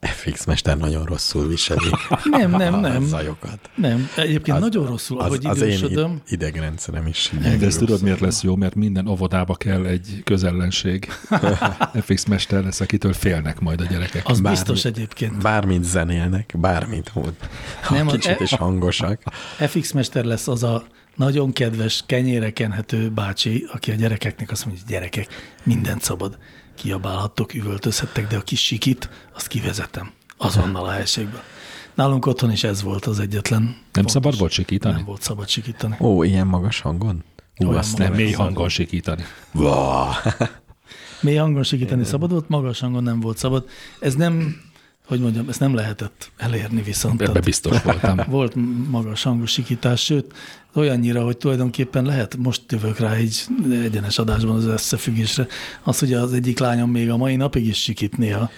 S4: FX mester nagyon rosszul viseli
S2: Nem, nem, nem.
S4: a zajokat.
S2: Nem, egyébként
S4: Az-
S2: nagyon rosszul, ahogy
S4: az én
S2: idősödöm.
S4: id- idegrendszerem is.
S3: De ezt tudod, miért lesz jó? Mert minden óvodába kell egy közellenség. FX mester lesz, akitől félnek majd a gyerekek.
S2: Az
S4: Bármi-
S2: biztos egyébként.
S4: Bármit zenélnek, bármit mód.
S2: Nem,
S4: Nem,
S2: az-
S4: kicsit is hangosak.
S2: FX mester lesz az a nagyon kedves, kenyére kenhető bácsi, aki a gyerekeknek azt mondja, hogy gyerekek, mindent szabad. Kiabálhattok, üvöltözhettek, de a kis sikit, azt kivezetem. Azonnal a helységbe. Nálunk otthon is ez volt az egyetlen. Nem
S3: Nem szabad volt
S2: Nem
S3: sikítani?
S2: volt szabad sikítani.
S4: Ó, ilyen magas hangon? Ú,
S2: Olyan
S4: azt
S2: magas.
S4: nem.
S3: Nem, mély
S2: szabad.
S3: hangon sikítani.
S4: Vá!
S2: Mély hangon sikítani szabad volt, magas hangon nem volt szabad. Ez nem, hogy mondjam, ezt nem lehetett elérni viszont.
S3: Ebben
S2: Tehát-
S3: biztos voltam.
S2: Volt magas hangú sikítás, sőt, olyannyira, hogy tulajdonképpen lehet, most jövök rá egy egyenes adásban az összefüggésre, az, hogy az egyik lányom még a mai napig is sikít néha,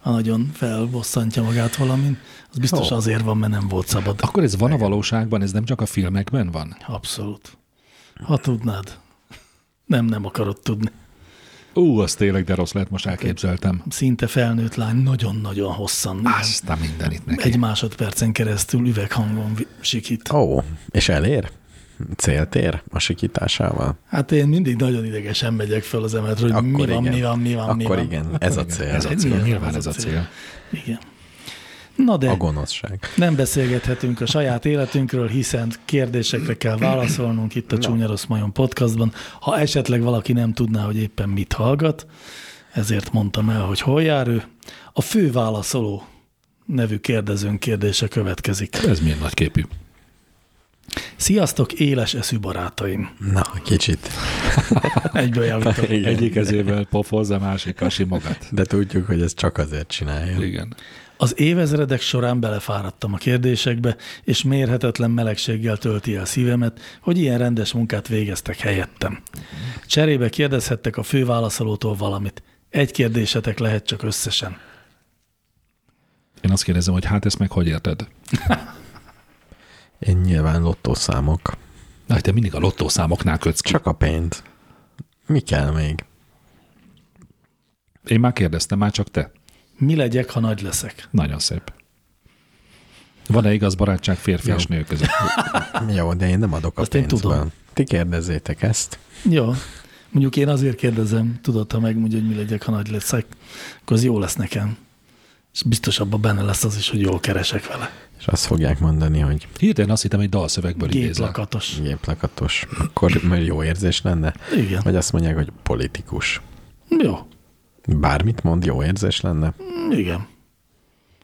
S2: ha nagyon felbosszantja magát valamin, az biztos
S4: Ó.
S2: azért van, mert nem volt szabad.
S3: Akkor ez van a valóságban, ez nem csak a filmekben van?
S2: Abszolút. Ha tudnád. Nem, nem akarod tudni.
S3: Ú, az tényleg de rossz lett, most elképzeltem.
S2: Szinte felnőtt lány, nagyon-nagyon hosszan.
S3: Aztán mindenit neki.
S2: Egy másodpercen keresztül üveghangon vi- sikít.
S4: Ó, és elér? Célt ér a sikításával?
S2: Hát én mindig nagyon idegesen megyeg fel az emetre, hogy mi
S4: Akkor
S2: van,
S4: igen.
S2: mi van, mi van, mi
S4: Akkor
S2: van.
S4: igen, ez a cél.
S3: Ez a
S2: Ez
S3: cél,
S2: nyilván
S3: nyilván
S2: az
S3: ez
S2: a
S3: a
S2: cél.
S3: cél.
S2: Igen. Na de
S4: A gonoszság.
S2: nem beszélgethetünk a saját életünkről, hiszen kérdésekre kell válaszolnunk itt a Csúnya Rossz Majon podcastban. Ha esetleg valaki nem tudná, hogy éppen mit hallgat, ezért mondtam el, hogy hol jár ő. A fő válaszoló nevű kérdezőnk kérdése következik.
S3: Ez milyen nagyképű.
S2: Sziasztok, éles eszű barátaim!
S4: Na, kicsit.
S2: Egyből javítottam.
S4: Igen.
S3: Egyik kezével pofoz, a másikkal simogat.
S4: De tudjuk, hogy ez csak azért csinálja.
S3: Igen.
S2: Az évezredek során belefáradtam a kérdésekbe, és mérhetetlen melegséggel tölti el szívemet, hogy ilyen rendes munkát végeztek helyettem. Cserébe kérdezhettek a főválaszolótól valamit. Egy kérdésetek lehet csak összesen.
S3: Én azt kérdezem, hogy hát ezt meg hogy érted?
S4: Én nyilván lottószámok.
S3: Na, hát te mindig a lottószámoknál kötsz ki.
S4: Csak a pénz. Mi kell még?
S3: Én már kérdeztem, már csak te.
S2: Mi legyek, ha nagy leszek?
S3: Nagyon szép. Van-e igaz barátság férfi és nő között?
S4: Jó, de én nem adok a
S2: Azt én
S4: pénzből.
S2: tudom.
S4: Ti kérdezzétek ezt.
S2: Jó. Mondjuk én azért kérdezem, tudod, ha megmondja, hogy mi legyek, ha nagy leszek, akkor az jó lesz nekem. És biztos abban benne lesz az is, hogy jól keresek vele.
S4: És azt fogják mondani, hogy
S3: Hirtelen azt hittem, egy dalszövegből idézel.
S2: Géplakatos.
S4: géplakatos. Akkor már jó érzés lenne?
S2: Igen.
S4: Vagy azt mondják, hogy politikus.
S2: Jó.
S4: Bármit mond, jó érzés lenne?
S2: Igen.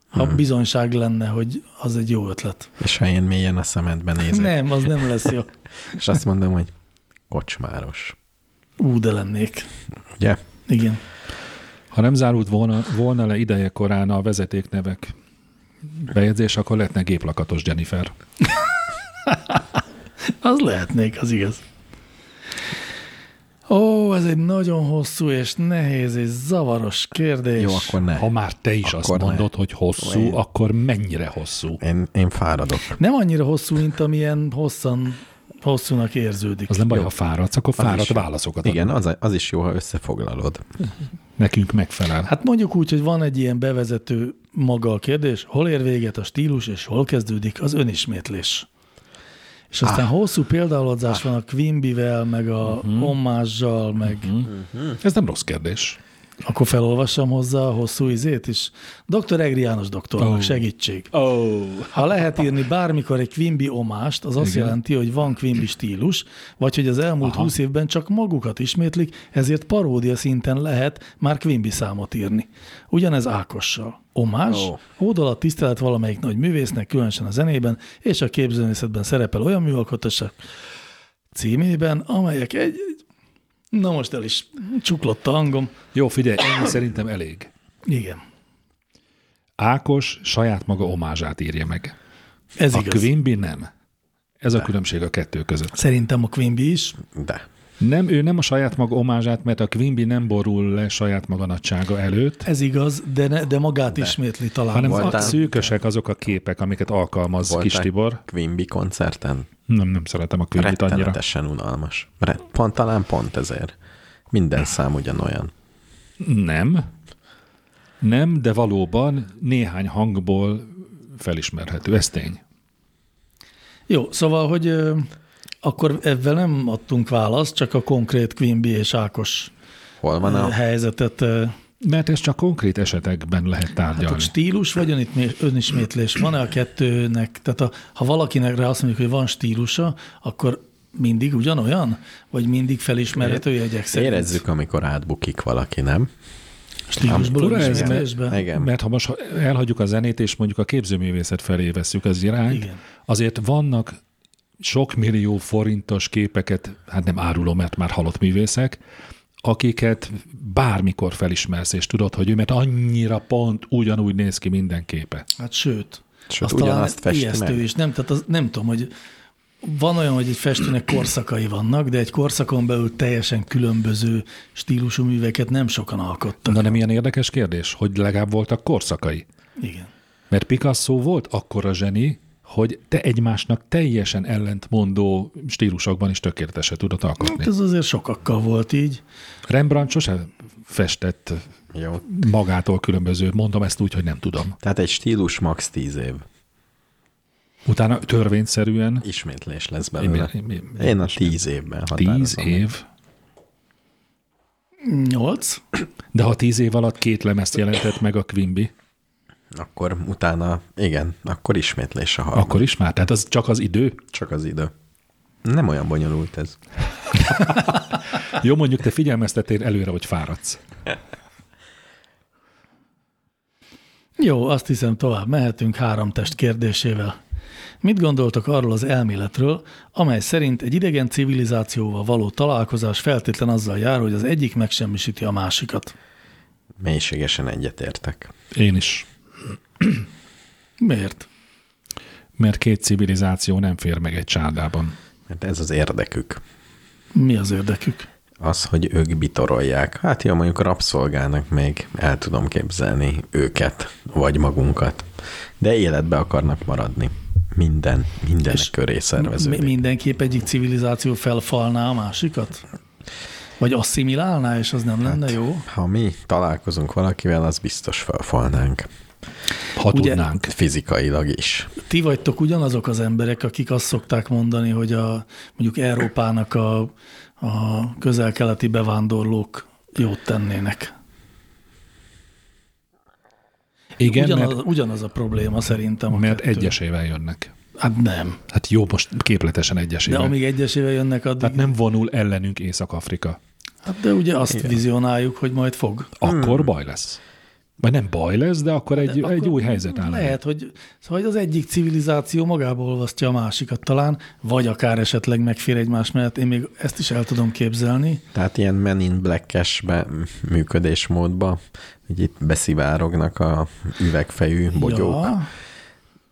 S2: Ha hmm. bizonyság lenne, hogy az egy jó ötlet.
S4: És ha én mélyen a szemedbe nézek, ne.
S2: Nem, az nem lesz jó.
S4: és azt mondom, hogy kocsmáros.
S2: Ú, de lennék.
S4: Ugye?
S2: Igen.
S3: Ha nem zárult volna, volna le ideje korán a vezetéknevek bejegyzés, akkor lehetne géplakatos Jennifer.
S2: Az lehetnék, az igaz. Ó, ez egy nagyon hosszú és nehéz és zavaros kérdés.
S4: Jó, akkor ne.
S3: Ha már te is
S4: Akkor
S3: azt mondod, hogy hosszú,
S4: Én-
S3: akkor mennyire hosszú?
S4: Én, én fáradok.
S2: Nem annyira hosszú, mint amilyen hosszan, hosszúnak érződik.
S3: Az nem baj, ha fáradsz, akkor
S4: Az
S3: fáradt
S4: is-
S3: válaszokat ad.
S4: Igen, az, az is jó, ha összefoglalod.
S3: Nekünk megfelel.
S2: Hát mondjuk úgy, hogy van egy ilyen bevezető maga a kérdés, hol ér véget a stílus, és hol kezdődik az önismétlés. És aztán ah. hosszú példálozás ah. van a Quimbivel, meg a uh-huh. Hommázsal, meg uh-huh.
S3: Ez nem rossz kérdés.
S2: akkor felolvassam hozzá a hosszú izét is. Dr. Egri János doktornak oh. segítség.
S3: Oh.
S2: Ha lehet írni bármikor egy Quimby omást, az azt Igen. jelenti, hogy van Quimby stílus, vagy hogy az elmúlt Aha. 20 évben csak magukat ismétlik, ezért paródia szinten lehet már Quimby számot írni. Ugyanez Ákossal. Omás, oh. hód alatt tisztelet valamelyik nagy művésznek, különösen a zenében, és a képzőművészetben szerepel olyan műalkotások címében, amelyek egy... egy- Na most el is csuklott a hangom.
S3: Jó, figyelj, ennyi szerintem elég.
S2: Igen,
S3: Ákos saját maga omázsát írja meg.
S2: ez
S3: a
S2: igaz.
S3: Quimby nem. Ez a különbség a kettő között.
S2: Szerintem a Quimby is.
S4: De.
S3: Nem, ő nem a saját maga omázsát, mert a Quimby nem borul le saját maga nagysága előtt,
S2: Ez igaz, de, ne, de magát de. ismétli talán.
S3: hanem
S4: Voltál-
S3: a szűkösek azok a képek, amiket alkalmaz Voltál. Kis
S4: Voltál
S3: Tibor.
S4: Quimby koncerten?
S3: Nem, nem szeretem a Quimby-t annyira.
S4: Rettenetesen unalmas. Ret- Pont talán pont ezért. Minden szám ugyanolyan.
S3: Nem. Nem, de valóban néhány hangból felismerhető. Ez tény.
S2: Jó, szóval, hogy ö, akkor ebben nem adtunk választ, csak a konkrét Quimby és Ákos
S4: Hol van
S2: ö,
S4: a...
S2: helyzetet. ö,
S3: Mert ez csak konkrét esetekben lehet
S2: Hát
S3: tárgyalni.
S2: ott stílus vagy önitmé- önismétlés? Van-e a kettőnek? Tehát a, ha valakinek rá azt mondjuk, hogy van stílusa, akkor mindig ugyanolyan? Vagy mindig felismerhető jegyek szerint?
S4: Érezzük, amikor átbukik valaki, nem?
S2: Stílusból
S3: Fura ez, mert-
S2: önismétlésbe?
S4: Igen.
S3: Mert ha most elhagyjuk a zenét, és mondjuk a képzőművészet felé veszük az irányt,
S2: Igen.
S3: Igen. azért vannak sok millió forintos képeket, hát nem árulom, mert már halott művészek, akiket bármikor felismersz, és tudod, hogy ő, mert annyira pont ugyanúgy néz ki minden képe.
S2: Hát sőt.
S4: Sőt, ugyanazt festi
S2: ijesztő
S4: meg.
S2: is. Nem, tehát az, nem tudom, hogy van olyan, hogy egy festőnek korszakai vannak, de egy korszakon belül teljesen különböző stílusú műveket nem sokan alkottak.
S3: Na nem ilyen érdekes kérdés, hogy legalább voltak korszakai.
S2: Igen.
S3: Mert Picasso volt akkora zseni, hogy te egymásnak teljesen ellentmondó stílusokban is tökéletesen tudod alkotni.
S2: Hát ez azért sokakkal volt így.
S3: Rembrandt sose festett
S4: Jó.
S3: magától különböző, mondom ezt úgy, hogy nem tudom.
S4: Tehát egy stílus max 10 év.
S3: Utána törvényszerűen
S4: Ismétlés lesz belőle.
S3: Én- én- én-
S4: Én a 10 évben határozom.
S3: 10 év,
S2: Nyolc?
S3: de ha 10 év alatt két lemezt jelentett meg a Quimby,
S4: Akkor utána, igen, akkor ismétlés a harmad.
S3: akkor is már, tehát az csak az idő.
S4: Csak az idő. Nem olyan bonyolult ez.
S3: Jó, mondjuk te figyelmeztetél előre, hogy fáradsz.
S2: Jó, azt hiszem tovább mehetünk három test kérdésével. Mit gondoltok arról az elméletről, amely szerint egy idegen civilizációval való találkozás feltétlen azzal jár, hogy az egyik megsemmisíti a másikat?
S4: Mélységesen egyetértek.
S3: Én is.
S2: Miért?
S3: Mert két civilizáció nem fér meg egy csárdában.
S4: Mert Hát ez az érdekük.
S2: Mi az érdekük?
S4: Az, hogy ők bitorolják. Hát jó, mondjuk rabszolgának még el tudom képzelni őket, vagy magunkat. De életbe akarnak maradni. Minden, mindenek köré
S2: Mi-
S4: szerveződik.
S2: Mindenképp egyik civilizáció felfalná a másikat? Vagy asszimilálná, és az nem lenne
S3: Hát.
S2: jó?
S4: Ha mi találkozunk valakivel, az biztos felfalnánk.
S3: Ha
S2: Ugye-
S3: Ugye, tudnánk.
S4: Fizikailag is.
S2: Ti vagytok ugyanazok az emberek, akik azt szokták mondani, hogy a, mondjuk Európának a, a közel-keleti bevándorlók jót tennének.
S3: Igen,
S2: ugyanaz,
S3: mert,
S2: ugyanaz a probléma szerintem. A
S3: mert
S2: kettő.
S3: egyesével jönnek.
S2: Hát nem.
S3: Hát jó, most képletesen
S2: De
S3: egyesével.
S2: amíg egyesével jönnek, addig...
S3: Tehát nem vonul ellenünk Észak-Afrika.
S2: Hát de ugye azt Igen. vizionáljuk, hogy majd fog.
S3: Akkor hmm. baj lesz. Vagy nem baj lesz, de akkor egy, de
S2: Akkor
S3: egy új helyzet áll. elő.
S2: Lehet, hogy, szóval, hogy az egyik civilizáció magába olvasztja a másikat talán, vagy akár esetleg megfér egymás mellett. Én még ezt is el tudom képzelni.
S4: Tehát ilyen Men in black működésmódba, hogy itt beszivárognak a üvegfejű bogyók, ja.
S2: Ja,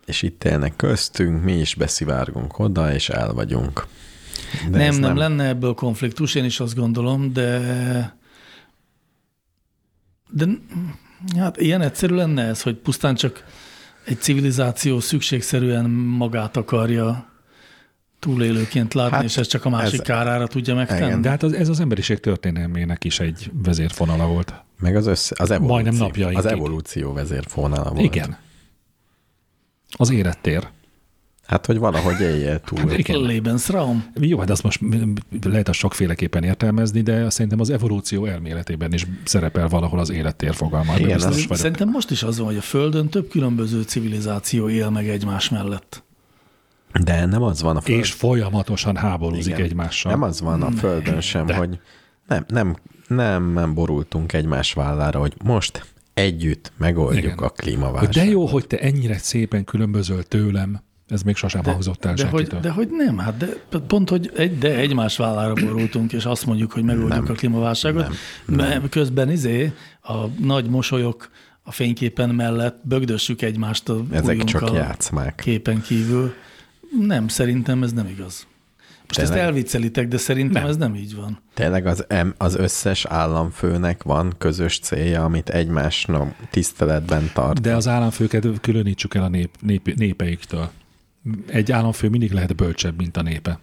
S4: és itt élnek köztünk, mi is beszivárgunk oda, és el vagyunk. De
S2: nem,
S4: ez
S2: nem, nem lenne ebből konfliktus, én is azt gondolom, de de hát ilyen egyszerű lenne ez, hogy pusztán csak egy civilizáció szükségszerűen magát akarja túlélőként látni, hát
S4: Hát
S2: és ez csak a másik
S4: ez-
S2: kárára tudja megtenni.
S3: De hát az, ez az emberiség történelmének is egy vezérfonala volt. volt.
S4: Meg az, össze, az evolúció,
S3: Majdnem napjainkig.
S4: az evolúció vezérfonala volt.
S3: Igen. Az érettér.
S4: Hát, hogy valahogy éljél túl.
S3: igen.
S2: Lebensraum.
S3: Jó, hát azt most lehet azt sokféleképpen értelmezni, de szerintem az evolúció elméletében is szerepel valahol az élettér fogalma.
S4: Igen,
S3: Igen,
S4: az-
S3: biztos
S2: Szerint-
S3: vagyok.
S2: Szerintem most is az van, hogy a Földön több különböző civilizáció él meg egymás mellett.
S4: De nem az van a földön.
S3: És folyamatosan háborúzik Igen. egymással. Hmm.
S4: Nem az van a földön sem, De. hogy nem, nem, nem, nem borultunk egymás vállára, hogy most együtt megoldjuk
S3: Igen.
S4: Igen. a
S3: hogy
S4: klímaválságot.
S3: de jó, hogy te ennyire szépen különbözöl tőlem. Ez még sosem hangzott el
S2: De hogy,
S3: senkitől.
S2: de hogy nem, hát de, pont, hogy egy, de egymás vállára borultunk, és azt mondjuk, hogy megoldjuk a klímaválságot, mert közben izé a nagy mosolyok a fényképen mellett bögdössük egymást a
S4: Ezek csak
S2: ujjunkkal
S4: játszmák.
S2: képen kívül. Nem, szerintem ez nem igaz. Most ezt
S4: Tényleg?
S2: elviccelitek, de szerintem nem. ez nem így van.
S4: Tényleg az, em- az összes államfőnek van közös célja, amit egymásnak tiszteletben tart.
S3: De az államfőket különítsük el a nép, nép, népeiktől. Egy államfő mindig lehet bölcsebb, mint a népe.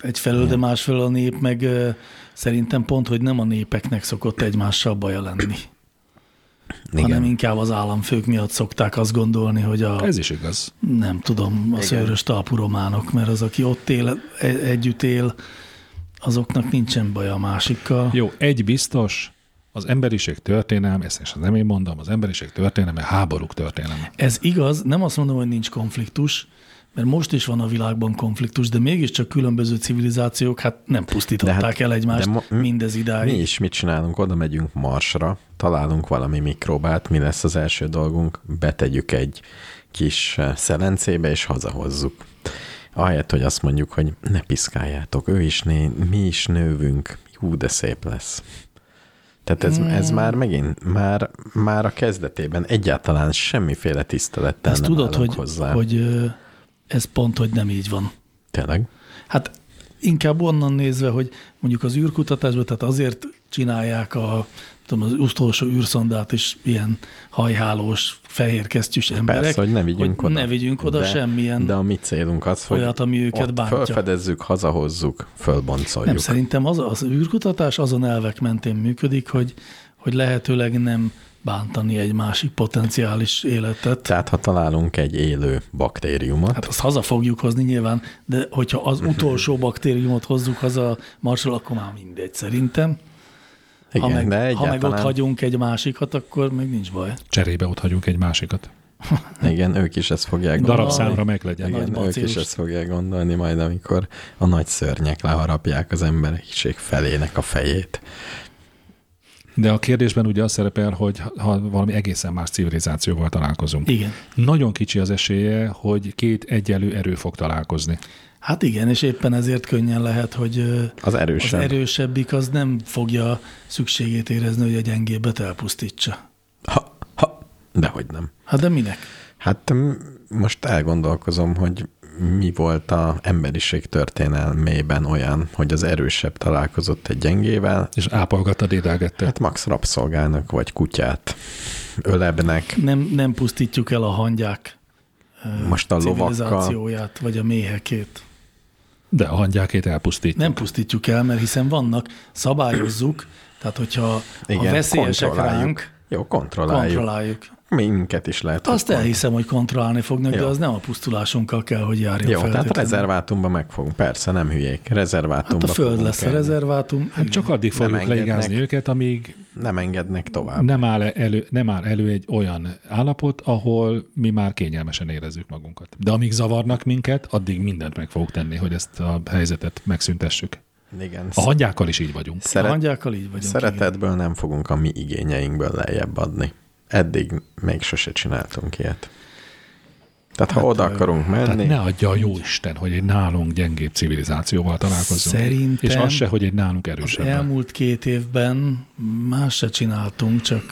S2: egyfelől, de másfelől a nép meg ö, szerintem pont, hogy nem a népeknek szokott egymással baja lenni, Igen. hanem
S5: Igen.
S2: inkább az államfők miatt szokták azt gondolni, hogy a,
S3: Ez is igaz.
S2: nem tudom, a szőrös talpú románok, mert az, aki ott él, e- együtt él, azoknak nincsen baj a másikkal.
S3: Jó, egy biztos, az emberiség történelme, ezt is nem én mondom, az emberiség történelme háborúk történelme.
S2: Ez igaz, nem azt mondom, hogy nincs konfliktus, mert most is van a világban konfliktus, de mégiscsak különböző civilizációk hát nem pusztították
S4: De
S2: hát,
S4: hát-
S2: el egymást
S4: de
S2: ma,
S4: ma-
S2: mindez
S4: Mi
S2: idáig.
S4: is mit csinálunk? Oda megyünk Marsra, találunk valami mikrobát, mi lesz az első dolgunk? Betegyük egy kis eh, szelencébe, és hazahozzuk. Ahelyett, hogy azt mondjuk, hogy ne piszkáljátok, ő is né, mi is nővünk, hú, de szép lesz. Tehát ez, ez már megint, már, már a kezdetében egyáltalán semmiféle tisztelettel
S2: Ezt
S4: nem
S2: tudod,
S4: állunk
S2: hogy,
S4: hozzá.
S2: hogy ö, ez pont, hogy nem így van.
S4: Tényleg?
S2: Hát inkább onnan nézve, hogy mondjuk az űrkutatásban, tehát azért csinálják a, tudom, az utolsó űrszondát is ilyen hajhálós, fehérkesztyűs emberek.
S4: Persze, hogy ne vigyünk
S2: hogy
S4: oda.
S2: Ne vigyünk oda
S4: de,
S2: semmilyen.
S4: De a mi célunk az, hogy
S2: olyat, ami őket
S4: ott
S2: bántja.
S4: Fölfedezzük, hazahozzuk, fölboncoljuk.
S2: nem, szerintem az, az űrkutatás azon elvek mentén működik, hogy, hogy lehetőleg nem bántani egy másik potenciális életet.
S4: Tehát, ha találunk egy élő baktériumot,
S2: Hát
S4: hát,
S2: azt haza fogjuk hozni nyilván, de hogyha az utolsó baktériumot hozzuk haza a marsról, akkor már mindegy szerintem.
S4: igen,
S2: ha meg,
S4: de
S2: ha meg
S4: egyáltalán,
S2: ott hagyunk egy másikat, akkor még nincs baj.
S3: Cserébe ott hagyunk egy másikat.
S4: igen, ők is ezt fogják
S3: Darabszámra
S2: Aj,
S3: meg legyen.
S4: Igen,
S2: nagy
S4: ők is
S2: bacillust.
S4: ezt fogják gondolni majd, amikor a nagy szörnyek leharapják az emberiség felének a fejét.
S3: De a kérdésben ugye az szerepel, hogy ha valami egészen más civilizációval találkozunk.
S2: Igen.
S3: Nagyon kicsi az esélye, hogy két egyenlő erő fog találkozni.
S2: Hát igen, és éppen ezért könnyen lehet, hogy ö,
S4: Az
S2: az
S4: erősebb.
S2: erősebbik az nem fogja szükségét érezni, hogy a gyengébbet elpusztítsa.
S4: Ha, ha, dehogy nem.
S2: Hát de minek?
S4: Hát m- most elgondolkozom, hogy mi volt a emberiség történelmében olyan, hogy az erősebb találkozott egy gyengével,
S3: És ápolgatta, dédelgette.
S4: hát max rabszolgának vagy kutyát ölebnek,
S2: Nem, nem pusztítjuk el a hangyák ö,
S4: Most a lovakkal.
S2: civilizációját, vagy a méhekét.
S3: De a hangyákét elpusztít.
S2: Nem pusztítjuk el, mert hiszen vannak, szabályozzuk, tehát hogyha Igen, ha
S4: Igen,
S2: veszélyesek
S4: kontrolláljuk.
S2: ránk,
S4: Jó, kontrolláljuk. kontrolláljuk.
S2: kontrolláljuk.
S4: Minket is lehet. hogy
S2: Azt elhiszem, hogy kontrollálni fognak, de
S4: Jó.
S2: az nem a pusztulásunkkal kell, hogy járjon
S4: Jó, tehát
S2: feltétlenül.
S4: rezervátumba megfogunk. Persze, nem hülyék.
S2: Hát
S4: Rezervátumba
S2: a föld
S4: fogunk
S2: lesz a
S4: elni.
S2: rezervátum.
S3: Hát csak addig
S4: Nem
S3: fogjuk
S4: engednek.
S3: leigázni őket, amíg
S4: Nem engednek tovább.
S3: nem áll, elő, nem áll elő egy olyan állapot, ahol mi már kényelmesen érezzük magunkat. De amíg zavarnak minket, addig mindent meg fogunk tenni, hogy ezt a helyzetet megszüntessük.
S4: Igen.
S3: A hangyákkal is így vagyunk.
S2: A
S4: Szeret,
S2: hangyákkal így vagyunk. igen.
S4: szeretetből nem fogunk a mi igényeinkből lejjebb adni. Eddig még sose csináltunk ilyet. Tehát
S2: Hát,
S4: ha oda akarunk
S3: Tehát
S4: menni,
S3: ne adja a jó Isten, hogy egy nálunk gyengébb civilizációval találkozzunk.
S2: Szerintem
S3: És az se, hogy egy nálunk
S2: Az
S3: erősebb.
S2: elmúlt két évben más se csináltunk, csak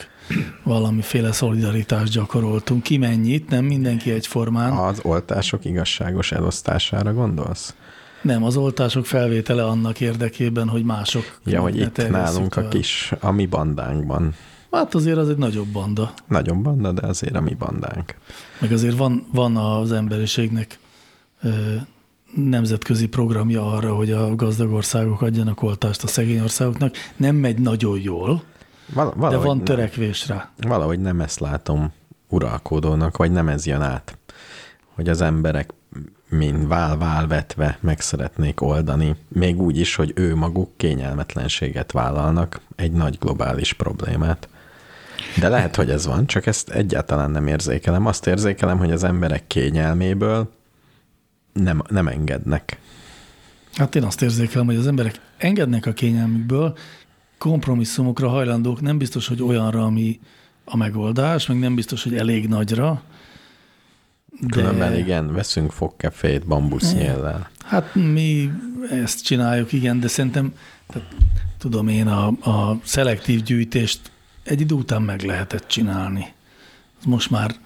S2: valamiféle szolidaritást gyakoroltunk. Ki mennyit, nem mindenki egyformán.
S4: az oltások igazságos elosztására gondolsz?
S2: Hát, Nem, az oltások felvétele annak érdekében, hogy mások.
S4: Ja, hogy
S2: ne
S4: itt
S2: terjesszük
S4: nálunk a
S2: tovább.
S4: kis, a mi bandánkban.
S2: Hát azért az egy nagyobb banda.
S4: Nagyon banda, de azért a mi bandánk.
S2: Meg azért van, van az emberiségnek ö, nemzetközi programja arra, hogy a gazdag országok adjanak oltást a szegény országoknak. Nem megy nagyon jól,
S4: Val-
S2: de
S4: valahogy
S2: van
S4: nem.
S2: törekvés rá.
S4: valahogy nem ezt látom uralkodónak, vagy nem ez jön át, hogy az emberek mind vál-vál vetve meg szeretnék oldani, még úgy is, hogy ő maguk kényelmetlenséget vállalnak, egy nagy globális problémát. De lehet, hogy ez van, csak ezt egyáltalán nem érzékelem. Azt érzékelem, hogy az emberek kényelméből nem, nem engednek.
S2: Hát én azt érzékelem, hogy az emberek engednek a kényelmükből, kompromisszumokra hajlandók, nem biztos, hogy olyanra, ami a megoldás, meg nem biztos, hogy elég nagyra. De
S4: Különben igen, veszünk fogkefét bambusznyéllel.
S2: Hát mi ezt csináljuk, igen, de szerintem tehát, tudom én, a, a szelektív gyűjtést egy idő után meg lehetett csinálni. Ez Most már
S3: Jó,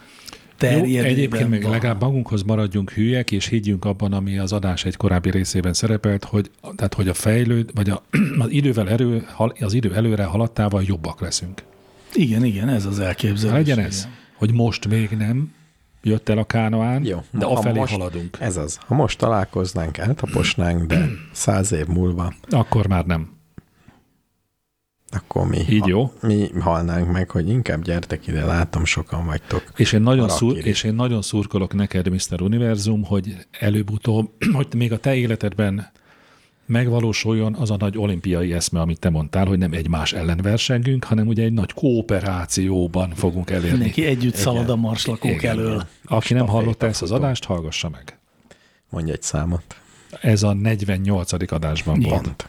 S2: terjed.
S3: egyébként még legalább magunkhoz maradjunk hülyek, és higgyünk abban, ami az adás egy korábbi részében szerepelt, hogy, tehát, hogy a fejlőd, vagy a, az, idővel erő, hal- az idő előre haladtával jobbak leszünk.
S2: Igen, igen, ez az elképzelés.
S3: Hát Legyen ez,
S2: igen.
S3: hogy most még nem, jött el a kánoán,
S4: Jó.
S3: de
S4: Ha
S3: afelé
S4: most-
S3: haladunk.
S4: Ez az. Ha most találkoznánk, eltaposnánk, de száz év múlva,
S3: Akkor már nem.
S4: akkor mi,
S3: Így jó.
S4: mi halnánk meg, hogy inkább gyertek ide, látom, sokan vagytok.
S3: És én, nagyon
S4: Harakiri.
S3: szur, és én nagyon szurkolok neked, Mr. Univerzum, hogy előbb-utóbb, hogy még a te életedben megvalósuljon az a nagy olimpiai eszme, amit te mondtál, hogy nem egymás ellen versengünk, hanem ugye egy nagy kooperációban fogunk elérni.
S2: Mindenki együtt szalad a marslakók
S3: Igen.
S2: elől.
S3: Aki nem hallotta ezt az adást, hallgassa meg.
S4: Mondj egy számot.
S3: Ez a 48. adásban volt.
S4: Pont.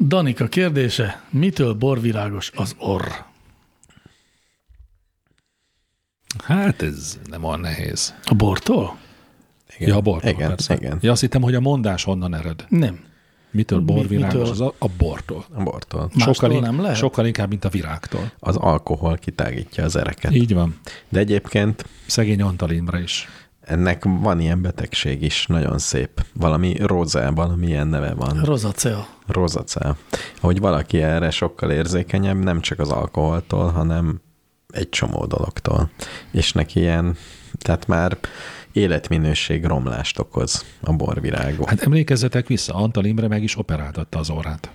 S2: Danika kérdése, mitől borvirágos az orr?
S3: Hát ez nem olyan nehéz.
S2: A bortól?
S4: Igen.
S3: Ja, a bortól,
S4: igen,
S3: persze.
S4: igen.
S3: Ja, azt hittem, hogy a mondás honnan ered.
S2: Nem.
S3: Mitől
S2: Mi-
S3: borvilágos
S2: mitől?
S3: az a, a bortól.
S4: A bortól.
S2: Mástól
S3: Sokkal, in-
S2: nem lehet?
S3: sokkal inkább, mint a virágtól.
S4: Az alkohol kitágítja az ereket.
S3: Így van.
S4: De egyébként
S3: Szegény Antal Imre is.
S4: ennek van ilyen betegség is, nagyon szép. Valami rozában, ami ilyen neve van.
S2: Rozacea.
S4: rozacea. Hogy valaki erre sokkal érzékenyebb, nem csak az alkoholtól, hanem egy csomó dologtól. És neki ilyen, tehát már életminőség romlást okoz a borvirágú.
S3: Hát emlékezzetek vissza, Antal Imre meg is operáltatta az orrát.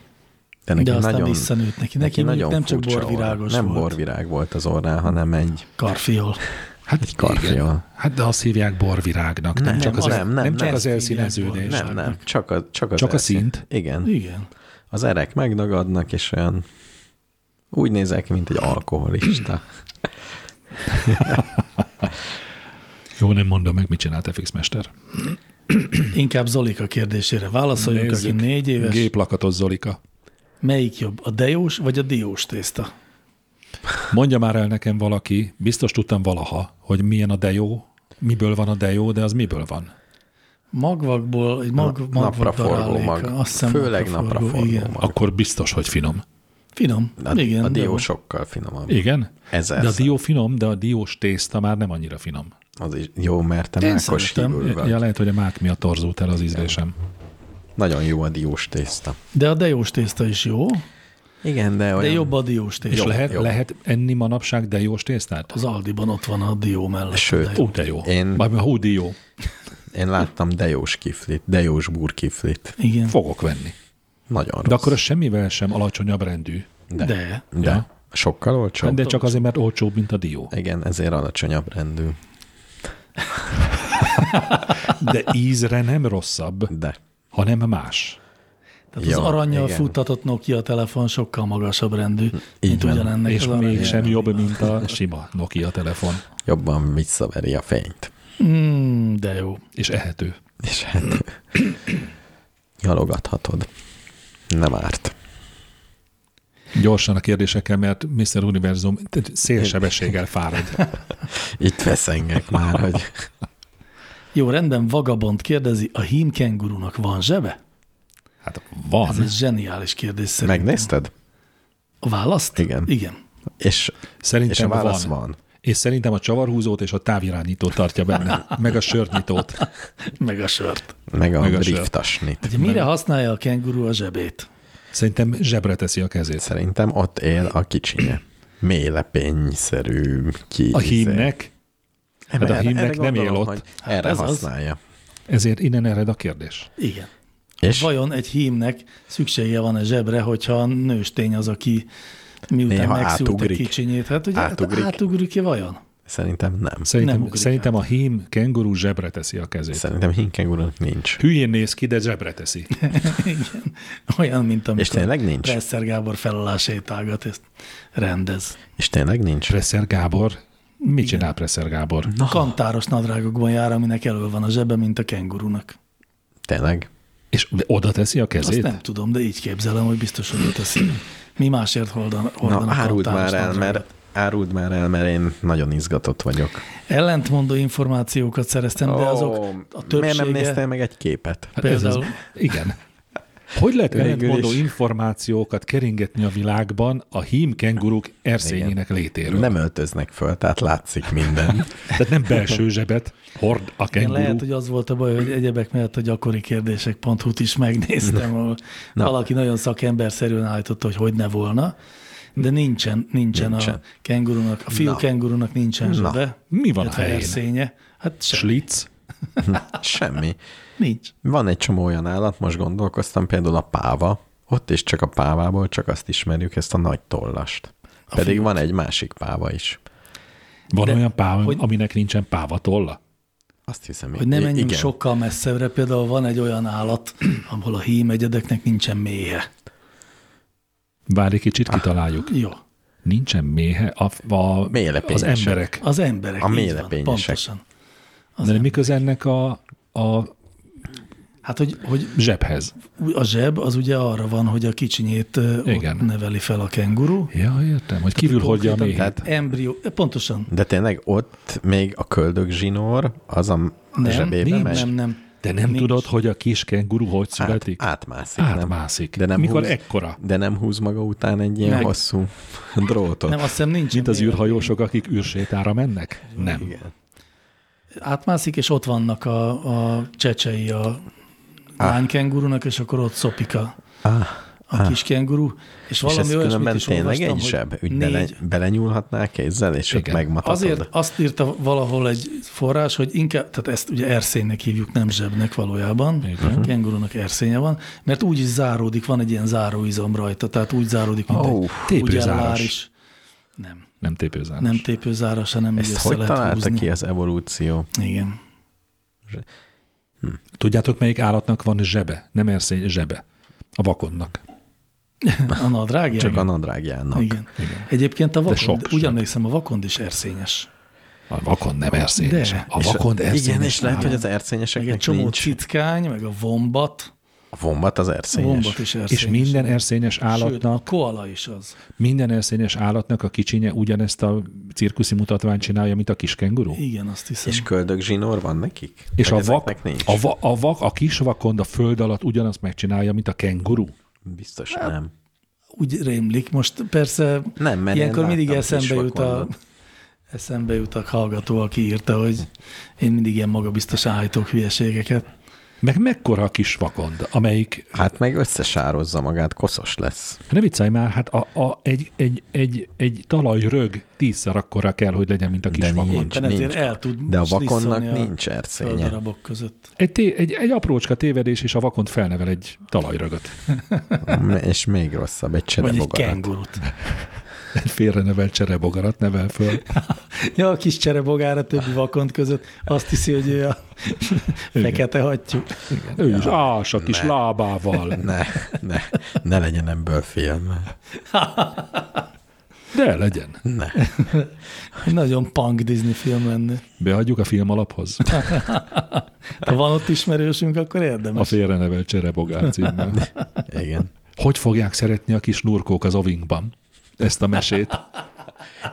S4: de
S2: de aztán visszanőtt neki. Neki nem csak
S4: furcsa
S2: borvirágos
S4: orr. Nem
S2: volt.
S4: borvirág volt az orrán, hanem egy
S2: Karfiol.
S3: Hát
S4: Egy karfiol.
S3: igen. Hát de azt hívják borvirágnak, nem, nem csak az, nem, nem, nem csak
S4: nem.
S3: az elszíneződés.
S2: Borvirág.
S4: nem, nem, csak, a, csak, az
S3: Csak a
S4: elszín-
S3: szint.
S4: Igen.
S2: Igen.
S4: Az erek megdagadnak, és olyan úgy nézek, mint egy alkoholista.
S3: Jó, nem mondom meg, mit csinált FX Mester.
S2: Inkább Zolika kérdésére válaszoljunk, aki négy éves.
S3: Géplakatos Zolika.
S2: Melyik jobb, a dejós vagy a diós tészta?
S3: Mondja már el nekem valaki, biztos tudtam valaha, hogy milyen a dejó, miből van a dejó, de az miből van.
S2: Magvakból, egy mag, magvak
S4: napraforgó
S2: daráléka.
S4: mag.
S2: Azt hiszem
S4: Főleg napraforgó
S2: igen.
S4: mag.
S3: Akkor biztos, hogy finom.
S2: Finom.
S4: A,
S2: igen,
S4: a
S2: de
S4: dió
S2: van.
S4: sokkal finomabb.
S3: Igen?
S4: Ezer
S3: De a
S4: szám.
S3: dió finom, de a diós tészta már nem annyira finom.
S4: Az is jó, mert te
S2: Én
S4: mákos
S2: szeretem.
S4: hívül vagy.
S3: Ja, lehet, hogy a mák miatt torzult el az ízlésem.
S4: Nagyon jó a diós tészta.
S2: De a dejós tészta is jó,
S4: Igen, de
S2: de
S4: olyan...
S2: jobb a diós tészta.
S3: És lehet,
S4: jó.
S3: lehet enni manapság dejós tésztát?
S2: Az Aldiban ott van a dió mellett.
S4: Sőt,
S3: Ú, de jó.
S4: Én-
S3: Vagy hú, de jó.
S4: Én láttam dejós kiflit, dejós burkiflit.
S2: Igen.
S3: Fogok venni.
S4: Nagyon rossz.
S3: De akkor az semmivel sem alacsonyabb rendű.
S2: De. de.
S4: De
S3: Ja.
S4: sokkal olcsóbb.
S3: De csak azért, mert olcsóbb, mint a dió.
S4: Igen, ezért alacsonyabb rendű.
S3: De ízre nem rosszabb,
S4: De
S3: hanem más.
S2: Tehát
S4: Ja,
S2: az aranyjal
S4: igen. Hm,
S2: futtatott Nokia telefon sokkal magasabb rendű, mint
S4: van.
S2: ugyanennek
S3: És
S2: az arany.
S3: mégsem jobb, mint a sima Nokia telefon.
S4: jobban visszaveri a fényt.
S2: Mm, de jó.
S3: És ehető.
S4: És hát jalogathatod. Nem árt.
S3: Gyorsan a kérdésekkel, mert Mr. Univerzum tehát szélsebességgel fárad.
S4: Itt veszengek már, hogy
S2: Jó, rendben, Vagabond kérdezi, a hímkengurunak van zsebe?
S3: Hát van.
S2: Ez egy zseniális kérdés szerintem.
S4: megnézted?
S2: A választ?
S4: Igen.
S2: Igen.
S4: És,
S3: Szerintem
S4: és a válasz
S3: van.
S4: van. van.
S3: És szerintem a csavarhúzót és a távirányítót tartja benne, meg a sörnyitót.
S2: Meg a sört.
S4: Meg a,
S3: Meg
S4: Meg
S3: a
S4: a
S3: sör.
S4: driftasnit.
S2: Ugye mire használja a kenguru a zsebét?
S3: Szerintem zsebre teszi a kezét.
S4: Szerintem ott él a kicsinye. Mélepényszerű ki. izé.
S3: A hímnek,
S4: Hát
S3: a hímnek nem él ott.
S4: Hát erre
S2: ez az.
S4: használja.
S3: ezért innen ered a kérdés.
S2: Igen.
S4: És Vajon
S2: Vajon egy hímnek szüksége van-e zsebre, hogyha a nőstény az, aki miután
S4: Néha
S2: megszült a
S4: átugrik.
S2: kicsinyét? Hát ugye
S4: Átugrik.
S2: átugrik. átugrik-e vajon?
S4: szerintem nem.
S2: Nem
S3: Szerintem,
S2: ugrik
S3: szerintem a hím kenguru zsebre teszi a kezét.
S4: Szerintem hinkengurunk nincs.
S3: Hülyén néz ki, de zsebre teszi.
S2: Igen. Olyan, mint amikor
S4: És tényleg nincs?
S2: Presser Gábor felalásétágat ezt rendez.
S4: És tényleg nincs.
S3: Presser Gábor? Mit csinál Presser Gábor?
S2: Na. Kantáros nadrágokban jár, aminek elő van a zsebe, mint a kengurunak.
S4: Tényleg.
S3: És oda teszi a
S2: Azt
S3: kezét?
S2: nem tudom, de így képzelem, hogy biztos, hogy ott teszi. Mi másért hordan,
S4: Na,
S2: hordanak
S4: áruld
S2: kantáros
S4: már el,
S2: nadrágot?
S4: mert áruld már el, mert én nagyon izgatott vagyok.
S2: Ellentmondó információkat szereztem, de azok
S4: Ó,
S2: a többsége...
S4: Miért nem néztél meg egy képet?
S3: Hát ez az-
S2: Például-
S3: igen. Hogy lehet
S4: Végül
S3: ellentmondó
S4: is.
S3: információkat keringetni a világban a hím kenguruk erszényének létéről?
S4: Nem öltöznek föl, tehát látszik minden.
S3: Tehát nem belső zsebet hord a
S2: Igen,
S3: kenguru.
S2: lehet, hogy az volt a baj, hogy egyebek mellett a gyakori kérdések.hu-t is megnéztem, ahol
S4: Na.
S2: valaki nagyon szakemberszerűen állította, hogy hogy ne volna, de nincsen, nincsen, nincsen.
S4: Nincsen.
S2: a kengurunak, a fiú
S4: Na.
S2: kengurunak nincsen
S4: Na.
S2: zsebe.
S3: Mi van a
S2: illetve
S3: helyén?
S2: erszénye. Hát se,
S3: Slitz?
S4: Semmi.
S2: nincs.
S4: Van egy csomó olyan állat, most gondolkoztam, például a páva, ott is csak a pávából, csak azt ismerjük, ezt a nagy tollast.
S2: A
S4: Pedig
S2: fiút.
S4: van egy másik páva is.
S3: Van
S2: De-
S3: De, olyan páva,
S2: hogy-
S3: hogy... aminek nincsen pávatolla?
S4: Azt hiszem,
S2: Hogy nem
S4: i-
S2: menjünk
S4: igen.
S2: sokkal messzebbre, például van egy olyan állat, ahol a hímegyedeknek nincsen méhe.
S3: Várj, egy kicsit kitaláljuk.
S2: Jó,
S3: Nincsen méhe a, a, az
S4: Mélepényesek.
S3: emberek.
S2: az emberek.
S4: A
S2: így van,
S4: mélepényesek.
S2: Pontosan.
S3: De miköz ennek a, a
S2: Hát, hogy, hogy
S3: zsebhez?
S2: a zseb az ugye arra van, hogy a kicsinyét ö,
S3: Igen.
S2: ott neveli fel a kenguru.
S3: Ja, értem, hogy kívül hordja a
S2: Konkrétan,
S3: méhét.
S2: tehát Embrió, pontosan.
S4: De tényleg ott még a köldögzsinór az a nem,
S2: Nem,
S4: zsebébe
S2: nem,
S4: megy.
S2: nem, nem.
S3: De nem
S2: Nincs.
S3: Nincs. tudod, hogy a kis kenguru hogy
S4: Át,
S3: születik?
S4: átmászik. nem?
S3: Átmászik.
S4: De nem
S3: Mikor
S4: húz,
S3: ekkora?
S4: De nem húz maga után egy ilyen
S2: Meg.
S4: Meg. hosszú drótot.
S2: Nem, azt hiszem nincs.
S3: Mint az űrhajósok, akik űrsétára mennek? Nem.
S4: Igen.
S2: Átmászik, és ott vannak a, a csecsei a lánykengurunak, és akkor ott szopik a,
S4: Ah,
S2: a kis kenguru. És
S4: és
S2: valami
S4: ez
S2: olyasmit
S4: különben
S2: is
S4: tényleg
S2: olvastam, hogy
S4: egy zseb, úgy bele,
S2: négy,
S4: belenyúlhatnál kézzel, és ott
S3: Igen.
S4: megmatatod.
S2: Azért azt írta valahol egy forrás, hogy inkább, tehát ezt ugye erszénynek hívjuk, nem zsebnek valójában,
S3: Igen.
S2: kengurunak erszénye van, mert úgy is záródik, van egy ilyen záróizom rajta, tehát úgy záródik, mint
S4: Ó,
S2: egy
S3: tépőzáras.
S2: ugyellár is. Nem,
S3: Nem tépőzáros.
S2: nem tépőzáros, hanem így
S4: Ezt
S2: össze
S4: hogy
S2: lehet
S4: találta
S2: húzni.
S4: ki az evolúció?
S2: Igen.
S3: Tudjátok, melyik állatnak van zsebe? Nem erszény, zsebe. A vakonnak.
S2: A nadrág?
S4: Csak a
S2: igen.
S4: nadrágjának.
S2: igen. Egyébként a
S3: sok
S2: vakond, úgy
S3: zseb.
S2: emlékszem, a vakond is erszényes.
S3: A vakon nem erszényes.
S2: De.
S3: A vakon erszényes.
S4: Igen, és lehet,
S3: állat.
S4: hogy az
S2: Meg egy
S4: erszényeseknek
S2: csomó
S4: nincs.
S2: citkány, meg a vombat.
S4: A vombat az
S2: A
S4: erszényes.
S2: vombat is erszényes.
S3: És minden erszényes
S2: Sőt, a
S3: állatnak,
S2: koala is az.
S3: minden erszényes állatnak a kicsinye ugyanezt a cirkuszi mutatványt csinálja, mint a kis kenguru?
S2: Igen, azt hiszem.
S4: És köldögzsinór van nekik?
S3: És
S4: Vagy
S3: a vak,
S4: ezeknek nincs?
S3: a, va, a vak, a kis vakond a föld alatt ugyanazt megcsinálja, mint a kenguru.
S4: Biztos
S2: Hát-
S4: nem.
S2: úgy rémlik. Most persze
S4: Nem, mert én
S2: ilyenkor
S4: láttam
S2: mindig
S4: kis
S2: eszembe jut a
S4: vakondot.
S2: eszembe jut a hallgató, aki írta, hogy én mindig ilyen magabiztos állítok hülyeségeket.
S3: Meg mekkora a kis vakond, amelyik,
S4: Hát meg összesározza magát, koszos lesz.
S3: ne viccelj már, hát a, a, egy, egy, egy, egy talajrög tízszer akkora kell, hogy legyen, mint a kis
S4: De
S3: vakond.
S4: nincs.
S2: Éppen ezért el tud
S4: De a vakonnak
S2: slisszolni a
S4: nincs erszénye.
S2: darabok között.
S3: Egy, té- egy, egy aprócska tévedés, és a vakond felnevel egy talajrögöt.
S4: És még rosszabb, egy
S2: Vagy egy
S4: cserebogarat.
S2: kengurut.
S3: Egy félrenevel cserebogarat nevel föl.
S2: Ja, a kis cserebogára többi vakont között azt hiszi, hogy ő a fekete hattyú.
S3: Ő is ás a kis lábával.
S4: Ne, ne, ne legyen ebből film.
S3: De legyen.
S4: Ne.
S2: Nagyon punk Disney film lenne.
S3: Beadjuk a film alaphoz.
S2: Ha van ott ismerősünk, akkor
S3: A
S2: érdemes.
S3: félrenevel cserebogár címmel.
S4: Igen.
S3: Hogy fogják szeretni a kis nurkók az ovingban? Ezt a mesét.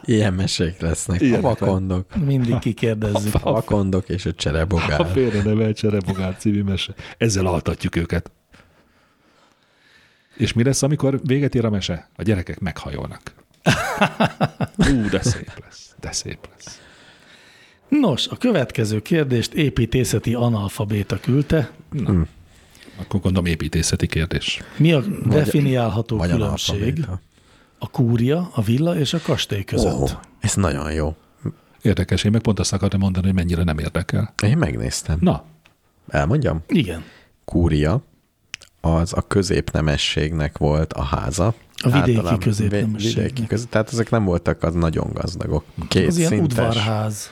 S4: Ilyen mesék lesznek. Ilyen a
S3: Ilyenek
S4: vakondok.
S2: Mindig kikérdezzük.
S4: A vakondok és a
S3: A
S4: cserebogár.
S3: félrenevel cserebogár című mese. Ezzel altatjuk őket. És mi lesz, amikor véget ér a mese? A gyerekek meghajolnak. Ú, de szép lesz. De szép lesz.
S2: Nos, a következő kérdést építészeti analfabéta küldte.
S3: Akkor gondolom építészeti kérdés.
S2: Mi a definiálható
S4: Vagy
S2: különbség
S4: analfabéta.
S2: a kúria, a villa és a kastély között?
S4: Ó, ez nagyon jó.
S3: Érdekes, én meg pont azt akartam mondani, hogy mennyire nem érdekel.
S4: Én megnéztem.
S3: Na,
S4: Elmondjam?
S2: Igen.
S4: Kúria, az a középnemességnek volt a háza.
S2: A vidéki
S4: Általában
S2: középnemességnek.
S4: vi- Vidéki közé, tehát ezek nem voltak az nagyon gazdagok. Két
S2: Az ilyen
S4: szintes. Hát,
S2: udvarház.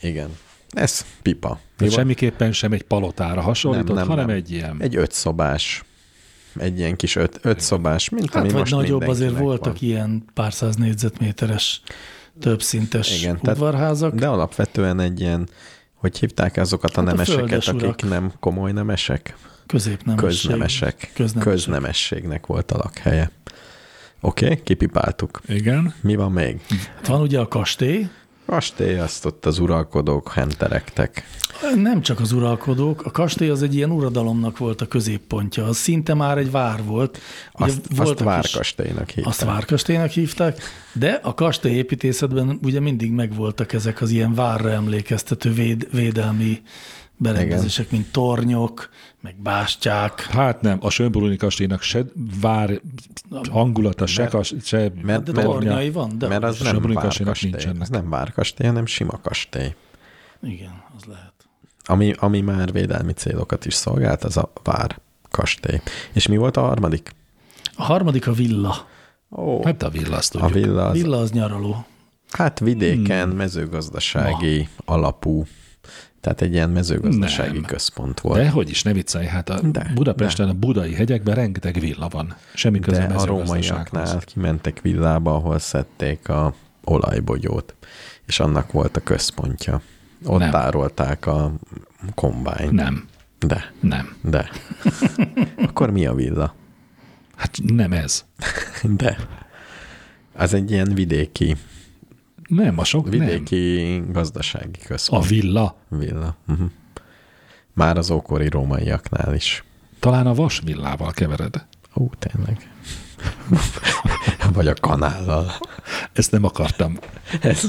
S4: Igen. Ez pipa. Mi
S3: tehát
S4: volt?
S3: semmiképpen sem egy palotára hasonlított, nem, nem, hanem nem. egy ilyen.
S4: Egy ötszobás. Egy ilyen kis öt, ötszobás, mint
S2: Hát
S4: ami
S2: vagy
S4: most
S2: nagyobb, azért
S4: mindenkinek
S2: voltak
S4: van.
S2: ilyen pár száz négyzetméteres többszintes
S4: Igen, tehát-
S2: udvarházak.
S4: De alapvetően egy ilyen, hogy hívták azokat a
S2: Hát a
S4: nemeseket,
S2: földes
S4: akik
S2: urak.
S4: nem komoly nemesek?
S2: Középnemesség.
S4: Köznemesek.
S2: Köznemesek.
S4: Köznemességnek volt a lakhelye. Oké, okay, kipipáltuk.
S3: Igen.
S4: Mi van még?
S2: Hát Van ugye a kastély,
S4: Kastély, azt ott az uralkodók henterektek.
S2: Nem csak az uralkodók, a kastély az egy ilyen uradalomnak volt a középpontja, az szinte már egy vár volt. Ugye
S4: Azt, azt
S2: voltak is-
S4: várkastélynak hívták.
S2: Azt várkastélynek hívták, de a kastély építészetben ugye mindig megvoltak ezek az ilyen várra emlékeztető véd, védelmi berendezések, Igen. mint tornyok, meg bástyák.
S3: Hát nem, a Sönbruni kastélynak se vár hangulata, se,
S4: Mert-
S3: kas, se
S4: mert-
S2: De
S4: mert-
S3: tornya.
S2: tornyai van, de
S4: mert az
S3: a
S4: nem
S3: Söprőn
S4: várkastély,
S3: kastélynak
S4: nincsenek.
S3: nincsenek.
S4: az nem várkastély, hanem sima kastély.
S2: igen, az lehet.
S4: Ami, ami már védelmi célokat is szolgált, az a várkastély. És mi volt a harmadik?
S2: A harmadik a villa.
S4: Ó,
S3: Hát a villaszt
S4: a
S3: tudjuk.
S4: villa
S2: Az
S4: az
S2: villa az nyaraló.
S4: Hát vidéken hmm. mezőgazdasági alapú, tehát egy ilyen mezőgazdasági
S3: Nem.
S4: nem. központ volt.
S3: De hogy is, ne viccelj, hát a de,
S4: De,
S3: Budapesten, de. a budai hegyekben rengeteg villa van. Semmi
S4: De,
S3: köze
S4: De a
S3: mezőgazdasághoz.
S4: rómaiaknál kimentek villába, ahol szedték a olajbogyót, és annak volt a központja. Ott nem.
S3: Nem.
S4: tárolták a kombányt.
S3: Nem,
S4: De,
S3: nem.
S4: de. Akkor mi a villa?
S3: Hát nem ez.
S4: De. Az egy ilyen vidéki,
S3: Nem, a sok nem.
S4: vidéki nem. gazdasági
S3: A
S4: központ.
S3: villa.
S4: A villa. Uh-huh. Már az ókori rómaiaknál is.
S3: Talán a vasvillával kevered.
S4: Ó, tényleg. Vagy a kanállal.
S3: Ezt nem akartam.
S4: Ez.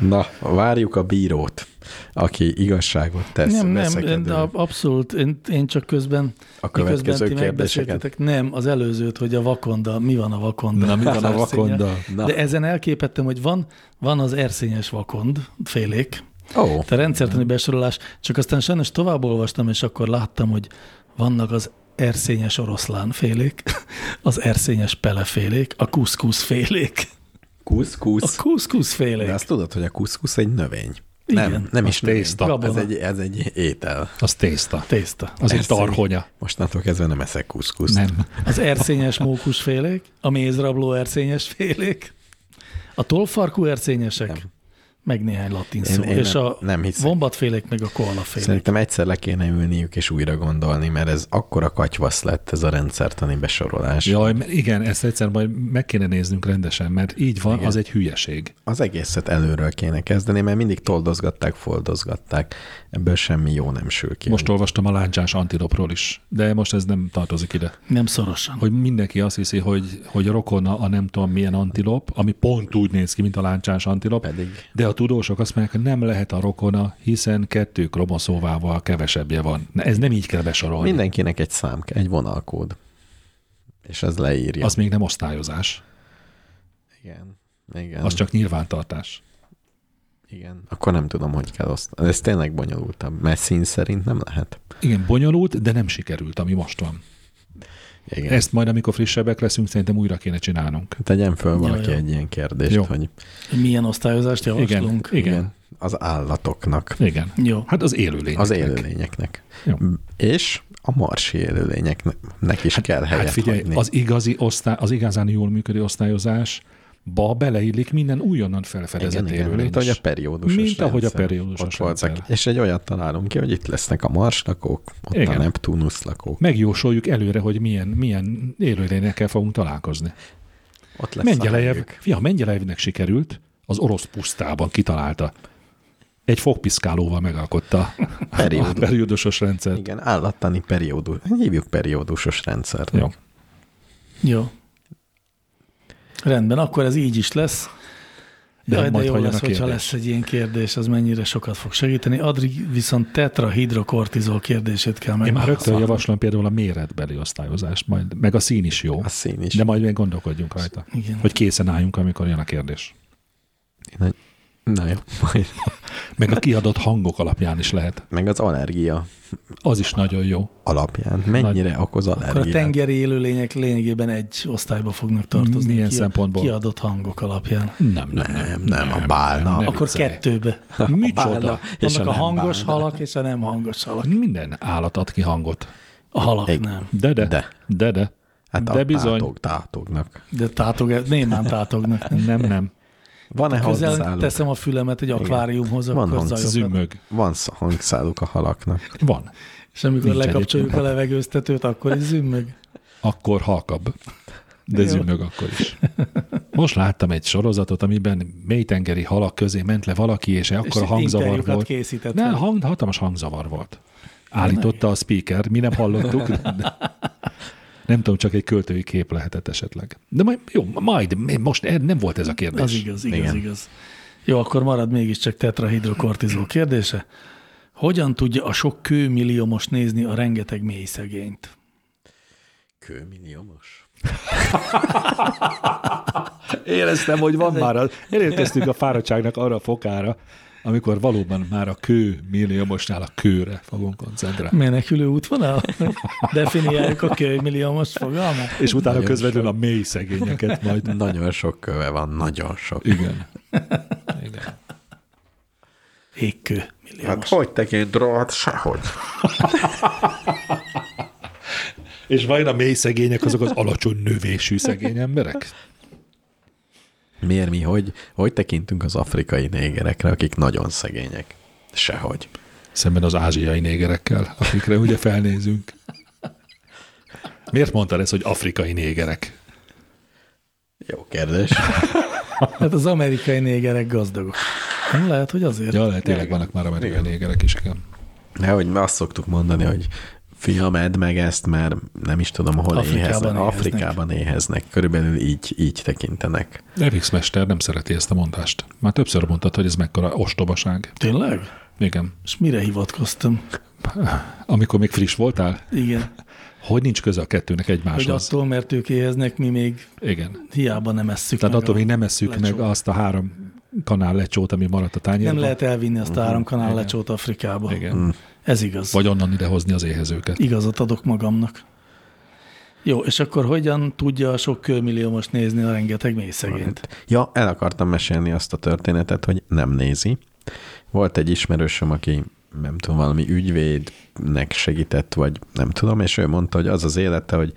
S4: Na, várjuk a bírót, aki igazságot tesz.
S2: nem, nem,
S4: veszekedő.
S2: én, de ab- abszolút, én, én csak közben
S4: A
S2: miközben
S4: következő
S2: ti megbeszéltetek-
S4: kérdéseket.
S2: Nem, az előzőt, hogy a vakonda, mi van a vakonda.
S3: Na, mi van a
S2: Az erszénye.
S3: vakonda?
S4: Na.
S2: De ezen elképettem, hogy van, van az erszényes vakond, félék,
S4: Ó,
S2: tehát rendszertani besorolás, csak aztán sajnos tovább olvastam, és akkor láttam, hogy vannak az erszényes oroszlánfélék, az erszényes pelefélék, a kuszkuszfélék, a
S4: kuszkusz.
S2: kuszkuszfélék.
S4: De azt tudod, hogy a kuszkusz egy növény.
S2: Igen.
S4: nem, nem is
S3: Az
S4: növény.
S3: tészta.
S4: Ez
S2: Gabona.
S4: egy, ez egy étel.
S3: Az tészta.
S2: Tészta.
S3: Az egy
S4: Persze.
S3: tarhonya.
S4: Mostantól kezdve nem eszek kuszkuszt.
S3: Nem.
S2: Az erszényes mókusfélék, a mézrabló erszényes félék, a tolfarkú erszényesek,
S4: Nem.
S2: meg néhány latin
S4: Én-
S2: szó,
S4: én
S2: Szóval- és
S4: nem-
S2: a
S4: nem hiszek.
S2: vombatfélék, meg a koalafélék.
S4: Szerintem egyszer le kéne ülniük és újra gondolni, mert ez akkora katyvasz lett ez a rendszertani besorolás.
S3: Jaj, m- igen, ezt egyszer majd meg kéne néznünk rendesen, mert így van, igen. az egy hülyeség.
S4: Az egészet előről kéne kezdeni, mert mindig toldozgatták, foldozgatták. Ebből semmi jó nem sül ki.
S3: Most olvastam a láncsás antilopról is, de most ez nem tartozik ide.
S2: Nem szorosan.
S3: Hogy mindenki azt hiszi, hogy, hogy rokona a nem tudom milyen antilop, ami pont úgy néz ki, mint a láncsás antilop,
S4: Pedig.
S3: de a tudósok azt mondják, hogy nem lehet a rokona, hiszen kettő kromoszóvával kevesebbje van. Na, ez nem így kell besorolni. Minden.
S4: Mindenkinek egy szám, egy vonalkód. És ez leírja.
S3: Az még nem osztályozás,
S4: Igen. Igen.
S3: az csak nyilvántartás.
S4: Igen. Akkor nem tudom, hogy kell osztani. Ez tényleg bonyolultabb, mert szín szerint nem lehet.
S3: Igen, bonyolult, de nem sikerült, ami most van.
S4: Igen.
S3: Ezt majd, amikor frissebbek leszünk, szerintem újra kéne csinálnunk.
S4: Tegyen föl valaki
S2: Jó, jó.
S4: egy ilyen kérdést,
S3: Jó.
S4: jó. hogy
S2: Hogy milyen osztályozást javaslunk.
S3: Igen.
S4: az állatoknak,
S3: Igen.
S2: Jó.
S3: Hát az élőlény.
S4: az élőlényeknek.
S3: Jó.
S4: És a marsi élőlényeknek is kell helyet
S3: Hát figyelj,
S4: hagyni.
S3: az igazi osztály, az igazán jól működő osztályozás ba beleillik minden újonnan felfedezett élőlény
S4: mint ahogy a
S3: is.
S4: periódusos
S3: Mint ahogy a
S4: rendszer.
S3: periódusos
S4: ott voltak.
S3: rendszer.
S4: És egy olyat találunk ki, hogy itt lesznek a mars lakók, ott
S3: Igen.
S4: a Neptunusz lakók.
S3: Megjósoljuk előre, hogy milyen, milyen élőlényekkel fogunk találkozni.
S4: Ott lesz a
S3: Mengyelejev,
S4: helyük.
S3: fia, Mengyelejevnek sikerült, az orosz pusztában kitalálta. Egy fogpiszkálóval megalkotta a
S4: Periódus.
S3: periódusos rendszert.
S4: Igen, állattani periódus. hát Hívjuk periódusos rendszernek.
S3: Jó.
S2: Jó. Rendben, akkor ez így is lesz.
S3: De
S2: De, Jaj, de
S3: majd
S2: jó
S3: hagyjanak
S2: lesz, hogyha
S3: kérdést.
S2: lesz egy ilyen kérdés, az mennyire sokat fog segíteni. Adri viszont tetrahidrokortizol kérdését kell meg.
S3: Én már
S4: Szóval-
S3: rögtön javaslom például a méretbeli osztályozást, majd, meg a szín is jó.
S4: A szín is.
S3: De majd még gondolkodjunk rajta.
S2: Igen.
S3: Hogy készen álljunk, amikor jön a kérdés.
S4: Na, na jó, majd.
S3: Meg a kiadott hangok alapján is lehet.
S4: Meg az allergia
S3: Az is nagyon jó.
S4: alapján. Mennyire Nagy. okoz
S2: Akkor a
S4: allergiát?
S2: tengeri élőlények lényegében egy osztályba fognak tartozni.
S3: Milyen szempontból?
S2: Kiadott hangok alapján.
S3: Nem, nem,
S4: Nem, nem, a bálna.
S3: Nem.
S4: Nem.
S2: Akkor
S3: viccelj.
S2: kettőbe.
S3: Micsoda?
S2: Vannak
S4: és
S2: a,
S4: a nem
S2: hangos
S4: bálna.
S2: halak és a nem hangos halak.
S3: Minden állat ad ki hangot.
S2: A halak
S4: Egy-
S2: nem.
S3: De, de, de,
S4: De.
S3: de. de.
S4: Hát
S3: de
S4: a
S3: bizony.
S4: tátog, tátognak.
S2: De tátog, némán tátognak. Nem?
S3: Nem, nem.
S4: Van-e
S2: Közel
S4: hangszáluk?
S2: teszem a fülemet egy akváriumhoz,
S4: Van
S2: akkor
S4: hang-
S2: zajokat.
S3: Zümög.
S4: Van sz- hangszáluk a halaknak.
S3: Van.
S2: És amikor
S3: Nincs
S2: lekapcsoljuk a
S3: egyébként.
S2: levegőztetőt, akkor is zümmög.
S3: Akkor halkabb. De
S2: Jó.
S3: zümög akkor is. Most láttam egy sorozatot, amiben mélytengeri halak közé ment le valaki, és
S2: És
S3: akkor a
S2: itt
S3: hangzavar
S2: interjúkat
S3: volt.
S2: készített.
S3: Nem, hang, hatalmas hangzavar volt. Állította a speaker, mi nem hallottuk. de- Nem tudom, csak egy költői kép lehetett esetleg. De majd, jó, majd, most er- nem volt ez a kérdés.
S2: Az igaz, igaz,
S4: Igen.
S2: igaz. Jó, akkor marad mégiscsak tetrahidrokortizol kérdése. Hogyan tudja a sok kőmilliómos nézni a rengeteg mély szegényt?
S4: Kőmilliómos?
S3: Éreztem, hogy van már. A, elérkeztünk a fáradtságnak arra a fokára, amikor valóban már a kő milliómosnál a kőre fogunk koncentrálni.
S2: Menekülő útvonal? Definiáljuk a kőmilliómos fogalmat?
S3: És utána közvetlenül a mély szegényeket majd.
S4: Nagyon sok köve van, nagyon sok.
S3: Igen. Igen.
S2: Égkő milliómos.
S4: Hát hogy tekint drót? Sehogy.
S3: És vajon a mély szegények azok az alacsony növésű szegény emberek?
S4: Miért mi, hogy, hogy tekintünk az afrikai négerekre, akik nagyon szegények? Sehogy.
S3: Szemben az ázsiai négerekkel, akikre ugye felnézünk. Miért mondtad ezt, hogy afrikai négerek?
S4: Jó kérdés.
S2: Hát az amerikai négerek gazdagok. Nem lehet, hogy azért.
S3: Ja, lehet, tényleg vannak már amerikai négerek is, igen.
S4: Nehogy mi azt szoktuk mondani, hogy fiam, edd meg ezt, mert nem is tudom, hol
S2: Afrikában
S4: éheznek.
S2: éheznek.
S4: Afrikában éheznek. Körülbelül így, így tekintenek.
S3: Evix Mester nem szereti ezt a mondást. Már többször mondtad, hogy ez mekkora ostobaság.
S2: Tényleg?
S3: Igen.
S2: És mire hivatkoztam?
S3: Amikor még friss voltál,
S2: Igen.
S3: hogy nincs köze a kettőnek
S2: Hogy
S3: egymáshoz?
S2: attól, mert ők éheznek, mi még
S3: Igen.
S2: hiába nem esszük
S3: Tehát
S2: meg
S3: attól
S2: a
S3: még nem esszük
S2: lecsót.
S3: meg azt a három kanál lecsót, ami maradt a tányérban.
S2: Nem lehet elvinni azt a három kanál lecsót Afrikába.
S3: Mhm.
S4: Mm.
S3: Igen.
S2: Ez igaz.
S3: Vagy onnan idehozni az éhezőket.
S2: Igazat adok magamnak. Jó, és akkor hogyan tudja a sok kőmillió most nézni a rengeteg mélyszegényt?
S4: Ja, el akartam mesélni azt a történetet, hogy nem nézi. Volt egy ismerősöm, aki nem tudom, valami ügyvédnek segített, vagy nem tudom, és ő mondta, hogy az az élete, hogy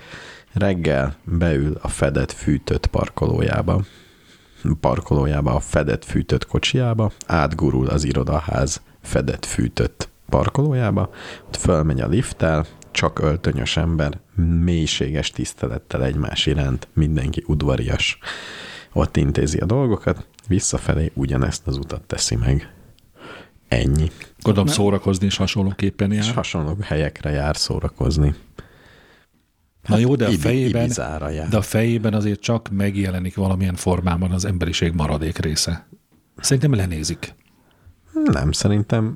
S4: reggel beül a fedett fűtött parkolójába, parkolójába, a fedett fűtött kocsiába, átgurul az irodaház fedett fűtött parkolójába, ott fölmegy a lifttel, csak öltönyös ember, mélységes tisztelettel egymás iránt, mindenki udvarias ott intézi a dolgokat, visszafelé ugyanezt az utat teszi meg. Ennyi.
S3: Gondolom szórakozni is hasonlóképpen
S4: És
S3: jár.
S4: hasonló helyekre jár szórakozni.
S3: Na jó, de a
S4: Ibi-
S3: fejében,
S4: Ibizára jár.
S3: de a fejében azért csak megjelenik valamilyen formában az emberiség maradék része. Szerintem lenézik.
S4: Nem, szerintem,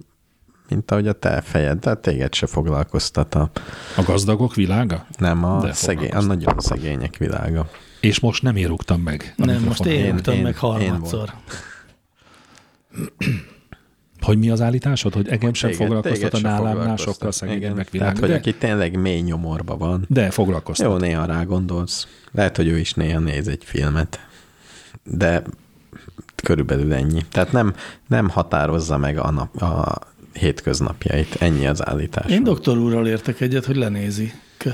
S4: mint ahogy a te fejed, tehát téged se foglalkoztat a,
S3: A gazdagok világa?
S4: nem a,
S3: De
S4: szegény, a
S3: foglalkoztat.
S4: nagyon szegények világa.
S3: És most nem érugtam meg. a
S2: Nem, most
S3: mikrofonon.
S2: én
S4: Én-
S2: rúgtam
S4: én-
S2: meg
S4: én
S2: harmadszor.
S3: Hogy mi az állításod? Hogy engem sem
S4: Téged-
S3: foglalkoztat
S4: téged
S3: a
S4: se
S3: nálamnál
S4: foglalkoztat.
S3: sokkal szegényebbek
S4: Igen, Tehát,
S3: világ.
S4: hogy
S3: De,
S4: aki tényleg mély nyomorba van,
S3: de foglalkoztat.
S4: Jó, néha rá gondolsz. Lehet, hogy ő is néha néz egy filmet, de körülbelül ennyi. Tehát nem, nem határozza meg a, nap, a hétköznapjait. Ennyi az állítás.
S2: Én doktor úrral értek egyet, hogy lenézi. Kö.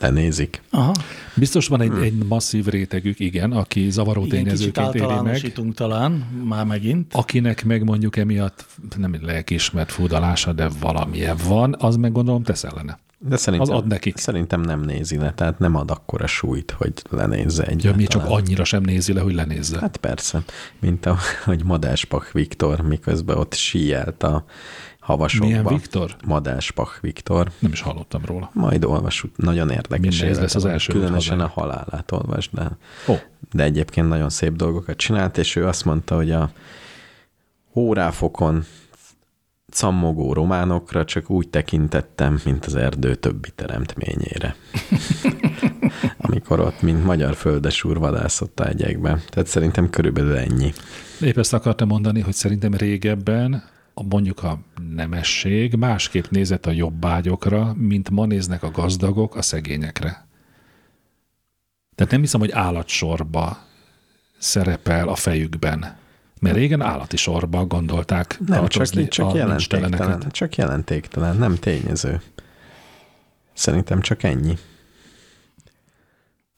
S4: Lenézik.
S2: Aha.
S3: Biztos van egy,
S4: Hm.
S3: egy masszív rétegük, igen, aki zavaró
S2: Igen, kicsit
S3: tényezőként éri meg.
S2: általánosítunk talán, már megint.
S3: Akinek meg mondjuk emiatt nem egy lelkiismert fúdalása, de valamilyen van, az meg gondolom tesz ellene.
S4: De szerintem,
S3: Az ad nekik.
S4: Szerintem nem nézi le, tehát nem ad akkora súlyt, hogy lenézze egy.
S3: Ugye mi csak annyira sem nézi le, hogy lenézze.
S4: Hát persze, mint ahogy Madáspak Viktor, miközben ott síjelt a havasokba.
S3: Milyen Viktor?
S4: Madáspak Viktor.
S3: Nem is hallottam róla.
S4: Majd olvas, ut- nagyon érdekes.
S3: Mindez
S4: élete
S3: lesz az
S4: van.
S3: első
S4: Különösen a
S3: úthazánk.
S4: halálát olvasd, de,
S3: Ó,
S4: de egyébként nagyon szép dolgokat csinált, és ő azt mondta, hogy a óráfokon cammogó románokra csak úgy tekintettem, mint az erdő többi teremtményére. Amikor ott, mint magyar földesúr vadászott a egyekbe. Tehát szerintem körülbelül ennyi.
S3: épp ezt akartam mondani, hogy szerintem régebben a mondjuk a nemesség másképp nézett a jobbágyokra, mint ma néznek a gazdagok a szegényekre. Tehát nem hiszem, hogy állatsorba szerepel a fejükben. Mert régen állati sorba gondolták
S4: Nem,
S3: tartozni
S4: csak, csak,
S3: a
S4: jelentéktelen,
S3: nincs
S4: csak jelentéktelen, nem tényező. Szerintem csak ennyi.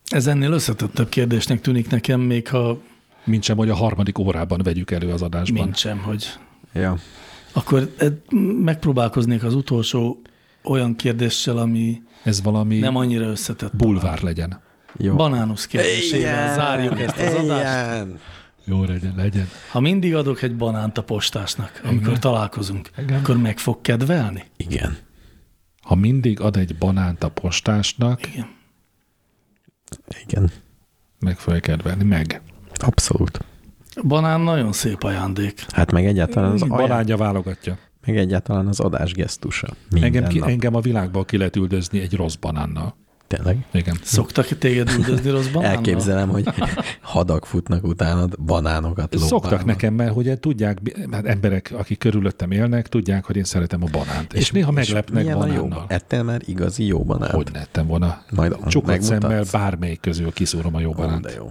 S2: Ez ennél összetettebb kérdésnek tűnik nekem, még ha
S3: Mint sem, hogy a harmadik órában vegyük elő az adásban.
S2: mint sem, hogy
S4: Ja.
S2: Akkor ed- megpróbálkoznék az utolsó olyan kérdéssel, ami
S3: Ez valami
S2: nem annyira összetett.
S3: bulvár legyen.
S4: Jó.
S2: Banánusz kérdésével zárjuk ezt az adást.
S4: Ilyen.
S3: Jó legyen, legyen.
S2: Ha mindig adok egy banánt a postásnak, amikor találkozunk,
S3: Igen.
S2: akkor meg fog kedvelni?
S4: Igen.
S3: Ha mindig ad egy banánt a postásnak,
S2: Igen.
S4: Igen.
S3: meg fogja kedvelni, meg.
S4: Abszolút.
S2: A Banán nagyon szép ajandék.
S4: Hát meg egyáltalán az
S3: Az
S4: ajánl-
S3: barátja válogatja.
S4: meg egyáltalán az adás gesztusa. Minden
S3: Engem, ki,
S4: nap.
S3: engem a világból ki lehet üldözni egy rossz banánnal.
S4: Tényleg?
S3: Igen.
S2: Szoktak téged üldözni rossz banánnal?
S4: Elképzelem, hogy hadak futnak utánad, banánokat lopálnak.
S3: Szoktak nekem, mert hogy tudják, hát emberek, akik körülöttem élnek, tudják, hogy én szeretem a banánt. És, és néha meglepnek
S4: milyen a jó?
S3: banánnal.
S4: Ettél már igazi jó banánt?
S3: Hogy ne ettem volna.
S4: Majd
S3: Csukott
S4: megmutatsz.
S3: szemmel bármelyik közül kiszúrom a jó
S4: Ó, De
S3: banánt.
S4: jó.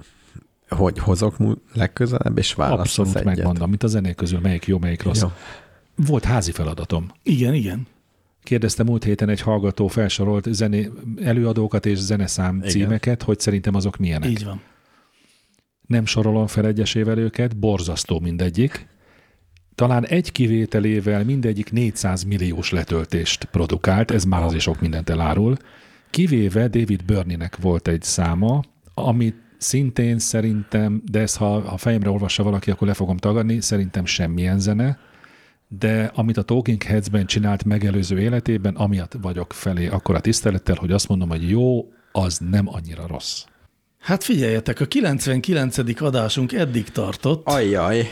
S4: Hogy hozok mu- legközelebb, és válaszolsz
S3: Abszolút
S4: egyet.
S3: megmondom, mint a zenék közül, melyik jó, melyik rossz.
S4: Jó.
S3: Jó. Volt házi feladatom.
S2: Igen, igen.
S3: Kérdezte múlt héten egy hallgató felsorolt zené, előadókat és zeneszám Igen. címeket, hogy szerintem azok milyenek.
S2: Így van.
S3: Nem sorolom fel egyesével őket, borzasztó mindegyik. Talán egy kivételével mindegyik 400 milliós letöltést produkált, ez már azért sok mindent elárul. Kivéve David Byrne-nek volt egy száma, amit szintén szerintem, de ezt ha, ha fejemre olvassa valaki, akkor le fogom tagadni, szerintem semmilyen zene, de amit a Talking Heads-ben csinált megelőző életében, amiatt vagyok felé akkor a tisztelettel, hogy azt mondom, hogy jó, az nem annyira rossz.
S2: Hát figyeljetek, a 99. adásunk eddig tartott.
S4: Ajjaj,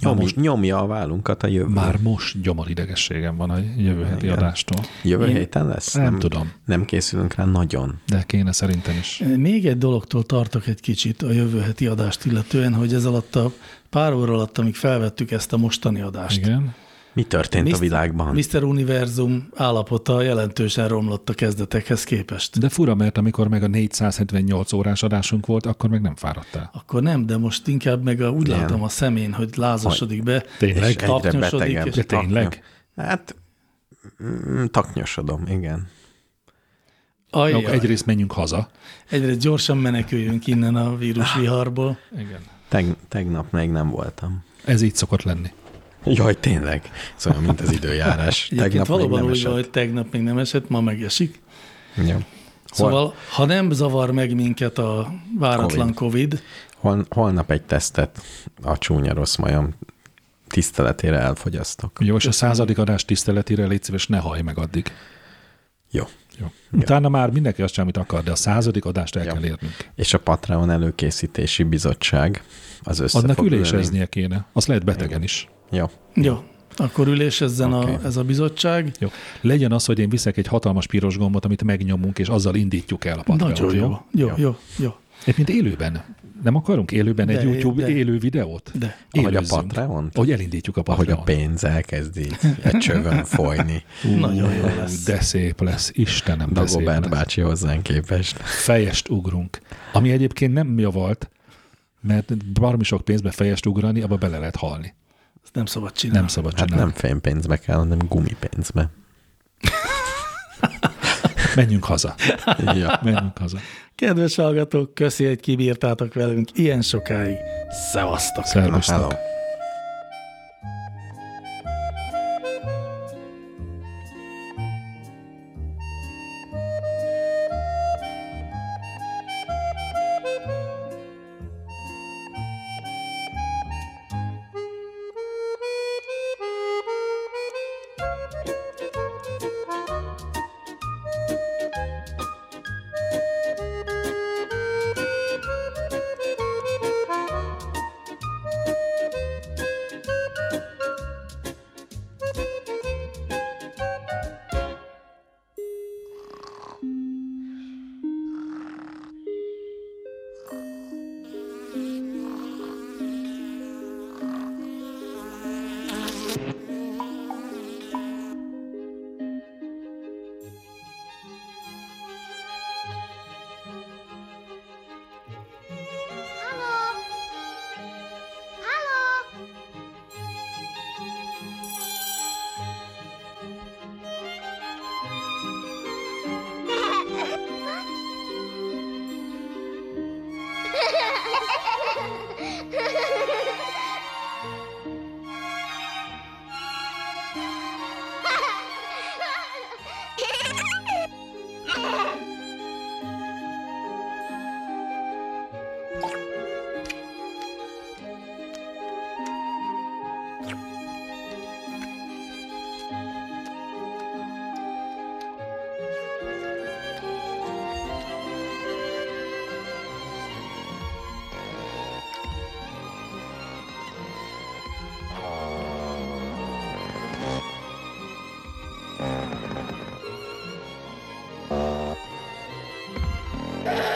S4: nyomj,
S3: most-
S4: nyomja a vállunkat a jövő.
S3: Már most gyomor idegességem van a jövő heti adástól.
S4: Jövő héten lesz?
S3: nem tudom.
S4: Nem készülünk rá nagyon.
S3: De kéne szerintem is.
S2: Még egy dologtól tartok egy kicsit a jövő heti adást illetően, hogy ez alatt a pár óra alatt, amíg felvettük ezt a mostani adást,
S3: Igen.
S4: Mi történt a világban?
S2: Mr. Univerzum állapota jelentősen romlott a kezdetekhez képest.
S3: De fura, mert amikor meg a 478 órás adásunk volt, akkor meg nem fáradtál.
S2: Akkor nem, de most inkább meg a, úgy
S4: Nem.
S2: látom a szemén, hogy lázasodik be,
S3: Tényleg?
S2: és
S3: És
S4: egyre
S2: tapnyosodik,
S4: betegebb.
S2: és
S3: De tényleg?
S4: Taknyos. Hát, mm, taknyosodom, igen.
S2: ajjaj,
S3: Jó,
S2: egyre,
S3: egyrészt menjünk haza.
S2: egyre gyorsan meneküljünk innen a vírusviharból.
S3: Igen.
S4: Teg, tegnap még nem voltam.
S3: Ez így szokott lenni.
S4: Jaj, tényleg. Ez olyan, mint az időjárás.
S2: Egyébként
S4: tegnap még
S2: valóban
S4: nem
S2: úgy
S4: esett.
S2: van, hogy tegnap még nem esett, ma megesik.
S4: Ja. Hol,
S2: Szóval, ha nem zavar meg minket a váratlan COVID, COVID
S4: hol, holnap egy tesztet a csúnya rossz majom tiszteletére elfogyasztok.
S3: Jó, és a századik adás tiszteletére légy szíves, ne hallj meg addig.
S4: Jó.
S3: Jó. Utána már mindenki azt csinál, amit akar, de a századik adást el
S4: Ja.
S3: kell érnünk.
S4: És a Patreon előkészítési bizottság az össze
S3: Annak
S4: fog ülni.
S3: üléseznie kéne. Azt lehet betegen is.
S4: Jó.
S2: Jó, akkor ülésezzen okay.
S4: Oké.
S2: a, ez a bizottság.
S3: Jó. Legyen az, hogy én viszek egy hatalmas piros gombot, amit megnyomunk, és azzal indítjuk el a patreont.
S2: Nagyon jó. Jó, jó, jó. jó.
S3: Egyébként élőben. Nem akarunk élőben
S2: De,
S3: egy YouTube
S2: de.
S3: élő videót?
S2: De.
S4: Ahogy a
S3: Élőzzünk.
S4: Patreont?
S3: Ahogy elindítjuk a
S4: Ahogy
S3: Patreon.
S4: a pénz elkezd így egy csövön folyni.
S2: Nagyon jó lesz.
S3: De szép lesz, Istenem, de szép
S4: Dagobert
S3: lesz.
S4: bácsi hozzánk képest. Hát
S3: Fejest ugrunk. Ami egyébként nem javalt, mert baromi sok pénzbe fejest ugrani, abba bele lehet halni.
S2: Ezt nem szabad csinálni.
S3: Nem szabad
S4: Hát
S3: csinálni.
S4: nem fénypénzbe kell, hanem gumipénzbe.
S3: Menjünk haza.
S4: Ja.
S3: Menjünk haza.
S2: Kedves hallgatók, köszi, hogy kibírtátok velünk ilyen sokáig. Szevasztok!
S3: Szervusztok.
S4: Hello.
S6: Thank you.